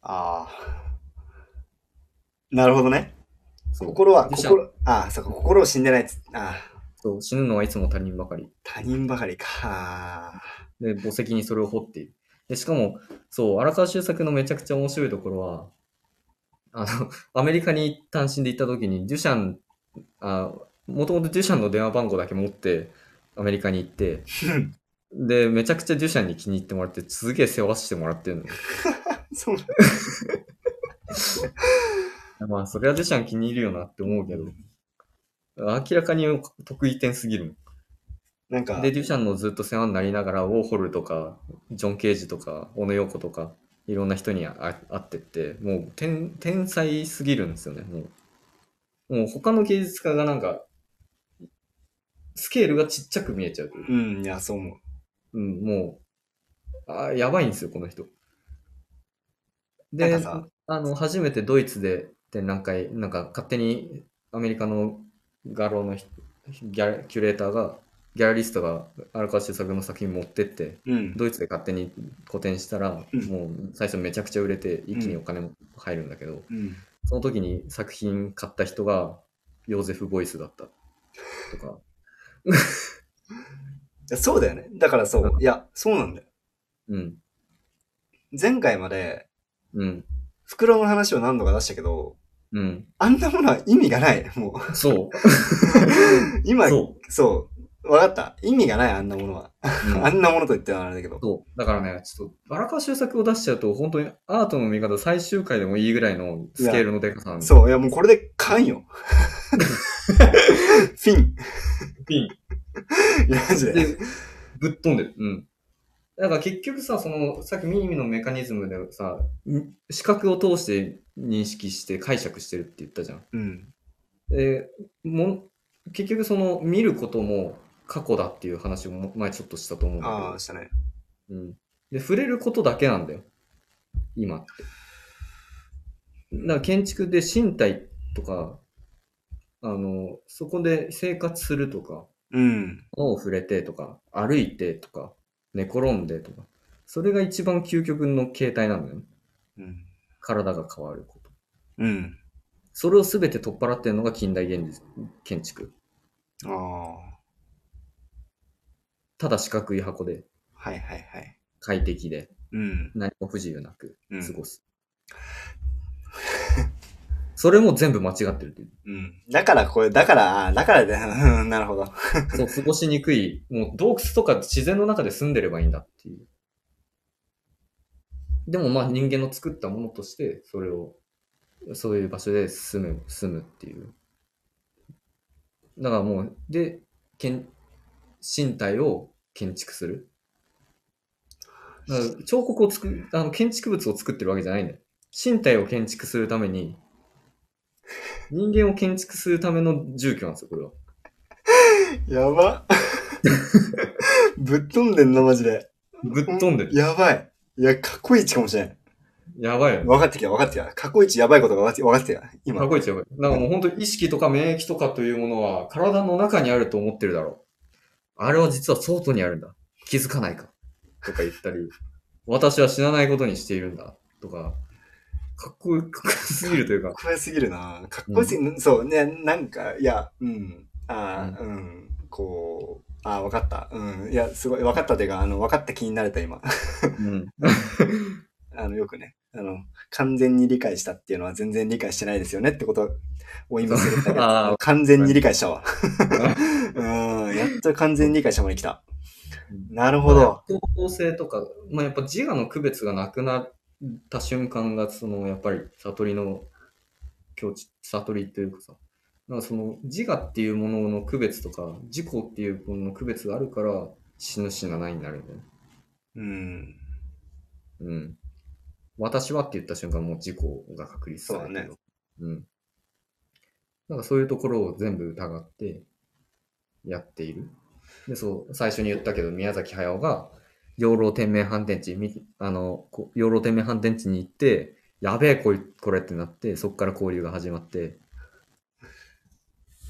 [SPEAKER 1] ああ。なるほどね。
[SPEAKER 2] そう
[SPEAKER 1] 心は、
[SPEAKER 2] 自社の
[SPEAKER 1] 心、ああ、そうか、心を死んでないっつ、ああ、
[SPEAKER 2] そう死ぬのはいつも他人ばかり。
[SPEAKER 1] 他人ばかりか。
[SPEAKER 2] で、墓石にそれを掘っている。で、しかも、そう、荒川修作のめちゃくちゃ面白いところは、あの、 アメリカに単身で行った時に、デュシャン、あ、もともとデュシャンの電話番号だけ持って、アメリカに行って、で、めちゃくちゃデュシャンに気に入ってもらって、すげえ世話してもらってる
[SPEAKER 1] そう
[SPEAKER 2] の。まあ、それはデュシャン気に入るよなって思うけど、明らかに得意点すぎる。
[SPEAKER 1] なんか、
[SPEAKER 2] で、デュシャンのずっと世話になりながら、ウォーホルとか、ジョン・ケージとか、小野洋子とか、いろんな人にあ会ってって、もう天天才すぎるんですよね、もう。もう他の芸術家がなんか、スケールがちっちゃく見えちゃうというか
[SPEAKER 1] うん、いや、そう思う。
[SPEAKER 2] うん、もう、あやばいんですよ、この人。
[SPEAKER 1] な
[SPEAKER 2] で
[SPEAKER 1] んかさ、
[SPEAKER 2] あの、初めてドイツで展覧会、なんか勝手にアメリカの画廊のひギャラキュレーターが、ギャラリストが荒川修作の作品持ってって、
[SPEAKER 1] うん。
[SPEAKER 2] ドイツで勝手に個展したら、
[SPEAKER 1] うん
[SPEAKER 2] もう最初めちゃくちゃ売れて、一気にお金も入るんだけど、
[SPEAKER 1] うん。
[SPEAKER 2] その時に作品買った人が、ヨーゼフ・ボイスだった。とか、
[SPEAKER 1] いやそうだよね。だからそう。いや、そうなんだよ。
[SPEAKER 2] うん、
[SPEAKER 1] 前回まで、
[SPEAKER 2] うん、
[SPEAKER 1] 袋の話を何度か出したけど、
[SPEAKER 2] うん。
[SPEAKER 1] あんなものは意味がない。もう、
[SPEAKER 2] そう、
[SPEAKER 1] 今、そ
[SPEAKER 2] そうう。
[SPEAKER 1] わかった。意味がない、あんなものは。
[SPEAKER 2] うん
[SPEAKER 1] あんなものと言ってはあれだけど。
[SPEAKER 2] そう。だからね、ちょっと、荒川修作を出しちゃうと、本当にアートの見方最終回でもいいぐらいのスケールのデカさなんで。
[SPEAKER 1] そう、いや、もうこれで勘よ。 フィン。
[SPEAKER 2] ピン。
[SPEAKER 1] いや、マジで。
[SPEAKER 2] で、ぶっ飛んでる。うん。だから結局さ、その、さっき耳のメカニズムでさ、ん視覚を通して認識して解釈してるって言ったじゃん。
[SPEAKER 1] うん。
[SPEAKER 2] で、も、結局その、見ることも過去だっていう話をも前ちょっとしたと思うんだけど
[SPEAKER 1] ああ、したね。
[SPEAKER 2] うん。で、触れることだけなんだよ。今って。だから建築で身体とか、あの、そこで生活するとか、
[SPEAKER 1] うん。
[SPEAKER 2] 物を触れてとか、歩いてとか、寝転んでとか、それが一番究極の形態なんだよね。
[SPEAKER 1] うん。
[SPEAKER 2] 体が変わること。
[SPEAKER 1] うん。
[SPEAKER 2] それを全て取っ払ってるのが近代現実建築。
[SPEAKER 1] ああ。
[SPEAKER 2] ただ四角い箱で、
[SPEAKER 1] はいはいはい。
[SPEAKER 2] 快適で、
[SPEAKER 1] うん。
[SPEAKER 2] 何も不自由なく
[SPEAKER 1] うん
[SPEAKER 2] 過ごす。それも全部間違ってるっていう。
[SPEAKER 1] うん。だから、これ、だから、あーだからで、 うんなるほど。
[SPEAKER 2] そう、過ごしにくい。もう洞窟とか自然の中で住んでればいいんだっていう。でもまあ人間の作ったものとして、それをそういう場所で住む、住むっていう。だからもう、で、けん身体を建築する。だから彫刻を作る、あの、建築物を作ってるわけじゃないんだよ。身体を建築するために、人間を建築するための住居なんですよ、これは。
[SPEAKER 1] やば。ぶっ飛んでんな、マジで。
[SPEAKER 2] ぶっ飛んでる。
[SPEAKER 1] やばい。いや、過去一かもしれん。
[SPEAKER 2] やばいよね。
[SPEAKER 1] 分かってきた、分かってきた。過去一やばいことが分かって分かってきた。今。
[SPEAKER 2] かっこいいですよ。なんかもう本当に意識とか免疫とかというものは体の中にあると思ってるだろう。あれは実は外にあるんだ。気づかないか。とか言ったり、私は死なないことにしているんだ。とか、かっこよくすぎるというか、
[SPEAKER 1] かっこよすぎるなかっこよすぎる、そうね、なんか、いや、うん。ああ、うん、こう、ああ、わかった。うん。いや、すごい、わかったというか、あの、わかった気になれた、今。
[SPEAKER 2] うん。
[SPEAKER 1] あの、よくね、あの、完全に理解したっていうのは全然理解してないですよねってことを今するんだけ
[SPEAKER 2] あ
[SPEAKER 1] ど、完全に理解した わ。うん、やっと完全に理解したまで来た。なるほど。
[SPEAKER 2] 方向性とか、まあ、やっぱ自我の区別がなくなった瞬間が、その、やっぱり悟りの境地、悟りというかさ、なんかその自我っていうものの区別とか、自己っていうものの区別があるから、死ぬ死なないになるんだよね。
[SPEAKER 1] うん。
[SPEAKER 2] うん。私はって言った瞬間、もう自己が確立されてる。
[SPEAKER 1] そうだね。
[SPEAKER 2] うん。なんかそういうところを全部疑ってやっている。で、そう、最初に言ったけど、宮崎駿が、養老天命反転地、みあの、こ養老天命反転地に行って、やべえ、こいこれってなって、そこから交流が始まって、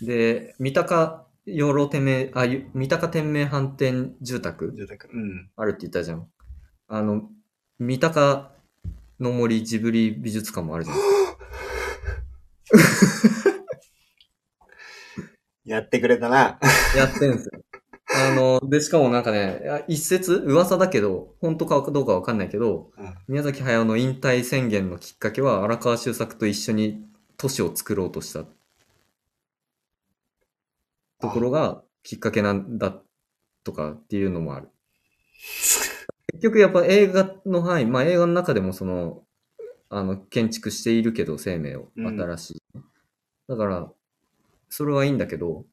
[SPEAKER 2] で、三鷹養老天命、あ、ゆ三鷹天命反転住宅
[SPEAKER 1] 住宅。うん。
[SPEAKER 2] あるって言ったじゃん。あの、三鷹の森ジブリ美術館もあ るじゃん。
[SPEAKER 1] やってくれたな。
[SPEAKER 2] やってんすよ。あの、で、しかもなんかね、いや一説噂だけど、本当かどうかわかんないけど、
[SPEAKER 1] うん
[SPEAKER 2] 宮崎駿の引退宣言のきっかけは、荒川周作と一緒に都市を作ろうとしたところがきっかけなんだとかっていうのも ある。結局やっぱ映画の範囲、まあ映画の中でもその、あの、建築しているけど生命を、
[SPEAKER 1] うん
[SPEAKER 2] 新しい。だから、それはいいんだけど、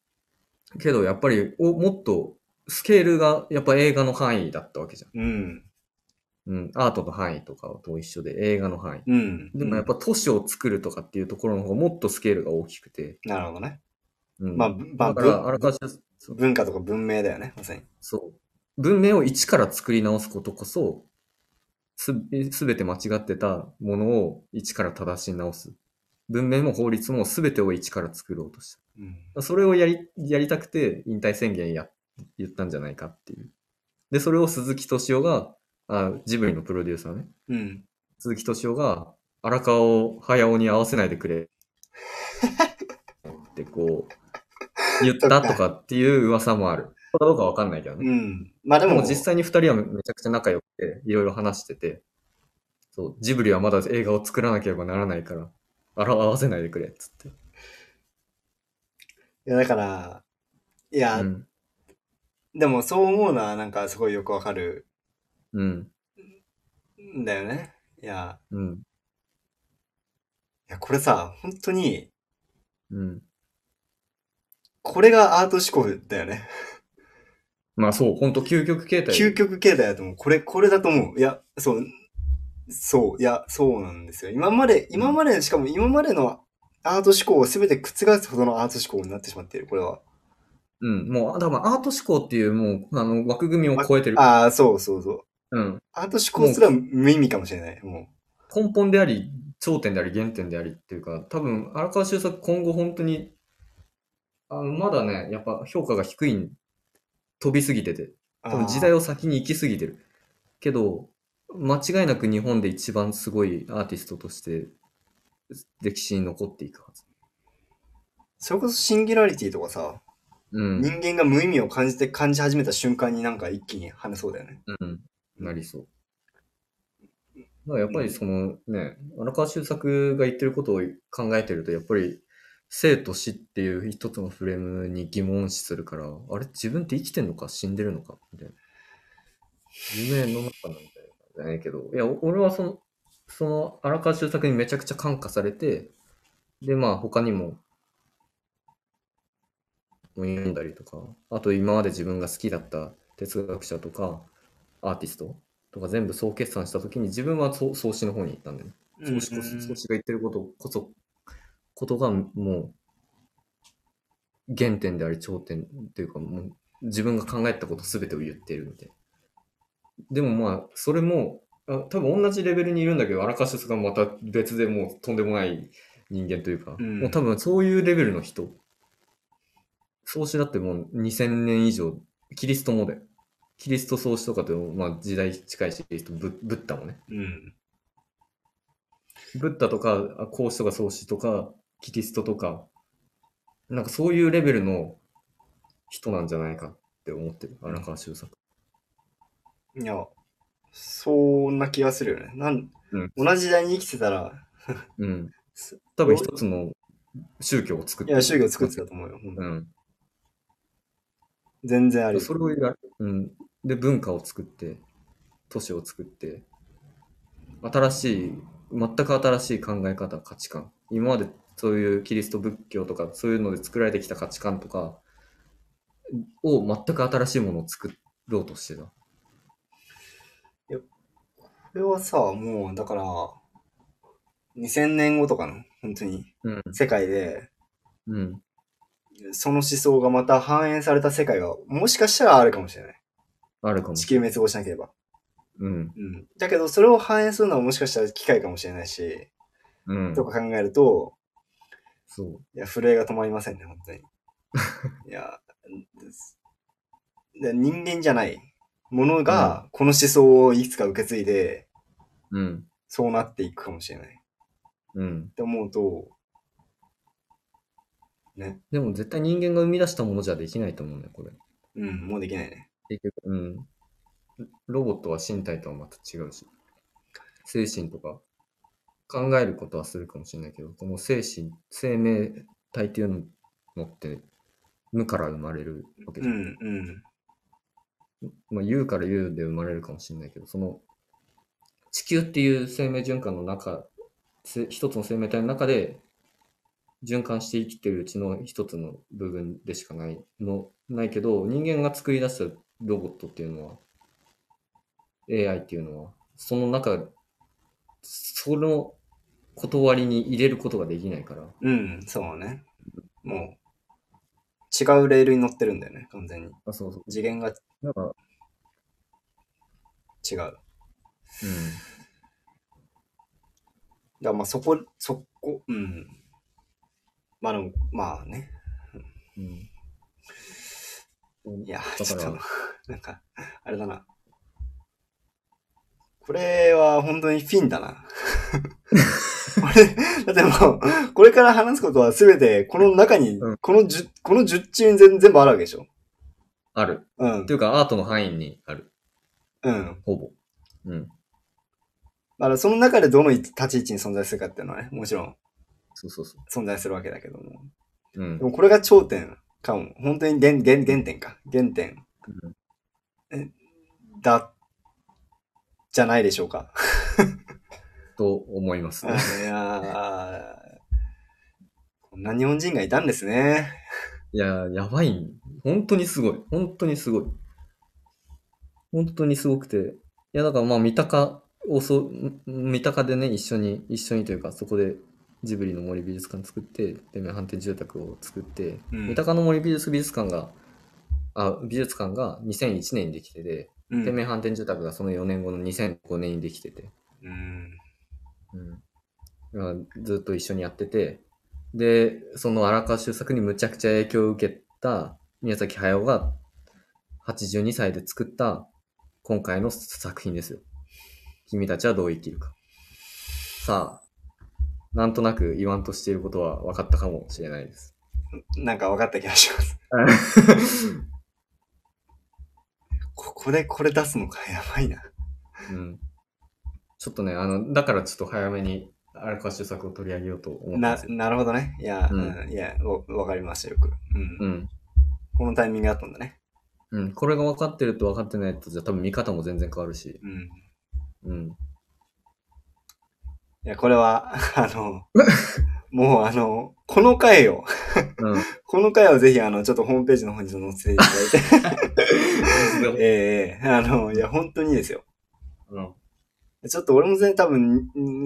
[SPEAKER 2] けどやっぱりお、もっとスケールがやっぱ映画の範囲だったわけじゃ
[SPEAKER 1] うん。
[SPEAKER 2] ん。うん、アートの範囲とかと一緒で映画の範囲。
[SPEAKER 1] うん。
[SPEAKER 2] でもやっぱ都市を作るとかっていうところの方がもっとスケールが大きくて。
[SPEAKER 1] なるほどね。
[SPEAKER 2] うん、
[SPEAKER 1] まあ、ぶまあ
[SPEAKER 2] だから、
[SPEAKER 1] ぶ
[SPEAKER 2] 荒川さんそう
[SPEAKER 1] 文化とか文明だよね、まさに。
[SPEAKER 2] そう。文明を一から作り直すことこそ、す、すべて間違ってたものを一から正し直す。文明も法律もすべてを一から作ろうとし
[SPEAKER 1] うん。
[SPEAKER 2] た。それをやり、やりたくて引退宣言や、言ったんじゃないかっていう。で、それを鈴木敏夫が、あ、ジブリのプロデューサーね。
[SPEAKER 1] うん。
[SPEAKER 2] 鈴木敏夫が、荒川を早尾に合わせないでくれ。ってこう、言ったとかっていう噂もある。どうかわかんないけどね。
[SPEAKER 1] うん。まあで
[SPEAKER 2] で
[SPEAKER 1] も、
[SPEAKER 2] も実際に二人はめちゃくちゃ仲良くて、いろいろ話してて、そう、ジブリはまだ映画を作らなければならないから、あら、合わせないでくれ、っつって。
[SPEAKER 1] いやだから、いや、
[SPEAKER 2] うん。
[SPEAKER 1] でもそう思うのはなんかすごいよくわかる
[SPEAKER 2] うん。
[SPEAKER 1] んだよね。いや、
[SPEAKER 2] うん。
[SPEAKER 1] いやこれさ、本当に、
[SPEAKER 2] うん。
[SPEAKER 1] これがアート思考だよね。
[SPEAKER 2] まあそう、ほんと究極形態。
[SPEAKER 1] 究極形態だと思う。これ、これだと思う。いや、そう、そう、いや、そうなんですよ。今まで、今まで、しかも今までのアート思考を全て覆すほどのアート思考になってしまっている、これは。
[SPEAKER 2] うん。もう、多分アート思考っていう、もう、あの、枠組みを超えてる。
[SPEAKER 1] ああ、そうそうそう。
[SPEAKER 2] うん。
[SPEAKER 1] アート思考すら無意味かもしれない。も
[SPEAKER 2] 根本であり、頂点であり、原点でありっていうか、多分、荒川修作今後本当に、あの、まだね、やっぱ評価が低いん、飛びすぎてて。
[SPEAKER 1] う。
[SPEAKER 2] 多分時代を先に行き過ぎてる。けど、間違いなく日本で一番すごいアーティストとして歴史に残っていくはず。
[SPEAKER 1] それこそシンギュラリティとかさ、
[SPEAKER 2] うん。
[SPEAKER 1] 人間が無意味を感じて感じ始めた瞬間になんか一気に跳ねそうだよね。
[SPEAKER 2] うん。なりそう。だからやっぱりそのね、荒川修作が言ってることを考えてると、やっぱり生と死っていう一つのフレームに疑問視するから、あれ自分って生きてんのか死んでるのかみたいな。夢の中なんだよ。じゃないけど、いや、お俺はその、その荒川周作にめちゃくちゃ感化されて、で、まあ他にも、読んだりとか、あと今まで自分が好きだった哲学者とか、アーティストとか全部総決算したときに自分はそう創始の方に行ったんだよね。
[SPEAKER 1] うん
[SPEAKER 2] 創始こそ、創始が言ってることこそ、ことがもう、原点であり頂点っていうか、もう自分が考えたこと全てを言ってるみたいな。でもまあ、それも、あ多分同じレベルにいるんだけど、荒川静香がまた別でもうとんでもない人間というか、
[SPEAKER 1] うん
[SPEAKER 2] もう多分そういうレベルの人。創始だってもう2000年以上、キリストもだよ。キリスト創始とかと、まあ時代近いし、キリストブブッダもね。
[SPEAKER 1] うん。
[SPEAKER 2] ブッダとか、あ孔子とか創始とか、キリストとか、なんかそういうレベルの人なんじゃないかって思ってる、荒川修作。
[SPEAKER 1] いや、そんな気がするよね。なん
[SPEAKER 2] うん
[SPEAKER 1] 同じ時代に生きてたら、
[SPEAKER 2] うん
[SPEAKER 1] す。
[SPEAKER 2] 多分一つの宗教を作っ
[SPEAKER 1] い
[SPEAKER 2] て
[SPEAKER 1] や、宗教作ってたと思うよ。うん
[SPEAKER 2] うん。
[SPEAKER 1] 全然あり。
[SPEAKER 2] それをやる、うん、で文化を作って都市を作って新しい全く新しい考え方価値観今までそういうキリスト仏教とかそういうので作られてきた価値観とかを全く新しいものを作ろうとしてた
[SPEAKER 1] これはさ、もう、だから、2000年後とかの、本当に、
[SPEAKER 2] うん
[SPEAKER 1] 世界で、
[SPEAKER 2] うん
[SPEAKER 1] その思想がまた反映された世界が、もしかしたらあるかもしれない。
[SPEAKER 2] あるかも
[SPEAKER 1] 地球滅亡しなければ。
[SPEAKER 2] うん
[SPEAKER 1] うん。だけど、それを反映するのはもしかしたら機械かもしれないし、
[SPEAKER 2] うん
[SPEAKER 1] とか考えると、
[SPEAKER 2] そう
[SPEAKER 1] いや、震えが止まりませんね、本当に。いや、ですで人間じゃないものが、この思想をいくつか受け継いで、
[SPEAKER 2] うん
[SPEAKER 1] そうなっていくかもしれない。っ
[SPEAKER 2] うん
[SPEAKER 1] て思うと、ね、
[SPEAKER 2] でも絶対人間が生み出したものじゃできないと思うんだよこれ
[SPEAKER 1] うん、もうできないね。
[SPEAKER 2] 結局、うん。ロボットは身体とはまた違うし、精神とか、考えることはするかもしれないけど、この精神、生命体っていうのって、無から生まれるわけ
[SPEAKER 1] う
[SPEAKER 2] じゃん。
[SPEAKER 1] ん、うん、
[SPEAKER 2] まあ、有から有で生まれるかもしれないけど、その、地球っていう生命循環の中、せ一つの生命体の中で、循環して生きてるうちの一つの部分でしかないの、ないけど、人間が作り出したロボットっていうのは、AI っていうのは、その中、その断りに入れることができないから、
[SPEAKER 1] うん、そうね。もう、違うレールに乗ってるんだよね、完全に。
[SPEAKER 2] あ、そうそう。
[SPEAKER 1] 次元が
[SPEAKER 2] だから、うん。
[SPEAKER 1] 違う。だからまあそこ、そこ、うん。まあでも、まあね。
[SPEAKER 2] うん
[SPEAKER 1] いや、
[SPEAKER 2] ら
[SPEAKER 1] ちょっと、 なんか、あれだな。これは本当にフィンだ な。これ、だってもう、これから話すことは全て、この中に、
[SPEAKER 2] うん
[SPEAKER 1] この十、この十中に全全部あるわけでしょ。
[SPEAKER 2] ある。
[SPEAKER 1] うん
[SPEAKER 2] と。いうか、アートの範囲にある。
[SPEAKER 1] うん。
[SPEAKER 2] ほぼ。う
[SPEAKER 1] だ
[SPEAKER 2] ん。
[SPEAKER 1] からその中でどの立ち位置に存在するかっていうのはね、もちろん
[SPEAKER 2] そうそうそ
[SPEAKER 1] 存在するわけだけども。
[SPEAKER 2] う。うん
[SPEAKER 1] で。もこれが頂点かも。本当に原原原点か。原点だ、じゃないでしょうか。
[SPEAKER 2] と思います
[SPEAKER 1] い。やーこんな日本人がいたんですね。
[SPEAKER 2] いやー、やばい。本当にすごい。本当にすごい。本当にすごくて。いや、だからまあ、三鷹をそ、ん三鷹でね、一緒に、一緒にというか、そこでジブリの森美術館作って、で、名阪店住宅を作って、
[SPEAKER 1] うん
[SPEAKER 2] 三鷹の森美術美術館が、あ、美術館が2001年にできてて、
[SPEAKER 1] う
[SPEAKER 2] で、
[SPEAKER 1] ん。
[SPEAKER 2] 名阪店住宅がその4年後の2005年にできてて。
[SPEAKER 1] うん。
[SPEAKER 2] うん、ずっと一緒にやってて、で、その荒川周作にむちゃくちゃ影響を受けた宮崎駿が82歳で作った今回の作品ですよ。君たちはどう生きるか。さあ、なんとなく言わんとしていることは分かったかもしれないです。
[SPEAKER 1] なんか分かった気がします。 ここでこれ出すのかやばいな。
[SPEAKER 2] うん、ちょっとね、あの、だからちょっと早めに荒川周作を取り上げようと思ってま
[SPEAKER 1] な
[SPEAKER 2] す、。
[SPEAKER 1] なるほどね。いや、
[SPEAKER 2] う
[SPEAKER 1] うんんいや、わわかりました、よく、うん。
[SPEAKER 2] うん。
[SPEAKER 1] このタイミングだったんだね。
[SPEAKER 2] うん、これが分かってると分かってないとじゃ多分見方も全然変わるし。
[SPEAKER 1] うん。
[SPEAKER 2] うん。
[SPEAKER 1] いや、これは、 あ の、もうあの、この回を、
[SPEAKER 2] うん。
[SPEAKER 1] この回をぜひあの、ちょっとホームページの方に載せていただい て、ええあの、いや、本当にですよ。
[SPEAKER 2] うん。
[SPEAKER 1] ちょっと俺も全然多分、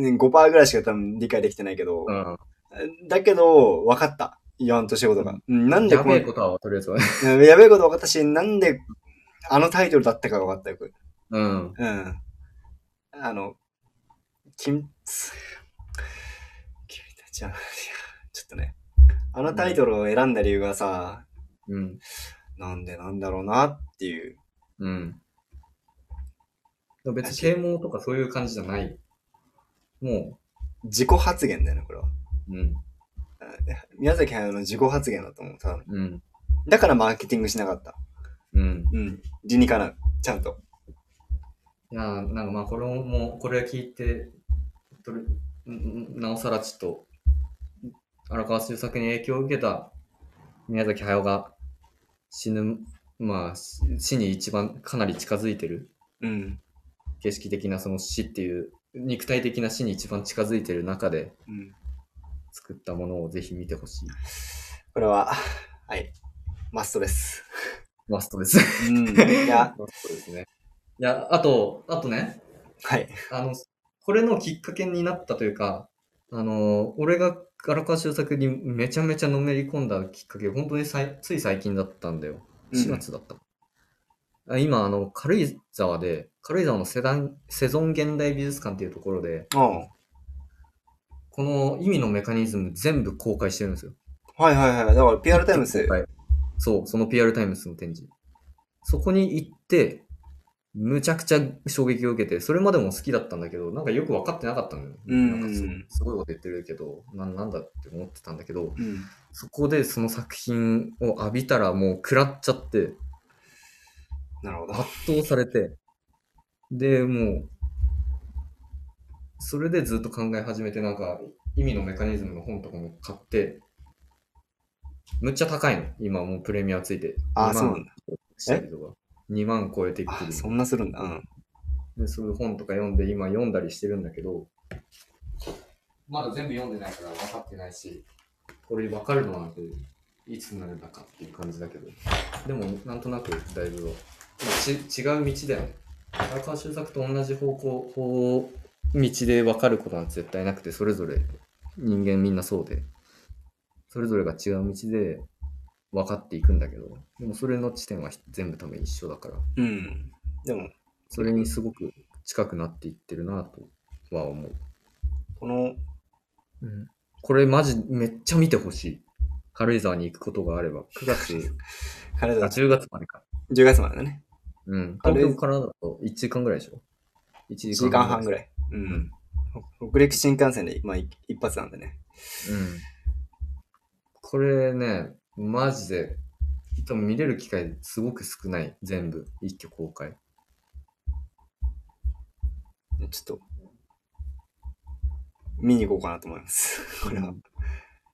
[SPEAKER 1] ん5%ぐらいしか多分理解できてないけど、
[SPEAKER 2] うん。
[SPEAKER 1] だけど、分かった。言わんとしたことが。うんなんで
[SPEAKER 2] や
[SPEAKER 1] こ
[SPEAKER 2] べ
[SPEAKER 1] の
[SPEAKER 2] えことは、とりあえずはね。
[SPEAKER 1] うんやべえこと分かったし、なんで、あのタイトルだったか分かったよ、これ
[SPEAKER 2] うん。
[SPEAKER 1] うん。あの、君、君たちは、いや、ちょっとね、あのタイトルを選んだ理由がさ、
[SPEAKER 2] うん。
[SPEAKER 1] なんでなんだろうなっていう。
[SPEAKER 2] うん。別に啓蒙とかそういう感じじゃない。も
[SPEAKER 1] 自己発言だよね、これは。
[SPEAKER 2] う、うん。
[SPEAKER 1] 宮崎駿の自己発言だと思う、ただの
[SPEAKER 2] うん。
[SPEAKER 1] だからマーケティングしなかった。
[SPEAKER 2] うん。
[SPEAKER 1] うん。理にかなう。ちゃんと。
[SPEAKER 2] いやーなんかまあ、これも、これ聞いて、どれんんなおさらちょっと、荒川周作に影響を受けた宮崎駿が死ぬ、まあ、し死に一番かなり近づいてる、
[SPEAKER 1] うん。
[SPEAKER 2] 形式的なその死っていう、肉体的な死に一番近づいてる中で
[SPEAKER 1] うん。
[SPEAKER 2] 作ったものをぜひ見てほしい。
[SPEAKER 1] これは、はい。マストです。
[SPEAKER 2] マストです。
[SPEAKER 1] うん。いや、
[SPEAKER 2] マストですね。いや、あと、あとね、
[SPEAKER 1] はい。
[SPEAKER 2] あの、これのきっかけになったというか、あの、俺が荒川修作にめちゃめちゃのめり込んだきっかけ、本当にさいつい最近だったんだよ。
[SPEAKER 1] うん
[SPEAKER 2] 4月だった。あ今、あの、軽井沢で、軽井沢のセダンセゾン現代美術館っていうところで、
[SPEAKER 1] うん。は
[SPEAKER 2] この意味のメカニズム全部公開してるんですよ。
[SPEAKER 1] いはいはい。だから PR タイムス。
[SPEAKER 2] はいそう、その PR タイムスの展示。そこに行って、むちゃくちゃ衝撃を受けて、それまでも好きだったんだけど、なんかよく分かってなかったのよ。
[SPEAKER 1] うん
[SPEAKER 2] なんかすすごいこと言ってるけどな、なんだって思ってたんだけど、
[SPEAKER 1] うん。
[SPEAKER 2] そこでその作品を浴びたらもう食らっちゃって、
[SPEAKER 1] なるほど。
[SPEAKER 2] 圧倒されて、で、もう、それでずっと考え始めて、なんか、意味のメカニズムの本とかも買って、むっちゃ高いの。今もうプレミアついて。
[SPEAKER 1] あ
[SPEAKER 2] 2万
[SPEAKER 1] そうなんだ
[SPEAKER 2] したりとか。2万超えてく
[SPEAKER 1] あ
[SPEAKER 2] る。
[SPEAKER 1] そんなするんだ。うん。
[SPEAKER 2] で、そういう本とか読んで、今読んだりしてるんだけど、まだ全部読んでないから分かってないし、これ分かるのなんて、いつになるだかっていう感じだけど、でも、なんとなくだいぶは、まあち違う道だよね。荒川修作と同じ方向、方道で分かることなんて絶対なくて、それぞれ、人間みんなそうで、それぞれが違う道で分かっていくんだけど、でもそれの地点は全部多分一緒だから、
[SPEAKER 1] うん。でも、
[SPEAKER 2] それにすごく近くなっていってるなとは思う。
[SPEAKER 1] この、
[SPEAKER 2] これマジめっちゃ見てほしい。軽井沢に行くことがあれば、9月、
[SPEAKER 1] 彼
[SPEAKER 2] あ
[SPEAKER 1] ら
[SPEAKER 2] 10月までか。
[SPEAKER 1] 10月までだね。
[SPEAKER 2] うん。
[SPEAKER 1] 軽井
[SPEAKER 2] 東京からだと1時間ぐらいでしょ
[SPEAKER 1] 1
[SPEAKER 2] ?1 時
[SPEAKER 1] 時間半ぐらい。う
[SPEAKER 2] うんん。
[SPEAKER 1] 北陸新幹線で、まあ、い一発なんでね。
[SPEAKER 2] うん。これね、マジで、多分見れる機会すごく少ない。全部。一挙公開。
[SPEAKER 1] ちょっと、見に行こうかなと思います。これは。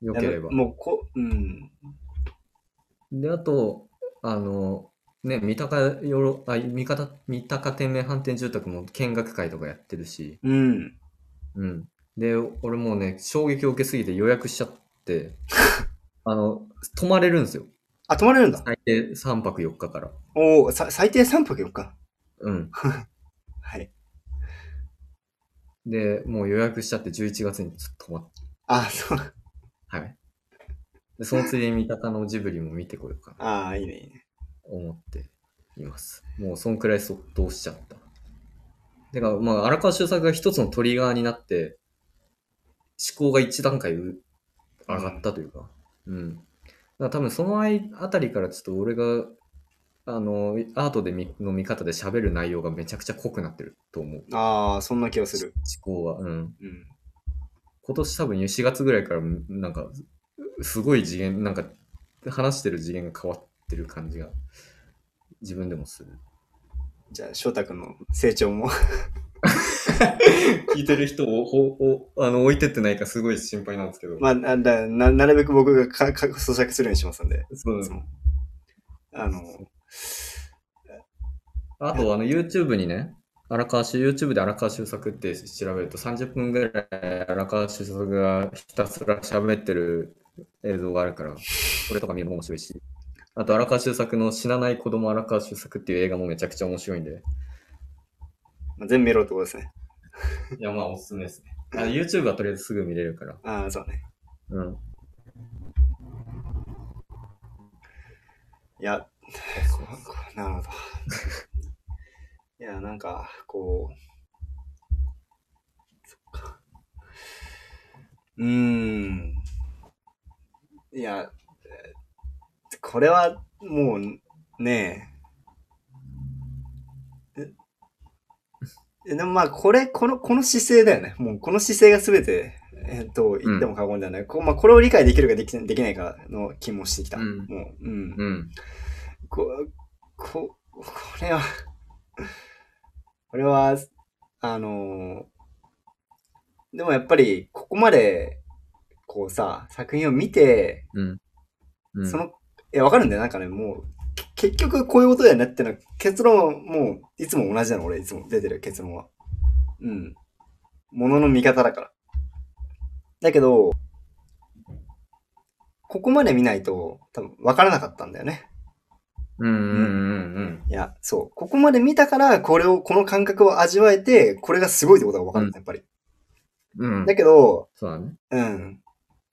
[SPEAKER 2] よければ。
[SPEAKER 1] もう、こ、うん。
[SPEAKER 2] で、あと、あの、ね、三鷹よろ、あ、三鷹、三鷹天明飯店住宅も見学会とかやってるし、
[SPEAKER 1] うん。
[SPEAKER 2] うん。で、俺もうね、衝撃を受けすぎて予約しちゃって、あの、泊まれるんですよ。
[SPEAKER 1] あ、泊まれるんだ。
[SPEAKER 2] 最低3泊4日から。
[SPEAKER 1] おおさ最低3泊4日。
[SPEAKER 2] うん。
[SPEAKER 1] はい。
[SPEAKER 2] で、もう予約しちゃって11月にちょっと泊まっ
[SPEAKER 1] あ、そう。
[SPEAKER 2] はい。で、そのついでに三鷹のジブリも見てこようかな、
[SPEAKER 1] ああ、いいね、いいね。
[SPEAKER 2] 思っています。もうそんくらい即答しちゃった。てか、まあ、荒川修作が一つのトリガーになって、思考が一段階う上がったというか、うん。だから多分そのあいあたりからちょっと俺が、あの、アートで見の見方で喋る内容がめちゃくちゃ濃くなってると思う。
[SPEAKER 1] ああ、そんな気がする。
[SPEAKER 2] 思考は。うん。
[SPEAKER 1] うん。
[SPEAKER 2] 今年多分4月ぐらいからなんかすごい次元なんか話してる次元が変わってる感じが自分でもする
[SPEAKER 1] じゃあ、翔太くんの成長も。
[SPEAKER 2] 聞いてる人をほほあの置いてってないかすごい心配なんですけど、
[SPEAKER 1] まあ、な、なななるべく僕がかか咀嚼するようにしますんで。
[SPEAKER 2] そう
[SPEAKER 1] い
[SPEAKER 2] で
[SPEAKER 1] つ
[SPEAKER 2] す
[SPEAKER 1] もあの、
[SPEAKER 2] あとあの YouTube にね荒川修、YouTube で荒川修作って調べると30分ぐらい荒川修作がひたすら喋ってる映像があるから、それとか見るのも面白いし。あと荒川修作の死なない子供荒川修作っていう映画もめちゃくちゃ面白いんで。
[SPEAKER 1] まあ、全部見ろってことですね。
[SPEAKER 2] いや、まあおすすめですね。あ YouTube はとりあえずすぐ見れるから。
[SPEAKER 1] ああ、そうね。
[SPEAKER 2] うん。
[SPEAKER 1] いや、こなるほど。 いや、なんか、こう、そっか。うーん。いや、えーこれは、もう、ねえ。ええでもまあ、これ、この、この姿勢だよね。もう、この姿勢が全て、えーっと、言っても過言ではない。こうまあ、これを理解できるかできできないかの気もしてきた。
[SPEAKER 2] うん
[SPEAKER 1] もう、うん。
[SPEAKER 2] うん。
[SPEAKER 1] こ、こ、これは、これは、あのーでもやっぱり、ここまで、こうさ、作品を見て、
[SPEAKER 2] うん。うん、
[SPEAKER 1] その、いや、わかるんだよ。なんかね、もう、け結局こういうことだよねってのは、結論はもう、いつも同じなの、俺、いつも出てる結論は。うん。ものの見方だから。だけど、ここまで見ないと、多分、わからなかったんだよね。
[SPEAKER 2] うんうんうんうん。
[SPEAKER 1] いや、そう。ここまで見たから、これを、この感覚を味わえて、これがすごいってことが分かるんだ、やっぱり。
[SPEAKER 2] うん
[SPEAKER 1] だ。けど、
[SPEAKER 2] そうだね。
[SPEAKER 1] うん。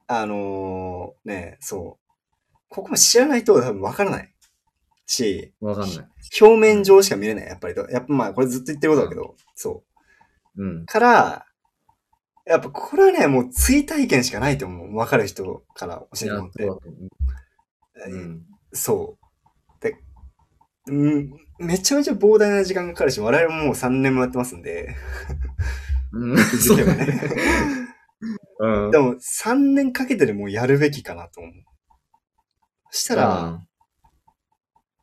[SPEAKER 1] あのー、ね、そう。ここも知らないと多分分からない。し、
[SPEAKER 2] わかんない。
[SPEAKER 1] 表面上しか見れない、やっぱり。やっぱまあ、これずっと言ってることだけど、そう。
[SPEAKER 2] うん。
[SPEAKER 1] から、やっぱこれはね、もう追体験しかないと思う。分かる人から
[SPEAKER 2] い
[SPEAKER 1] 教えて
[SPEAKER 2] や、
[SPEAKER 1] も
[SPEAKER 2] そ
[SPEAKER 1] らって
[SPEAKER 2] うだと。思う。うん。
[SPEAKER 1] そう。で、うん、めちゃめちゃ膨大な時間がかかるし、我々ももう3年もやってますんで、
[SPEAKER 2] うん。そうだね。うん
[SPEAKER 1] で。も3年かけてでもうやるべきかなと思う。そしたら、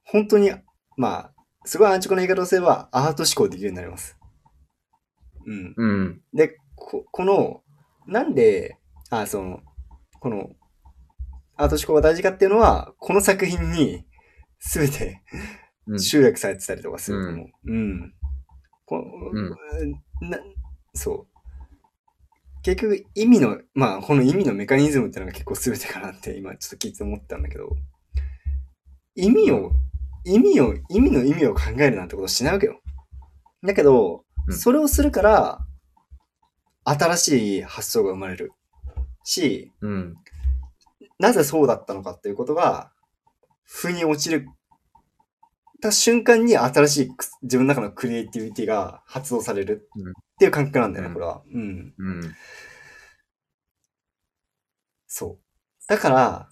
[SPEAKER 1] 本当に、まあ、すごい安直な言い方をすれば、アート思考できるようになります。うん。
[SPEAKER 2] うん。
[SPEAKER 1] で、ここの、なんで、あ、その、この、アート思考が大事かっていうのは、この作品に、すべて、
[SPEAKER 2] うん。
[SPEAKER 1] 集約されてたりとかすると思う。うん。こ
[SPEAKER 2] うん
[SPEAKER 1] なそう。結局意味の、まあこの意味のメカニズムってのが結構全てかなって今ちょっと聞いて思ったんだけど、意味を、意味を、意味の意味を考えるなんてことしないわけよ。だけど、
[SPEAKER 2] うん
[SPEAKER 1] それをするから、新しい発想が生まれるし、
[SPEAKER 2] うん。
[SPEAKER 1] なぜそうだったのかっていうことが、腑に落ちる、た瞬間に新しいくす自分の中のクリエイティビティが発動される
[SPEAKER 2] うん
[SPEAKER 1] っていう感覚なんだよね、
[SPEAKER 2] うん
[SPEAKER 1] これは。うん。
[SPEAKER 2] うん。
[SPEAKER 1] そう。だから、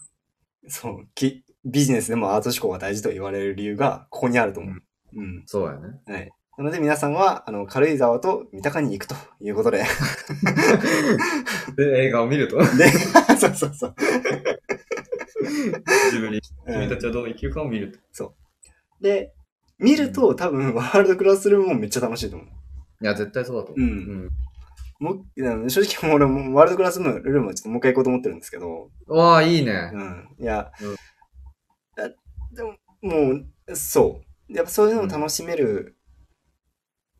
[SPEAKER 1] そう、きビジネスでもアート思考が大事と言われる理由がここにあると思う。うん。
[SPEAKER 2] そうや ね。
[SPEAKER 1] はい。なので皆さんは、あの、軽井沢と三鷹に行くということで。
[SPEAKER 2] で、映画を見ると、
[SPEAKER 1] で、そうそうそう。
[SPEAKER 2] 自分
[SPEAKER 1] う
[SPEAKER 2] に、
[SPEAKER 1] ん
[SPEAKER 2] 君たちはどう生きるかを見ると。
[SPEAKER 1] で、見ると多分ワールドクラスルームもめっちゃ楽しいと思う。
[SPEAKER 2] いや、絶対そうだと思う。
[SPEAKER 1] うんもういや正直もう俺もワールドクラスルームはちょっともう一回行こうと思ってるんですけど、
[SPEAKER 2] うん。わあ、いいね
[SPEAKER 1] う。ん。いや、
[SPEAKER 2] うん
[SPEAKER 1] あでも、もう、そう。やっぱそういうのを楽しめる、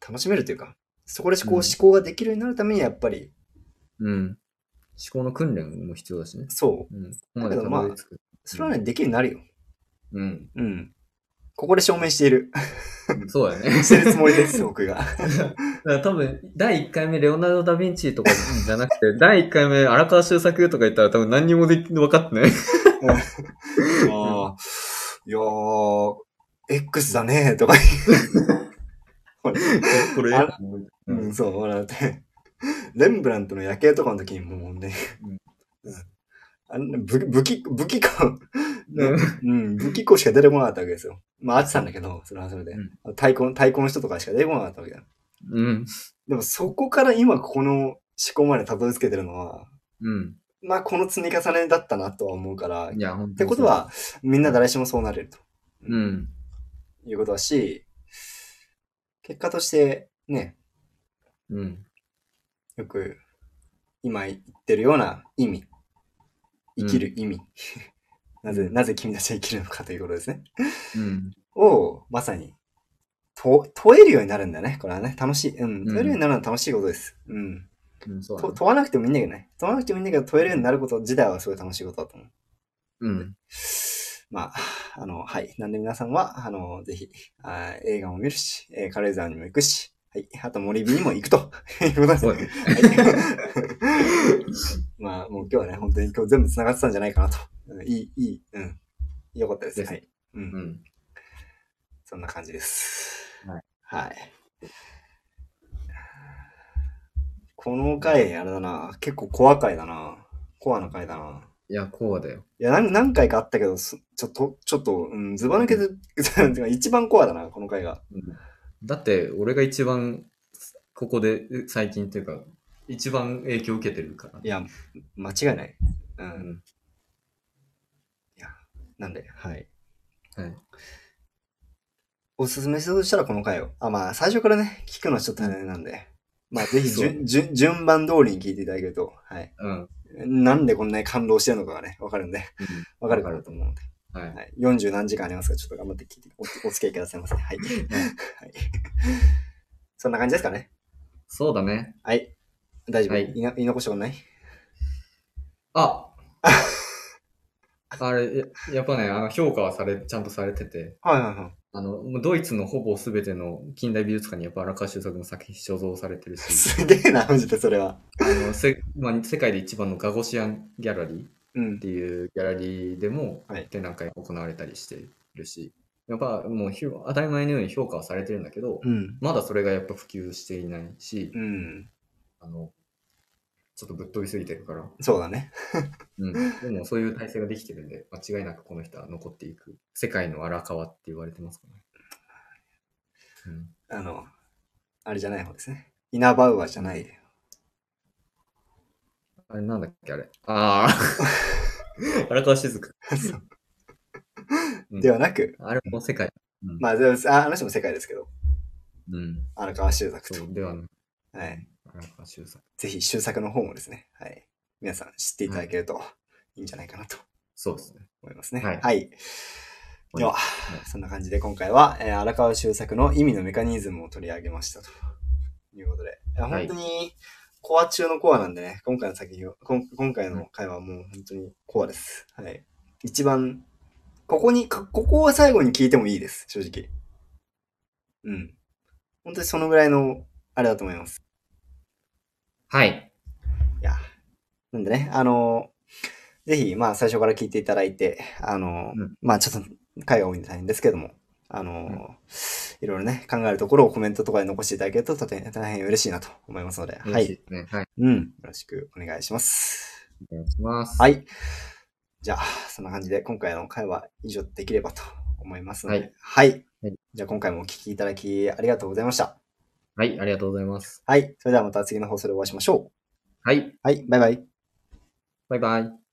[SPEAKER 1] 楽しめるというか、そこでこう
[SPEAKER 2] うん
[SPEAKER 1] 思考ができるようになるためにやっぱり、
[SPEAKER 2] うん。思考の訓練も必要だしね。
[SPEAKER 1] そう。
[SPEAKER 2] うん。ここまでたどり着く。
[SPEAKER 1] それはね、できるようになるよ。
[SPEAKER 2] うん。
[SPEAKER 1] うん。ここで証明してい る。
[SPEAKER 2] そうや ね。
[SPEAKER 1] してるつもりです、僕が。
[SPEAKER 2] だから多分、第1回目、レオナルド・ダ・ヴィンチとかじゃなくて、第1回目、荒川修作とか言ったら多分何にもでき、分 かってない。
[SPEAKER 1] ああ、いやー、X だね、とか
[SPEAKER 2] これ、
[SPEAKER 1] あ
[SPEAKER 2] う
[SPEAKER 1] うんん、。そう、笑って。 レンブラントの夜景とかの時にもうね、うん あんな武武器、武器庫、
[SPEAKER 2] うん
[SPEAKER 1] うん、武器庫しか出てこなかったわけですよ。まあ、あってたんだけど、それはそれで。
[SPEAKER 2] うん
[SPEAKER 1] 太鼓の、太鼓の人とかしか出てこなかったわけだ。
[SPEAKER 2] うん。
[SPEAKER 1] でも、そこから今この思考までたどり着けてるのは、
[SPEAKER 2] うん。
[SPEAKER 1] まあ、この積み重ねだったなとは思うから、っ
[SPEAKER 2] いや、本当に。って
[SPEAKER 1] こと、は、みんな誰しもそうなれると
[SPEAKER 2] うん。
[SPEAKER 1] いうことだし、結果として、ね、
[SPEAKER 2] うん。
[SPEAKER 1] よく今言ってるような意味。生きる意味。 なぜ、なぜ君たちは生きるのかということですね。
[SPEAKER 2] うん。
[SPEAKER 1] を、まさに、と、問えるようになるんだね。これはね、楽しい。うん。
[SPEAKER 2] ん
[SPEAKER 1] 問えるようになるのは楽しいことです。うん。
[SPEAKER 2] うん、そうだ
[SPEAKER 1] と
[SPEAKER 2] ね。
[SPEAKER 1] 問わなくてもいいんだけどね。問わなくてもいいんだけど、問えるようになること自体はすごい楽しいことだと思う。
[SPEAKER 2] うん。
[SPEAKER 1] まあ、あの、はい。なんで皆さんは、あの、ぜひ、あー映画も見るし、えー軽井沢にも行くし、はい。あと森火にも行くということです
[SPEAKER 2] そ
[SPEAKER 1] ね
[SPEAKER 2] う。だね
[SPEAKER 1] はい、 まあ、もう今日はね、本当に今日全部繋がってたんじゃないかなと。うんいい、いい、うん。よかったです。
[SPEAKER 2] です
[SPEAKER 1] はい。う。
[SPEAKER 2] うんん。
[SPEAKER 1] そんな感じです。
[SPEAKER 2] はい。
[SPEAKER 1] はい。この回、あれだな。結構コア回だな。コアの回だな。
[SPEAKER 2] いや、こうだよ。
[SPEAKER 1] いや、何何回かあったけど、すちょっと、ちょっと、うん、ズバ抜けて、てか 一番コアだな、この回が。
[SPEAKER 2] だって、俺が一番、ここで、う最近っていうか、一番影響受けてるから
[SPEAKER 1] い。や、間違いない。う。
[SPEAKER 2] うんん。
[SPEAKER 1] なんで、はい。
[SPEAKER 2] はい。
[SPEAKER 1] おすすめするとしたらこの回を。あ、まあ、最初からね、聞くのはちょっとあれなんで。まあ、ぜひ
[SPEAKER 2] そう
[SPEAKER 1] 順、順、順番通りに聞いていただけると、はい。
[SPEAKER 2] うん。
[SPEAKER 1] なんでこんなに感動してるのかがね、わかるんで、わかるかなと思うので。
[SPEAKER 2] うんはい。
[SPEAKER 1] はい。40何時間ありますから、ちょっと頑張って聞いて、おお付き合いくださいませ。はい。はい。そんな感じですかね。
[SPEAKER 2] そうだね。
[SPEAKER 1] はい。大丈夫。
[SPEAKER 2] はい
[SPEAKER 1] 言いな言い残したことない
[SPEAKER 2] ああれ、ややっぱね、あの評価はされ、ちゃんとされてて、
[SPEAKER 1] はいはいは
[SPEAKER 2] あの、もうドイツのほぼ全ての近代美術館にやっぱ荒川修作の作品所蔵されてる
[SPEAKER 1] い。
[SPEAKER 2] し、
[SPEAKER 1] すげえな、マジでそれは。
[SPEAKER 2] あのせまあ、世界で一番のガゴシアンギャラリーっ
[SPEAKER 1] うん。
[SPEAKER 2] ていうギャラリーでも
[SPEAKER 1] はい
[SPEAKER 2] 展覧会行われたりしてるし、やっぱもうひょ当たり前のように評価はされてるんだけど、
[SPEAKER 1] うん。
[SPEAKER 2] まだそれがやっぱ普及していないし
[SPEAKER 1] う、ん。
[SPEAKER 2] あの、ちょっとぶっ飛びすぎてるから、
[SPEAKER 1] そうだね。
[SPEAKER 2] うん、でもそういう体制ができてるんで、間違いなくこの人は残っていく。世界の荒川って言われてますからね。
[SPEAKER 1] あの、あれじゃない方ですね。イナバウアーじゃないで。
[SPEAKER 2] うん、あれなんだっけあれ。ああ。荒川静香。うん
[SPEAKER 1] ではなく、
[SPEAKER 2] あれも世界。うん。
[SPEAKER 1] まあ、でもああの人も世界ですけど、
[SPEAKER 2] うん、
[SPEAKER 1] 荒川修作
[SPEAKER 2] そ
[SPEAKER 1] と。
[SPEAKER 2] うではなく
[SPEAKER 1] はい。
[SPEAKER 2] 荒川修作。
[SPEAKER 1] ぜひ修作の方もですね、はい。皆さん知っていただけるといいんじゃないかなと
[SPEAKER 2] そうですね。
[SPEAKER 1] 思いますね。は
[SPEAKER 2] はいい。
[SPEAKER 1] では、そんな感じで今回は、えー荒川修作の意味のメカニズムを取り上げましたということで、いや
[SPEAKER 2] は
[SPEAKER 1] 本
[SPEAKER 2] い
[SPEAKER 1] 当にコア中のコアなんでね、今回の作品を、こん今回の回はもう本当にコアです。はい。一番、ここに、こここは最後に聞いてもいいです、正直。うん。本当にそのぐらいの、あれだと思います。
[SPEAKER 2] はい。
[SPEAKER 1] いや、なんでね、あのぜひ、まあ、最初から聞いていただいて、あの
[SPEAKER 2] うん
[SPEAKER 1] まあ、ちょっと、回が多いんで大変ですけども、あの
[SPEAKER 2] うん
[SPEAKER 1] いろいろね、考えるところをコメントとかで残していただけると、とて大変嬉しいなと思いますので、は
[SPEAKER 2] 嬉しい
[SPEAKER 1] い。
[SPEAKER 2] ですね。はい。
[SPEAKER 1] うん。よろしくお願いします。
[SPEAKER 2] お願いします。
[SPEAKER 1] はい。じゃあ、そんな感じで、今回の回は以上できればと思いますので、はい。
[SPEAKER 2] はい
[SPEAKER 1] じゃあ、今回もお聞きいただきありがとうございました。
[SPEAKER 2] はい。ありがとうございます。
[SPEAKER 1] はい。それではまた次の放送でお会いしましょう。
[SPEAKER 2] はい。
[SPEAKER 1] はい。バイバイ。
[SPEAKER 2] バイバイ。